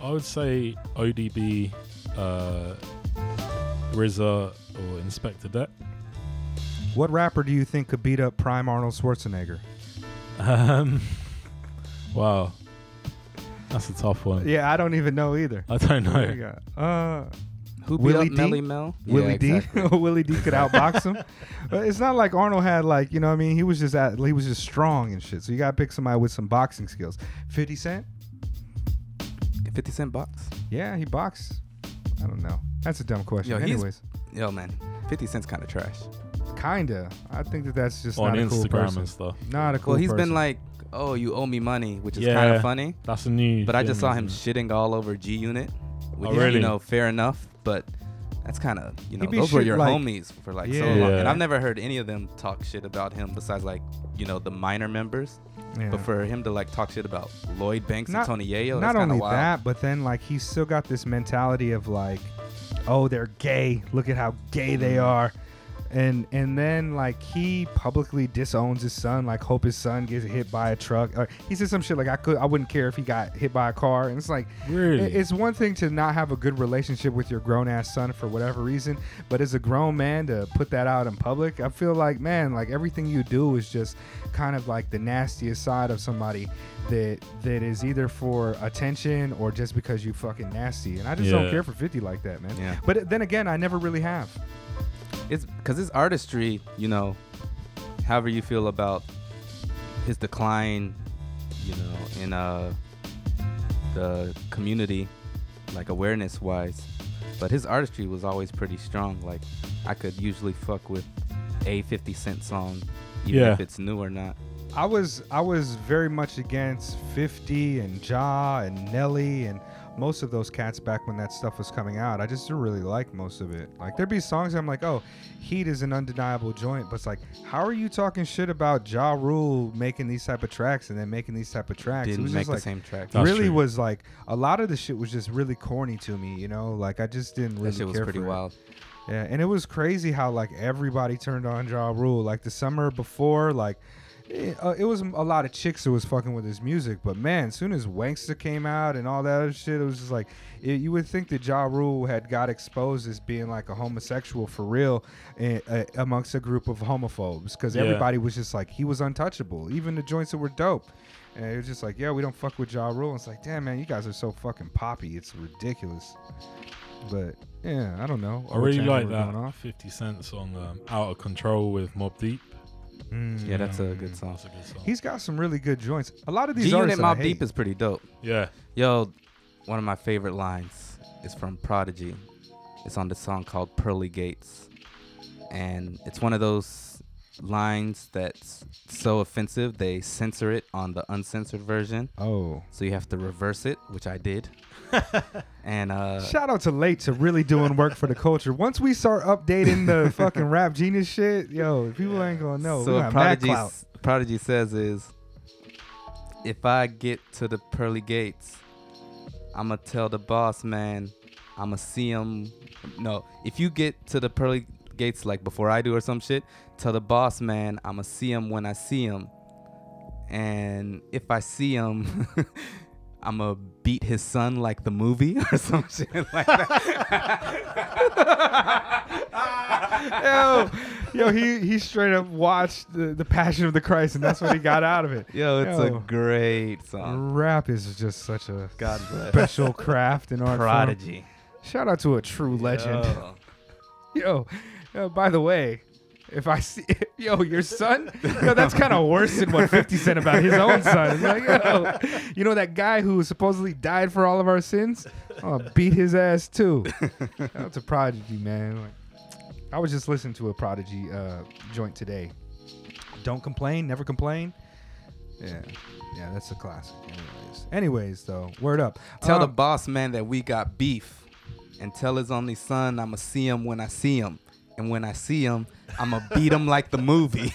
I would say ODB, uh, RZA, or Inspector Deck.
What rapper do you think could beat up Prime Arnold Schwarzenegger?
Um, wow, that's a tough one.
Yeah, I don't even know either.
I don't
What do
know.
you got? Uh,
Who beat
Willie
up
D?
Melly Mel?
Willie
yeah, exactly.
D. Willie D could outbox him. but it's not like Arnold had like you know what I mean. He was just at, he was just strong and shit. So you gotta pick somebody with some boxing skills. Fifty Cent.
50 Cent box.
Yeah, he boxed. I don't know. That's a dumb question.
Yo, he's-
Anyways,
Yo, man, 50 Cent's kind of trash.
kinda. I think that that's just
On
not a cool
Instagram
person.
and stuff.
Not a cool.
well, he's
person.
been like, oh, you owe me money, which is
Yeah.
kind of funny.
That's a new.
But I just
thing,
saw him
isn't
shitting all over G Unit, which
Oh,
is, you
really?
know, fair enough. But that's kind of you know,
be
those were
shit
your
like-
homies for like so
Yeah.
long, and
Yeah.
I've never heard any of them talk shit about him besides like you know the minor members.
Yeah.
But for him to like talk shit about Lloyd Banks
Not-
and Tony Yayo,
not
that's kind
only
of wild.
that, but then like he's still got this mentality of like, oh, they're gay. Look at how gay they
Mm.
are. And and then like he publicly disowns his son, like hope his son gets hit by a truck. Or he said some shit like I could I wouldn't care if he got hit by a car. And it's like
Really?
it- it's one thing to not have a good relationship with your grown ass son for whatever reason, but as a grown man to put that out in public, I feel like man, like everything you do is just kind of like the nastiest side of somebody that that is either for attention or just because you fucking nasty. And I just don't
Yeah.
care for 50 like that, man.
Yeah.
But then again, I never really have.
it's because his artistry, you know, however you feel about his decline, you know, in uh the community, like awareness wise. But his artistry was always pretty strong. Like I could usually fuck with a 50 Cent song, even
Yeah.
if it's new or not.
I was I was very much against 50 and Ja and Nelly and most of those cats back when that stuff was coming out. I just didn't really like most of it. Like there'd be songs I'm like, oh, Heat is an undeniable joint, but it's like, how are you talking shit about Ja Rule making these type of tracks and then making these type of tracks? it
Didn't
was
make
just
the
like
same track.
That's
really
true.
was like a lot of the shit was just really corny to me, you know. Like I just didn't really
That shit was
care
pretty
for it.
wild.
Yeah, and it was crazy how like everybody turned on Ja Rule. Like the summer before, like it, uh, it was a lot of chicks who was fucking with his music. But man, as soon as Wankster came out and all that other shit, it was just like it, you would think that Ja Rule had got exposed as being like a homosexual for real eh, uh, amongst a group of homophobes because
Yeah.
everybody was just like he was untouchable. Even the joints that were dope. And it was just like, yeah, we don't fuck with Ja Rule. And it's like, damn, man, you guys are so fucking poppy. It's ridiculous. But yeah, I don't know.
it? I really
Overtime
like
we're going
that
off.
50 Cent's on um, Out of Control with Mob Deep.
Yeah, that's a good
Mm,
song.
That's a good song.
He's got some really good joints. A lot of these
G Unit
artists
Mob
I
Deep
hate.
is pretty dope.
yeah.
Yo, one of my favorite lines is from Prodigy. It's on the song called Pearly Gates. And it's one of those lines that's so offensive, they censor it on the uncensored version.
oh.
So you have to reverse it, which I did. and uh,
Shout out to late to really doing work for the culture. Once we start updating the fucking rap genius shit, yo, people ain't gonna know.
so
we
what
got mad
Prodigy,
clout.
s- Prodigy says is, if I get to the pearly gates, I'ma tell the boss man. I'ma see him. No, if you get to the pearly gates like before I do or some shit, tell the boss man. I'ma see him when I see him. And if I see him, I'ma beat his son like the movie or some shit like
yo, yo, he he straight up watched the, the Passion of the Christ, and that's what he got out of it.
Yo, it's
Yo.
a great song.
Rap is just such a
God bless.
special craft and art form.
Prodigy.
Shout out to a true legend.
Yo.
Yo, yo, by the way, if I see, yo, your son, yo, that's kind of worse than what 50 said about his own son. It's like, yo, you know that guy who supposedly died for all of our sins? I'll beat his ass too. That's a prodigy, man. Like, I was just listening to a prodigy uh, joint today. Don't complain, never complain. Yeah, yeah, that's a classic. Anyways, anyways though, word up.
Tell the
Um,
boss man that we got beef, and tell his only son I'ma see him when I see him, and when I see him I'ma beat him like the movie.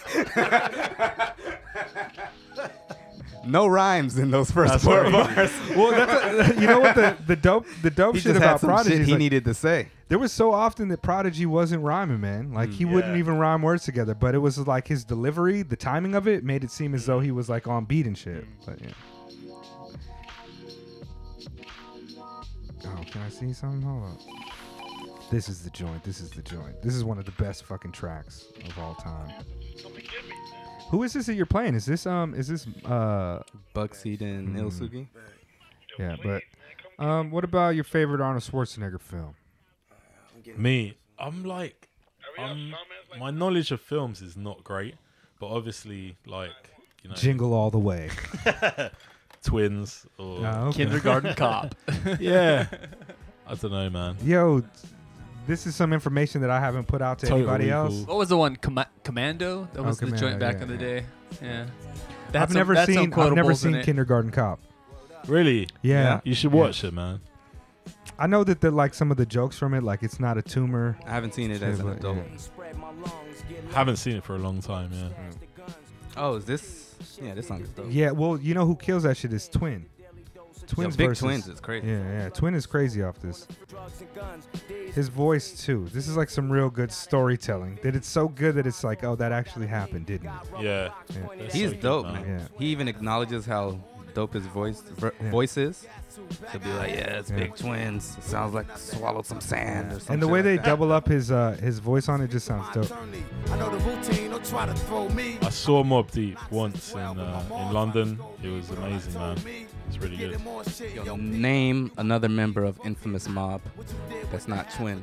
no rhymes in those first four bars.
well, that's a, Um, you know what the the dope the dope
He
shit
just had
about
some
prodigy
shit
is
he
like-
needed to say.
there was so often that Prodigy wasn't rhyming, man. Like he wouldn't even rhyme words together, but it was like his delivery, the timing of it, made it seem as though he was like on beat and shit. But yeah. Oh, can I see something? Hold up. This is the joint. This is the joint. This is one of the best fucking tracks of all time. Who is this that you're playing? Is this um? Is this uh?
Buckseed
Hmm.
and Ilsugi.
Yeah, but um. What about your favorite Arnold Schwarzenegger film?
Me, I'm like, I'm- my knowledge of films is not great, but obviously, like, you know,
Jingle All the Way.
twins or
Oh, okay.
Kindergarten cop.
yeah, I don't know, man.
yo, this is some information that I haven't put out to
Totally
anybody else.
cool.
What was the one? Com- Commando. That
Oh,
was the
Commando,
joint back
yeah,
in the
yeah.
day. Yeah.
I've never
that's
seen. I've never
quotables in
seen
it.
Kindergarten Cop.
Really,
Yeah.
you should watch it, man.
I know that the like some of the jokes from it, like it's not a tumor.
I haven't seen it as an
Yeah, but-
adult.
Haven't seen it for a long time, yeah.
Oh, is this? Yeah, this song is dope.
Yeah, well, you know who kills that shit is Twin.
Yo,
Twins
big
versus-
twins is crazy.
Yeah, yeah. Twin is crazy off this. His voice too. This is like some real good storytelling. That it's so good that it's like, oh, that actually happened, didn't it?
Yeah,
Yeah.
That's
He's
so good,
dope, man.
Yeah.
He even acknowledges how dope his voice ver-
Yeah.
voice is. He'll be like, "Yeah, it's
Yeah.
Big Twins. sounds like swallowed some sand or something."
And the way they double up his uh his voice on it just sounds dope.
I know the routine, don't try to throw me.
I saw Mob Deep once in uh, in London. It was amazing, man. It's really good.
name another member of Infamous Mob that's not twin.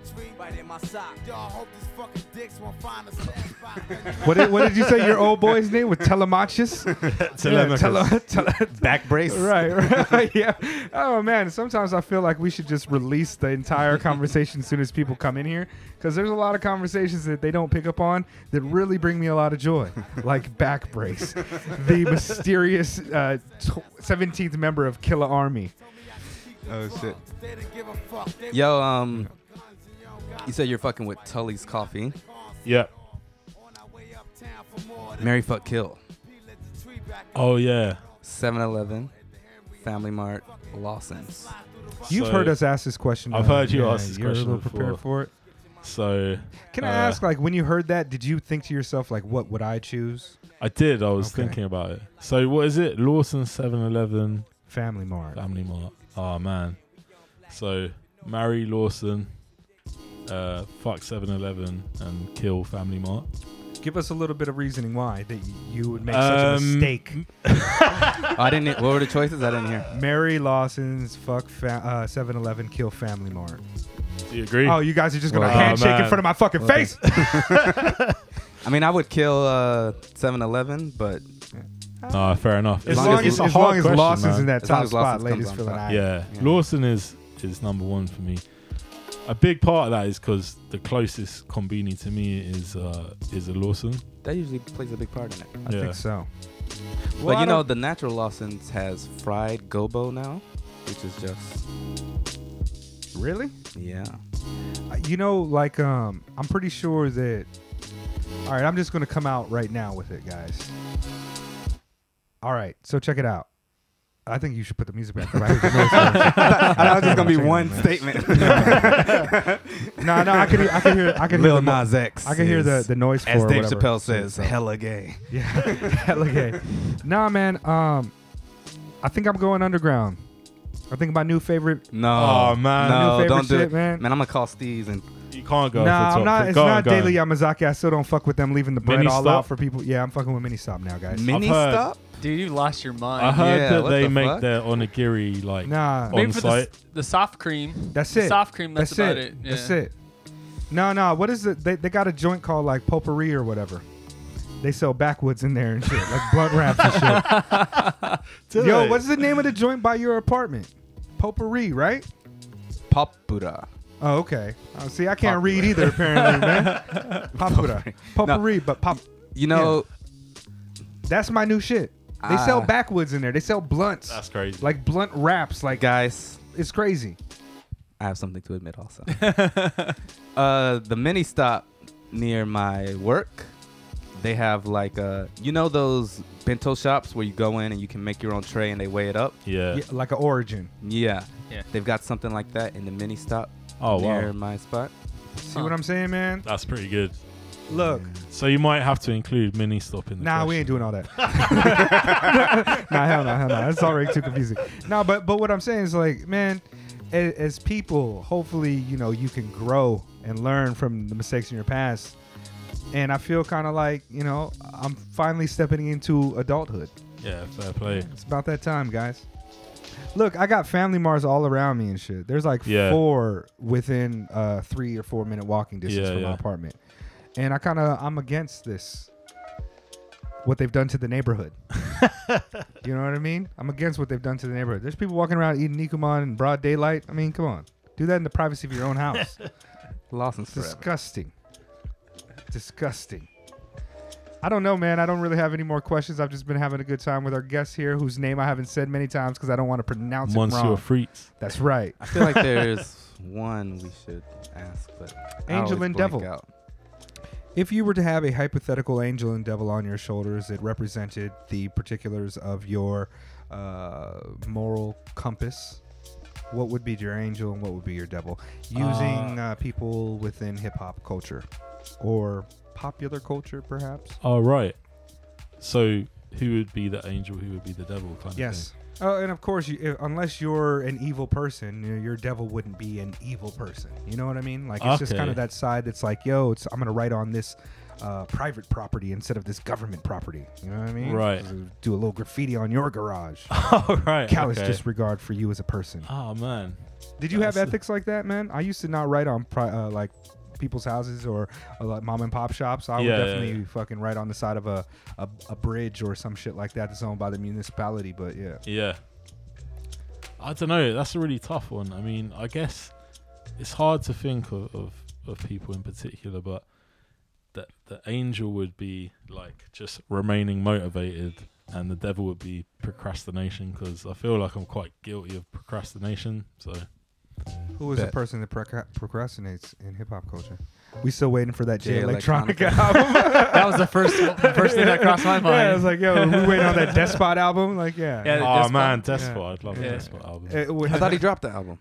What did, what did you say your old boy's name was? Telemachus?
Telemachus.
Yeah, tele- tele-
Back brace.
Right, right, yeah. Oh man, sometimes I feel like we should just release the entire conversation as soon as people come in here, because there's a lot of conversations that they don't pick up on that really bring me a lot of joy, like back brace, the mysterious uh, tw- 17th member of Killer Army.
Oh shit. Yo, um, you said you're fucking with Tully's Coffee.
Yeah.
Mary Fuck Kill.
Oh yeah.
7-Eleven. Family Mart. Lawson's.
You've
So,
heard us ask this question.
I've
uh,
heard you ask this
you're
question
a little prepared for it.
So
Can I
uh,
ask, like, when you heard that, did you think to yourself, like, what would I choose?
I did. I was
Okay.
thinking about it. So what is it? Lawson 7-Eleven
Family Mart.
Family Mart. Oh man. So marry Lawson, uh, fuck 7-Eleven, and kill Family Mart.
Give us a little bit of reasoning why that y- you would make such a
Um,
mistake.
Oh, I didn't. What were the choices? I didn't hear.
Mary Lawson's fuck fa- uh, 7-Eleven kill Family Mart.
Do you agree?
Oh, you guys are just gonna
Wow.
handshake in
man.
front of my fucking face?
I mean, I would kill uh, 7-Eleven, but
Ah, fair enough.
as
It's-
long
long
as-
as,
it's a
as,
hard
long as
question,
Lawson's
man.
in that
As long
top
as Lawson
spot,
comes
ladies
on
feel an
top.
eye.
Yeah.
Yeah.
Lawson is is number one for me. A big part of that is because the closest combini to me is uh, is a Lawson.
that usually plays a big part in it.
I
yeah.
think so.
but you know, the natural Lawson's has fried gobo now, which is just
really?
yeah.
Uh, You know, like, um, I'm pretty sure that. All right, I'm just gonna come out right now with it, guys. All right, so check it out. I think you should put the music back. up. I heard the noise. I
I was just gonna be
Change
one
the lyrics.
statement.
no, no, I could, I could hear, I could hear
Lil
the mo-
Nas X.
I could hear the,
is,
the noise.
As
floor or
Dave
whatever.
Chappelle says, hella gay.
Yeah, hella gay. Nah, man. Um, I think I'm going underground. I think my new favorite.
No.
Aw, man.
No,
New
don't
favorite
do
shit,
it.
man.
I'm going to call Steve's and
You can't go.
nah,
for
I'm
top
not.
three.
It's
Go on,
not
go on.
Daily Yamazaki. I still don't fuck with them leaving the bread
Mini
all
Stop? Mm.
out for people. Yeah, I'm fucking with mini stop now, guys.
Mini
heard-
Stop.
Dude, you lost your mind.
Ah,
I heard
Yeah,
that
what
they
the
make
fuck?
their onigiri like
Nah,
on
Maybe for the,
site.
s- the soft cream.
that's
The
it.
soft cream, that's, about it. Yeah.
That's it. No, no. What is it? They, they got a joint called like potpourri or whatever. They sell backwoods in there and shit, like blunt wraps and shit. Yo, what's the name of the joint by your apartment? Potpourri, right?
Papura.
Oh, okay. Oh, see, I can't
Popura.
read either, apparently, man. Popura. Potpourri, but pop.
You know,
That's my new shit. They sell
Ah.
backwoods in there. They sell blunts.
That's crazy.
Like blunt wraps. Like,
guys,
it's crazy.
I have something to admit also. uh, the mini stop near my work, they have like a, you know, those bento shops where you go in and you can make your own tray and they weigh it up?
yeah.
Yeah, like an origin.
Yeah.
Yeah.
They've got something like that in the mini stop
Oh
near
wow,
my spot.
See what I'm saying, man?
that's pretty good.
Look.
So you might have to include mini stop in the.
Nah, we ain't doing all that. nah, hell no, hell no. That's already too confusing. Nah, but but what I'm saying is like, man, as, as people, hopefully, you know, you can grow and learn from the mistakes in your past. And I feel kind of like, you know, I'm finally stepping into adulthood.
doing. Yeah, fair play.
It's about that time, guys. Look, I got family Mars all around me and shit. There's like
Yeah.
four within uh three or four minute walking distance
Yeah,
from my
yeah.
apartment. And I kind of I'm against this. What they've done to the neighborhood. you know what I mean? I'm against what they've done to the neighborhood. There's people walking around eating Nikuman in broad daylight. I mean, come on. Do that in the privacy of your own house.
Lawson's forever.
Disgusting. Disgusting. I don't know, man. I don't really have any more questions. I've just been having a good time with our guest here, whose name I haven't said many times because I don't want to pronounce it
Monsieur
wrong.
Freaks.
That's right.
I feel like there's one we should ask, but I
Angel
always
and
blank
devil.
out.
If you were to have a hypothetical angel and devil on your shoulders that represented the particulars of your uh, moral compass, what would be your angel and what would be your devil? Using uh, people within hip hop culture or popular culture, perhaps.
All Oh, right. So who would be the angel? Who would be the devil? Kind of
Yes. Oh, and of course, you, i- unless you're an evil person, you know, your devil wouldn't be an evil person. You know what I mean? Like it's just kind
Okay.
of that side that's like, yo, it's, I'm gonna write on this uh, private property instead of this government property. You know what I mean?
Right.
Just uh, Do a little graffiti on your garage.
Thing. All right.
Callous
okay.
disregard for you as a person.
Oh man.
Did you have
That's-
ethics like that, man? I used to not write on pri- uh, like people's houses or uh, like mom and pop shops. I
Yeah,
would
yeah,
definitely
yeah.
fucking write on the side of a, a a bridge or some shit like that that's owned by the municipality. But yeah.
Yeah. I don't know. That's a really tough one. I mean, I guess it's hard to think of, of, of people in particular, but the, the angel would be like just remaining motivated, and the devil would be procrastination because I feel like I'm quite guilty of procrastination. So,
Who is the
Bet.
person that proca- procrastinates in hip hop culture? We still waiting for that J
Jay
Electronica
Electronica.
album.
That was the first the first thing that crossed my mind.
yeah, I was like, yo, we waiting on that Despot album. Like, yeah.
Yeah,
oh
Despot-
man, Despot. I'd love
Yeah.
a Despot album.
It would-
I thought he dropped the album.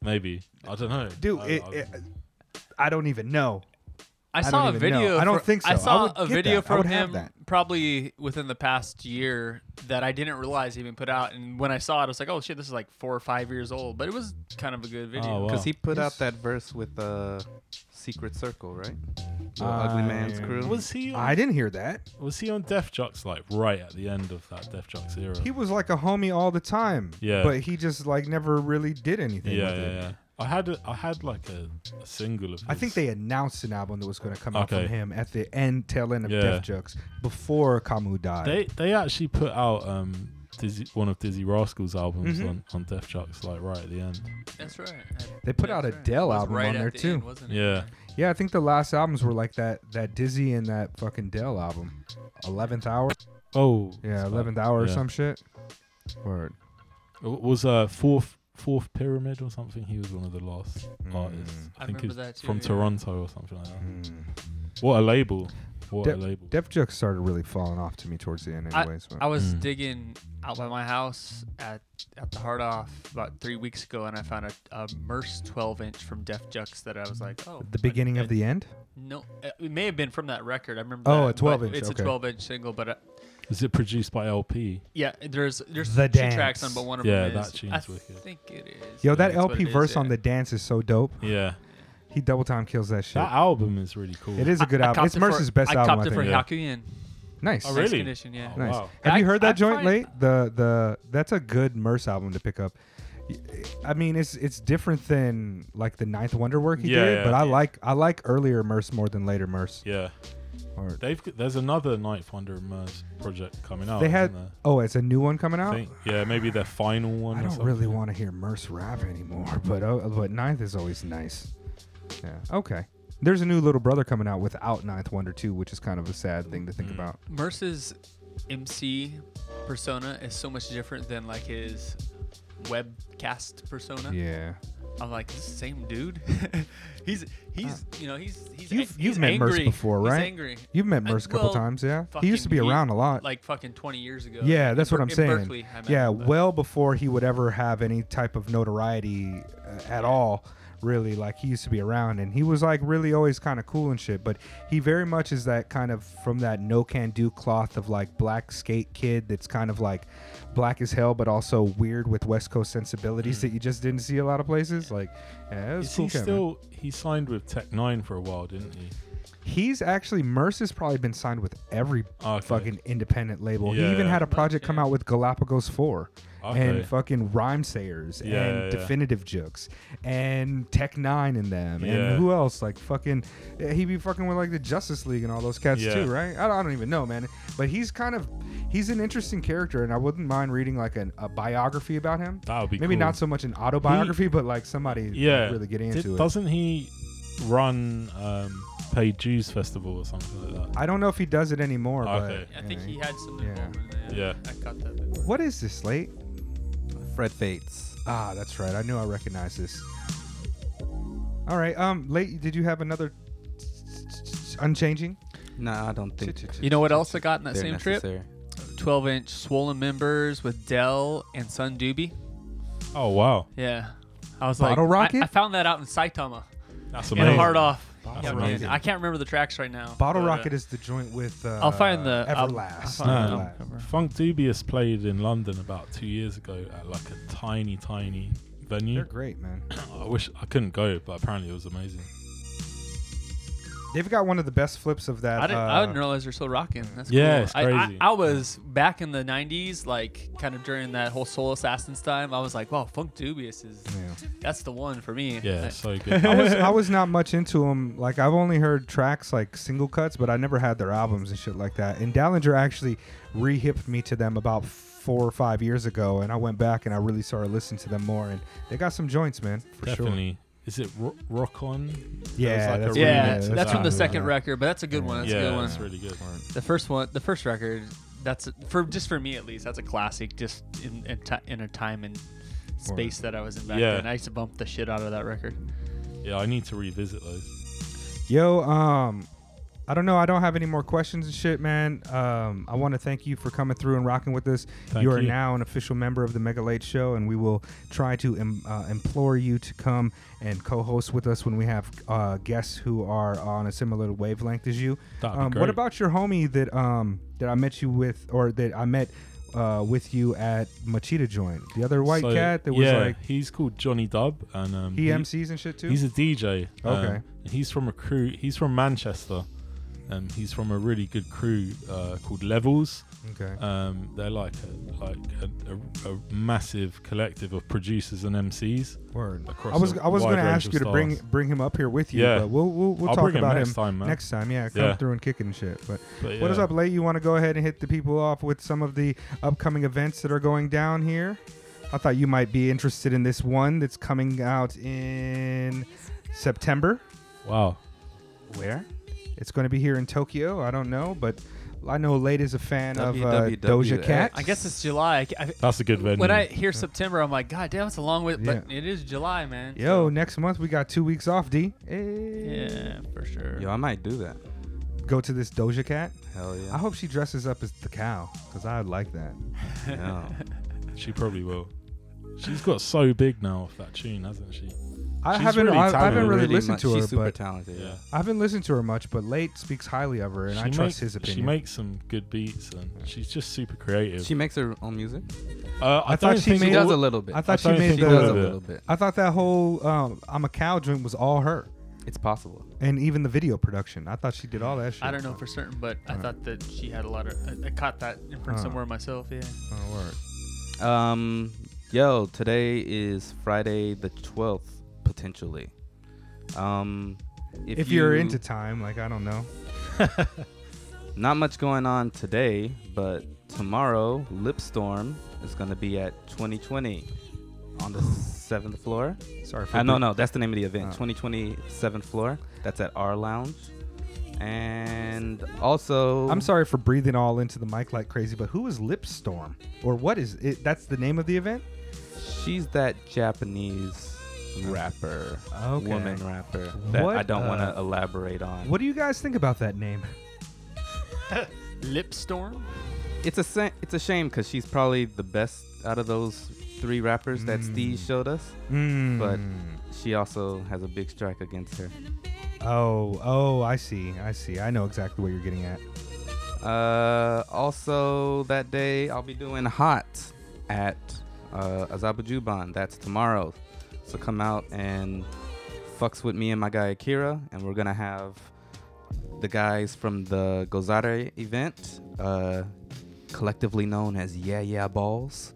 Maybe. I don't know.
dude,
I,
it,
I-
it, I don't even know.
I
don't
saw a
even
video.
know. I don't
fr-
think so.
I
I
saw
would
a
get
video
that. I
from
would have
him
that.
probably within the past year that I didn't realize he even put out. And when I saw it, I was like, "Oh shit, this is like four or five years old." But it was kind of a good video.
Oh, wow.
Because he put
He's-
out that verse with uh, Secret Circle, right? The
Ah,
Ugly Man's
I-
crew.
was he on,
I didn't hear that.
was he on Def Jux like right at the end of that Def Jux era?
He was like a homie all the time.
Yeah.
But he just like never really did anything
yeah,
with
yeah,
it.
yeah. I had a, I had like a, a single of.
I think
his.
they announced an album that was going to come out
Okay.
from him at the end, tail end of
Yeah.
Def Jux before Kamu died.
they they actually put out um Dizzy, one of Dizzy Rascal's albums
Mm-hmm.
on on Def Jux like right at the end.
That's right.
They put out a Dell
It was
album
right
on
at
there
the
too.
end, wasn't it?
Yeah,
Yeah, I think the last albums were like that that Dizzy and that fucking Dell album. Eleventh hour.
Oh
Yeah,
it's
eleventh
like-
hour or
yeah.
some shit. Word.
W- Was uh fourth fourth pyramid or something? He was one of the last artists.
I
I think
remember
he's
that too,
from
yeah.
Mm-hmm. Toronto or something like that. What a label! What a
Def,
label.
Hmm. Def Jux started really falling off to me towards the end,
I-
anyways. but-
I was
Mm.
digging out by my house at, at the Hard Off about three weeks ago, and I found a, a Merce 12 inch from Def Jux that I was like, oh.
the beginning of the end.
No, uh, it may have been from that record. I remember.
Oh,
that,
a 12
but
inch,
It's
okay.
a 12 inch single, but uh,
Is it produced by LP?
yeah, there's there's
The
two tracks
Dance.
on, but one of
Yeah,
them is.
that tune's
I
wicked.
think it is.
Yo,
I
that
think that's what
LP
it is,
verse on
yeah.
the dance is so dope.
Yeah.
He double time kills that shit.
That album is really cool.
it is a good
I- I
album.
copped
It's
it for-
Mercer's best
I
album.
copped
I
it
think.
for
Yeah.
Hakuyin.
Nice.
Oh,
Nice
really?
condition, yeah.
Oh,
Nice.
wow.
Have you
I-
heard that
I
joint
find-
late? The the that's a good Merce album to pick up. Y- I mean, it's it's different than like the Ninth Wonder work he
Yeah,
did,
yeah.
but I like I like earlier Merce more than later Merce.
Yeah.
Or-
They've g- there's another Ninth Wonder Merce project coming out.
they had
isn't there?
oh, it's a new one coming
I
out.
think. Yeah, maybe their final one.
I
or
don't
something.
really want to hear Merce rap anymore, but oh, but Ninth is always nice. Yeah. Okay. There's a new Little Brother coming out without Ninth Wonder too, which is kind of a sad thing to think about.
Merce's MC persona is so much different than like his webcast persona.
Yeah.
I'm like, this is the same dude. he's he's you know he's he's
Ah. You've-
he's
you've met Merce
angry.
before, right?
He's angry.
You've met
Uh,
Merce a couple
well,
times, yeah. He
fucking
used to be around a lot.
Like fucking 20 years ago.
Yeah, that's
In
what I'm
Ber- in
saying.
Berkeley, I met
yeah,
him, but-
well before he would ever have any type of notoriety uh, at all, really. Like he used to be around, and he was like really always kind of cool and shit. But he very much is that kind of from that no can do cloth of like black skate kid that's kind of like black as hell, but also weird with West Coast sensibilities that you just didn't see a lot of places. Like, Mm. yeah, it was
Is
cool.
he
cat, man.
still? He signed with Tech Nine for a while, didn't he?
He's actually Merce has probably been signed with every
Okay.
fucking independent label.
Yeah,
he even
yeah.
had a project come out with Galapagos Four,
Okay.
and fucking Rhyme Sayers,
Yeah,
and
yeah, yeah.
Definitive Jokes, and Tech Nine in them,
Yeah.
and who else? Like fucking, yeah, he be fucking with like the Justice League and all those cats
Yeah.
too, right? I don't, I don't even know, man. But he's kind of he's an interesting character, and I wouldn't mind reading like an, a biography about him.
That would be
Maybe
cool.
not so much an autobiography, but like somebody
Yeah.
really get
Did-
into it.
Doesn't he run um, Paid Jews Festival or something like that?
I don't know if he does it anymore,
Okay.
but
I think
yeah,
he had some
yeah.
involvement in that.
Yeah.
I caught that. Before.
What is this, Slate?
Fred Fates.
Ah, that's right. I knew I recognized this. All right. Um, late. Did you have another unchanging?
No, I don't think
You know what else I got in that
they're
same trip?
necessary.
12 inch Swollen Members with Dell and Sun Doobie.
Oh wow,
Yeah. I was
Bottle
like,
Rocket?
I, I found that out in Saitama.
that's
In
amazing.
a hard off. Yeah,
Rocket.
man. I can't remember the tracks right now.
Bottle
but, uh,
Rocket is the joint with. Uh,
I'll find the I'll-
Everlast.
I'll find the
No.
album cover.
Funk Dubious played in London about two years ago at like a tiny, tiny venue.
They're great, man.
I wish I couldn't go, but apparently it was amazing.
They've got one of the best flips of that.
I didn't,
uh,
I didn't realize they're still rocking. That's
Yeah,
cool.
it's
I- I,
crazy.
I, was back in the '90s, like kind of during that whole Soul Assassins time. I was like, "Wow, Funk Dubious is that's the one for me."
Yeah,
I-
it's so good.
I was I was not much into them. Like I've only heard tracks like single cuts, but I never had their albums and shit like that. And Dallinger actually rehipped me to them about four or five years ago, and I went back and I really started listening to them more. And they got some joints, man, for sure.
Definitely. Is it ro- Rock On?
Yeah,
There
that's-
was, a
yeah,
remix
that's,
of
that's
from
that.
the second record, but that's a good one. That's
yeah,
a good one.
it's really good.
The first one, the first record, that's a, for just for me at least. That's a classic, just in in, ti in a time and space that I was in back
Yeah.
then. I used to bump the shit out of that record.
Yeah, I need to revisit those.
Yo, um, I don't know. I don't have any more questions and shit, man. Um, I want to thank you for coming through and rocking with us.
Thank
you are
you.
now an official member of the Mega Late Show, and we will try to im- uh, implore you to come and co-host with us when we have uh, guests who are on a similar wavelength as you.
That'd be
um, What
great.
about your homie that um that I met you with, or that I met uh, with you at Machita Joint, the other white
So,
cat that was
yeah,
like
he's called Johnny Dub, and um,
he MCs and shit too.
He's a DJ. um,
Okay.
and he's from a crew. He's from Manchester. Um, he's from a really good crew uh, called Levels.
okay.
Um, they're like a, like a, a, a massive collective of producers and MCs.
Word.
across
I was
a
I was
wide
going to
range
ask
of
you to bring
styles.
bring him up here with you,
Yeah.
but we'll we'll, we'll
I'll
talk
bring him
about
next time, man.
next time, yeah, come
Yeah.
through and kick it and shit. But,
But
what is
yeah.
up, Lay? You want to go ahead and hit the people off with some of the upcoming events that are going down here? I thought you might be interested in this one that's coming out in September.
Wow.
Where? It's going to be here in Tokyo. I don't know, but I know Late is a fan of uh, Doja
WWF.
Cat.
I guess it's July. I ca- I-
That's a good venue.
when I hear September, I'm like, God damn, it's a long way, but
Mm-hmm. Yeah.
it is July, man.
Yo,
so-
next month we got two weeks off, D. Hey.
yeah, for sure.
Yo, I might do that.
go to this Doja Cat.
Hell
I
yeah.
hope she dresses up as the cow because I'd like that.
Yeah.
She probably will. She's got so big now off that tune, hasn't she?
I
She's
haven't.
really
I, I haven't
talented.
really,
Really
listened
mu-
to her,
She's super
but
talented. Yeah.
Yeah.
I haven't listened to her much. But Late speaks highly of her, and
she
I trust
makes-
his opinion.
She makes some good beats, and she's just super creative.
She makes her own music.
uh, I,
I thought
don't
she
think
She
made-
all-
does a little bit.
I thought
I
she
don't
made
think
she does a
the.
bit.
little bit.
I thought that whole um, "I'm a cow" joint was all her,
It's possible.
and even the video production. I thought she did all that shit.
I don't know for certain, but I thought that she had a lot of. I, I caught that in
Uh.
print somewhere myself. Yeah.
Oh, word.
Um, yo, today is Friday the twelfth, potentially. Um, if,
If, you're
you-
into time, like I don't know.
not much going on today, but tomorrow Lipstorm is gonna be at 2020 on the seventh floor.
Sorry. For
Uh, no,
br-
no, that's the name of the event.
Oh.
2020 seventh floor. That's at our lounge. And also,
I'm sorry for breathing all into the mic like crazy, but who is Lipstorm or what is it? That's the name of the event.
She's that Japanese rapper,
Okay.
woman rapper that
What,
I don't want
uh,
to elaborate on.
What do you guys think about that name?
Lip storm.
It's a sa- it's a shame because she's probably the best out of those three rappers that
Mm.
Steve showed us. But she also has a big strike against her.
Oh, oh, I see. I see. I know exactly what you're getting at.
Uh, also that day I'll be doing hot at uh, Azabu Juban. That's tomorrow. So come out and fucks with me and my guy Akira, and we're gonna have the guys from the Gozare event, uh, collectively known as Yeah Yeah Balls.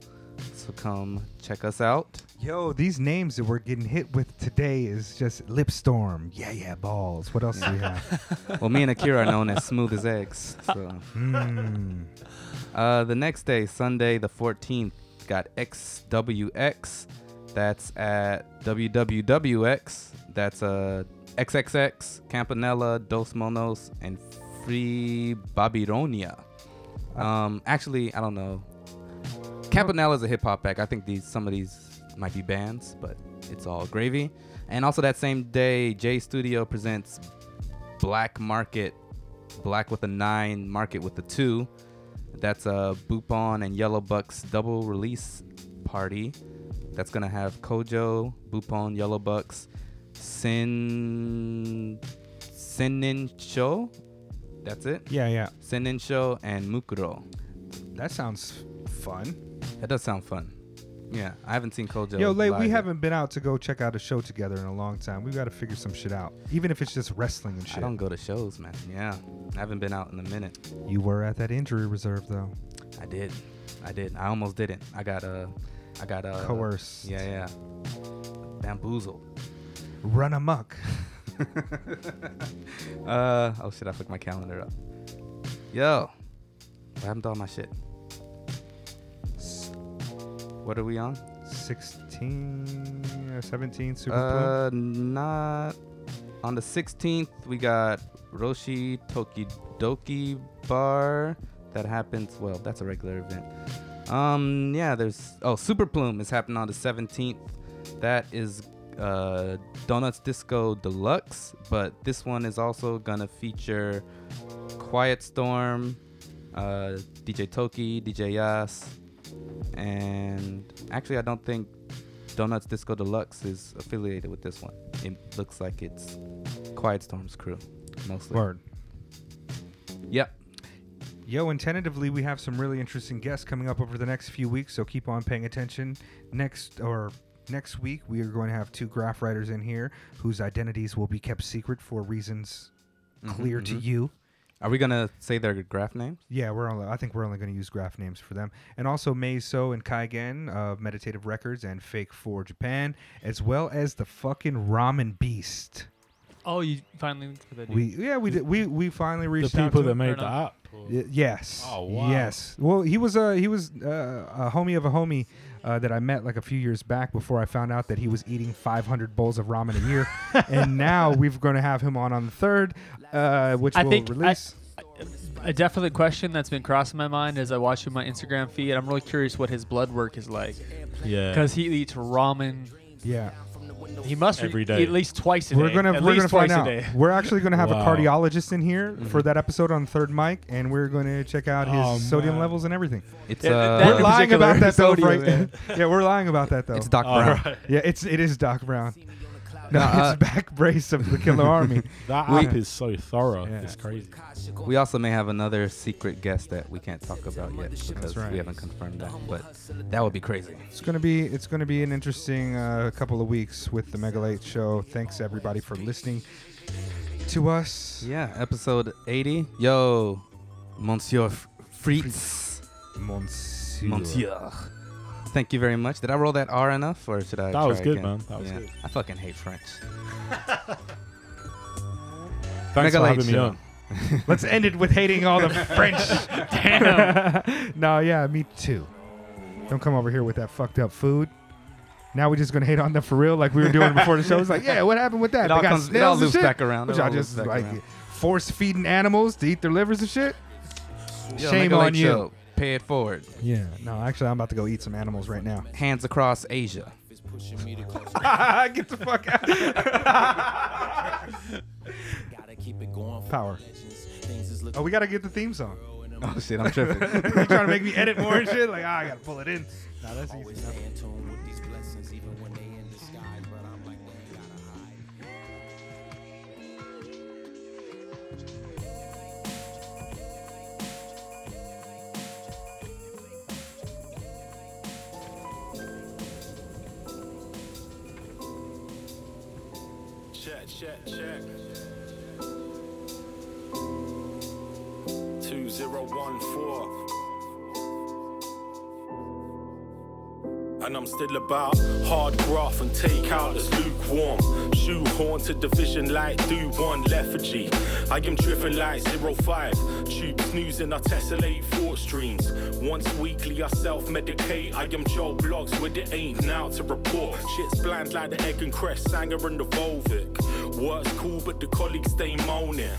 So come check us out.
Yo, these names that we're getting hit with today is just Lipstorm. Yeah, yeah, balls. What else do we have?
Well, me and Akira are known as Smooth as Eggs. So.
Mm.
Uh, the next day, Sunday the 14th, got XWX. That's at WWWX. That's uh, XXX, Campanella, Dos Monos, and Free Babylonia. Um, actually, I don't know. Campanella's a hip hop act. I think these some of these might be bands, but it's all gravy. And also that same day, J Studio presents Black Market, Black with a nine, Market with a two. That's a Boopon and Yellow Bucks double release party. That's gonna have Kojo, Boopon, Yellow Bucks, Sin, Sinin Show. That's it.
Yeah, yeah.
Sinin Show and Mukuro.
That sounds fun.
That does sound fun. Yeah, I haven't seen Kojo.
Yo, Lay,
live
we
yet.
haven't been out to go check out a show together in a long time. We've got to figure some shit out. Even if it's just wrestling and
I
shit.
don't go to shows, man. Yeah, I haven't been out in a minute.
You were at that injury reserve, though.
I did, I did. I almost didn't. I got uh, I got uh,
Coerced.
Yeah, yeah. Bamboozled.
Run amok.
Uh, oh shit, I fucked my calendar up. Yo, what happened to all my shit? What are we on?
16 or 17 Super
Uh, not on the 16th. We got Roshi Tokidoki Bar. That happens. Well, that's a regular event. Um, yeah. There's oh, Super Plume is happening on the 17th. That is uh, Donuts Disco Deluxe, but this one is also gonna feature Quiet Storm, uh, DJ Toki, DJ Yas, and actually, I don't think Donuts Disco Deluxe is affiliated with this one. It looks like it's Quiet Storm's crew, mostly.
Word.
Yep.
Yo, and tentatively, we have some really interesting guests coming up over the next few weeks, so keep on paying attention. Next or next week, we are going to have two graph writers in here whose identities will be kept secret for reasons
Mm-hmm,
clear to you.
Are we gonna say their graph names?
Yeah, we're only. I think we're only going to use graph names for them, and also Meiso and Kaigen of Meditative Records and Fake for Japan, as well as the fucking Ramen Beast.
Oh, you finally looked for that. Dude.
We yeah we did, we we finally
The
reached out
people
to
that
him.
Fair
made the app. or-
Y- yes.
Oh, wow.
Yes. Well, he was a he was uh, a homie of a homie uh, that I met like a few years back before I found out that he was eating 500 bowls of ramen a year, and now we're going to have him on on the third, uh, which
I
will
think I-
release.
A definite question that's been crossing my mind as I watch him my Instagram feed. I'm really curious what his blood work is like
Yeah.
because he eats ramen
yeah.
He must re-
Every day.
at least twice a day.
We're gonna
at
we're
least
gonna find
twice
out.
a day. Mm-hmm.
We're actually gonna have
Wow.
a cardiologist in here for that episode on Third Mic, and we're gonna check out his
Oh,
sodium
man.
levels and everything.
It's
Yeah,
uh,
that
we're
in
lying
particular,
about that though,
sodium,
right? yeah, we're lying about that though.
it's Doc
All
Brown.
right.
Yeah, it's it is Doc Brown. No,
No, uh,
it's back brace of the Killer Army.
That
We-
app is so thorough.
Yeah.
It's crazy.
We also may have another secret guest that we can't talk about yet because
right.
we haven't confirmed that. But that would be crazy.
It's gonna be it's gonna be an interesting uh, couple of weeks with the Mega Late Show. Thanks everybody for listening to us.
Yeah, episode 80. Yo, Monsieur F- Fritz.
Monsieur.
Monsieur. Thank you very much. Did I roll that R enough or should I?
That
try
was good,
again?
man. That was good.
I fucking hate French.
Thanks
Mega
for
Late
having me
Show.
on.
Let's end it with hating all the French. Damn. no, yeah, me too. Don't come over here with that fucked up food. Now we're just gonna hate on them for real, like we were doing before the show. It's like, yeah, what happened with that?
It all
they got
comes- it
snails
all
and
loops
shit?
back around.
Which
It
I
all
just
loops back
like
around.
force feeding animals to eat their livers and shit.
Yo,
Shame
Mega Late
on you.
Show. Pay it forward.
Yeah. No, actually, I'm about to go eat some animals right now.
Hands across Asia.
Get the fuck out. Power. Oh, we gotta get the theme song.
Oh shit, I'm tripping.
you trying to make me edit more and shit? Like, ah, I gotta pull it in. No, that's easy. enough.
Check, check, check. 2014. And I'm still about hard graft and takeout that's lukewarm. Shoehorn to division like do one lethargy. I am driven like zero five. Tube snoozing, I tessellate thought streams. Once weekly, I self medicate. I am Joe Blogs with it ain't now to report. Shit's bland like the egg and crest, Sanger and the Volvic. Work's cool, but the colleagues stay moaning.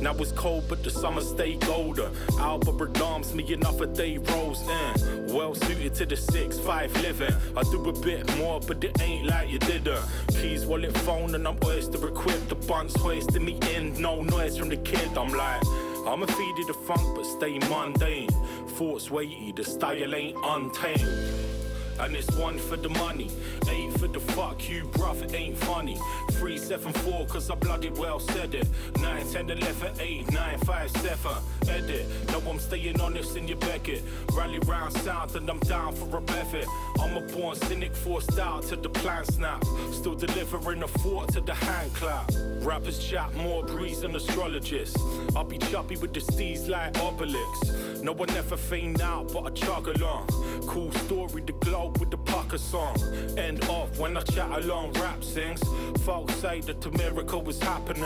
Now it's cold, but the summer stay colder. Albert Adams, me enough a day rolls in. eh. Well suited to the six five living. I do a bit more, but it ain't like you didn't. Keys, wallet, phone, and I'm oyster equipped. The bunts hoisting me in, no noise from the kid. I'm like, I'ma feed you the funk, but stay mundane. Thoughts weighty, the style ain't untamed. And it's one for the money, eight for the fuck you, bruv, it ain't funny. Three, seven, four, cause I bloody well said it. Nine, ten, eleven, eight, nine, five, seven, edit. Now I'm staying honest in your Beckett. Rally round south and I'm down for a benefit. I'm a born cynic, forced out to the plan snap. Still delivering a thought to the hand clap. Rappers chat more breeze than astrologists. I'll be choppy with the steez like Obelix. No one ever feigned out, but I chug along. Cool story, the globe with the pucker song. End off when I chat along, rap sings. Folks say that the miracle was happening.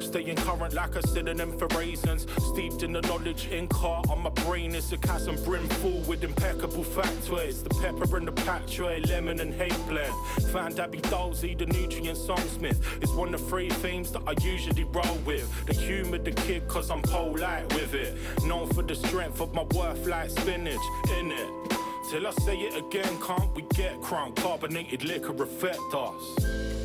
Staying current like a synonym for raisins. Steeped in the knowledge incar on my brain is a chasm brim full with impeccable factoids. The pepper and the patchoy, lemon and hate blend. Found Abby Dolzy, the nutrient songsmith. It's one of three themes that I usually roll with. The humor, the kid, cause I'm polite with it. Known for the strength of my worth like spinach, in it. Till I say it again, can't we get crunk? Carbonated liquor affect us.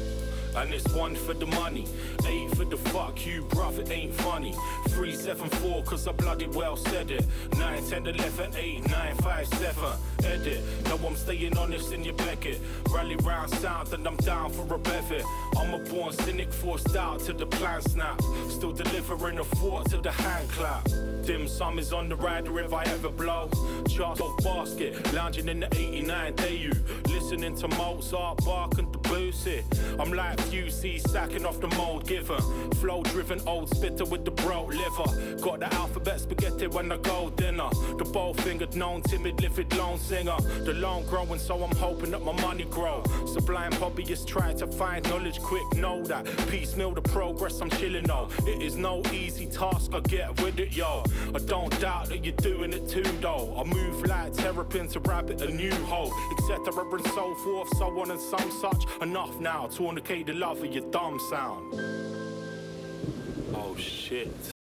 And it's one for the money, eight for the fuck you, bruv, it ain't funny. Three, seven, four, cause I bloody well said it. Nine, ten, eleven, eight, nine, five, seven, edit. Now I'm staying honest in your Beckett. Rally round south and I'm down for a bevy. I'm a born cynic, forced out to the plan snap. Still delivering a thought to the hand clap. Dim sum is on the rider if I ever blow. Charts off basket, lounging in the 89 day you. Listening to Mozart, barking the boost it. I'm like QC, sacking off the mold giver. Flow driven old spitter with the bro liver. Got the alphabet spaghetti when I go dinner. The bow fingered, known timid, livid lone singer. The loan growing, so I'm hoping that my money grow. Sublime hobbyist trying to find knowledge quick. Know that piecemeal the progress I'm chilling on. It is no easy task, I get with it, yo. I don't doubt that you're doing it too, though. I move like terrapin to rabbit a new hole, etc. and so forth, so on and some such. Enough now, tornado the love of your dumb sound. Oh shit.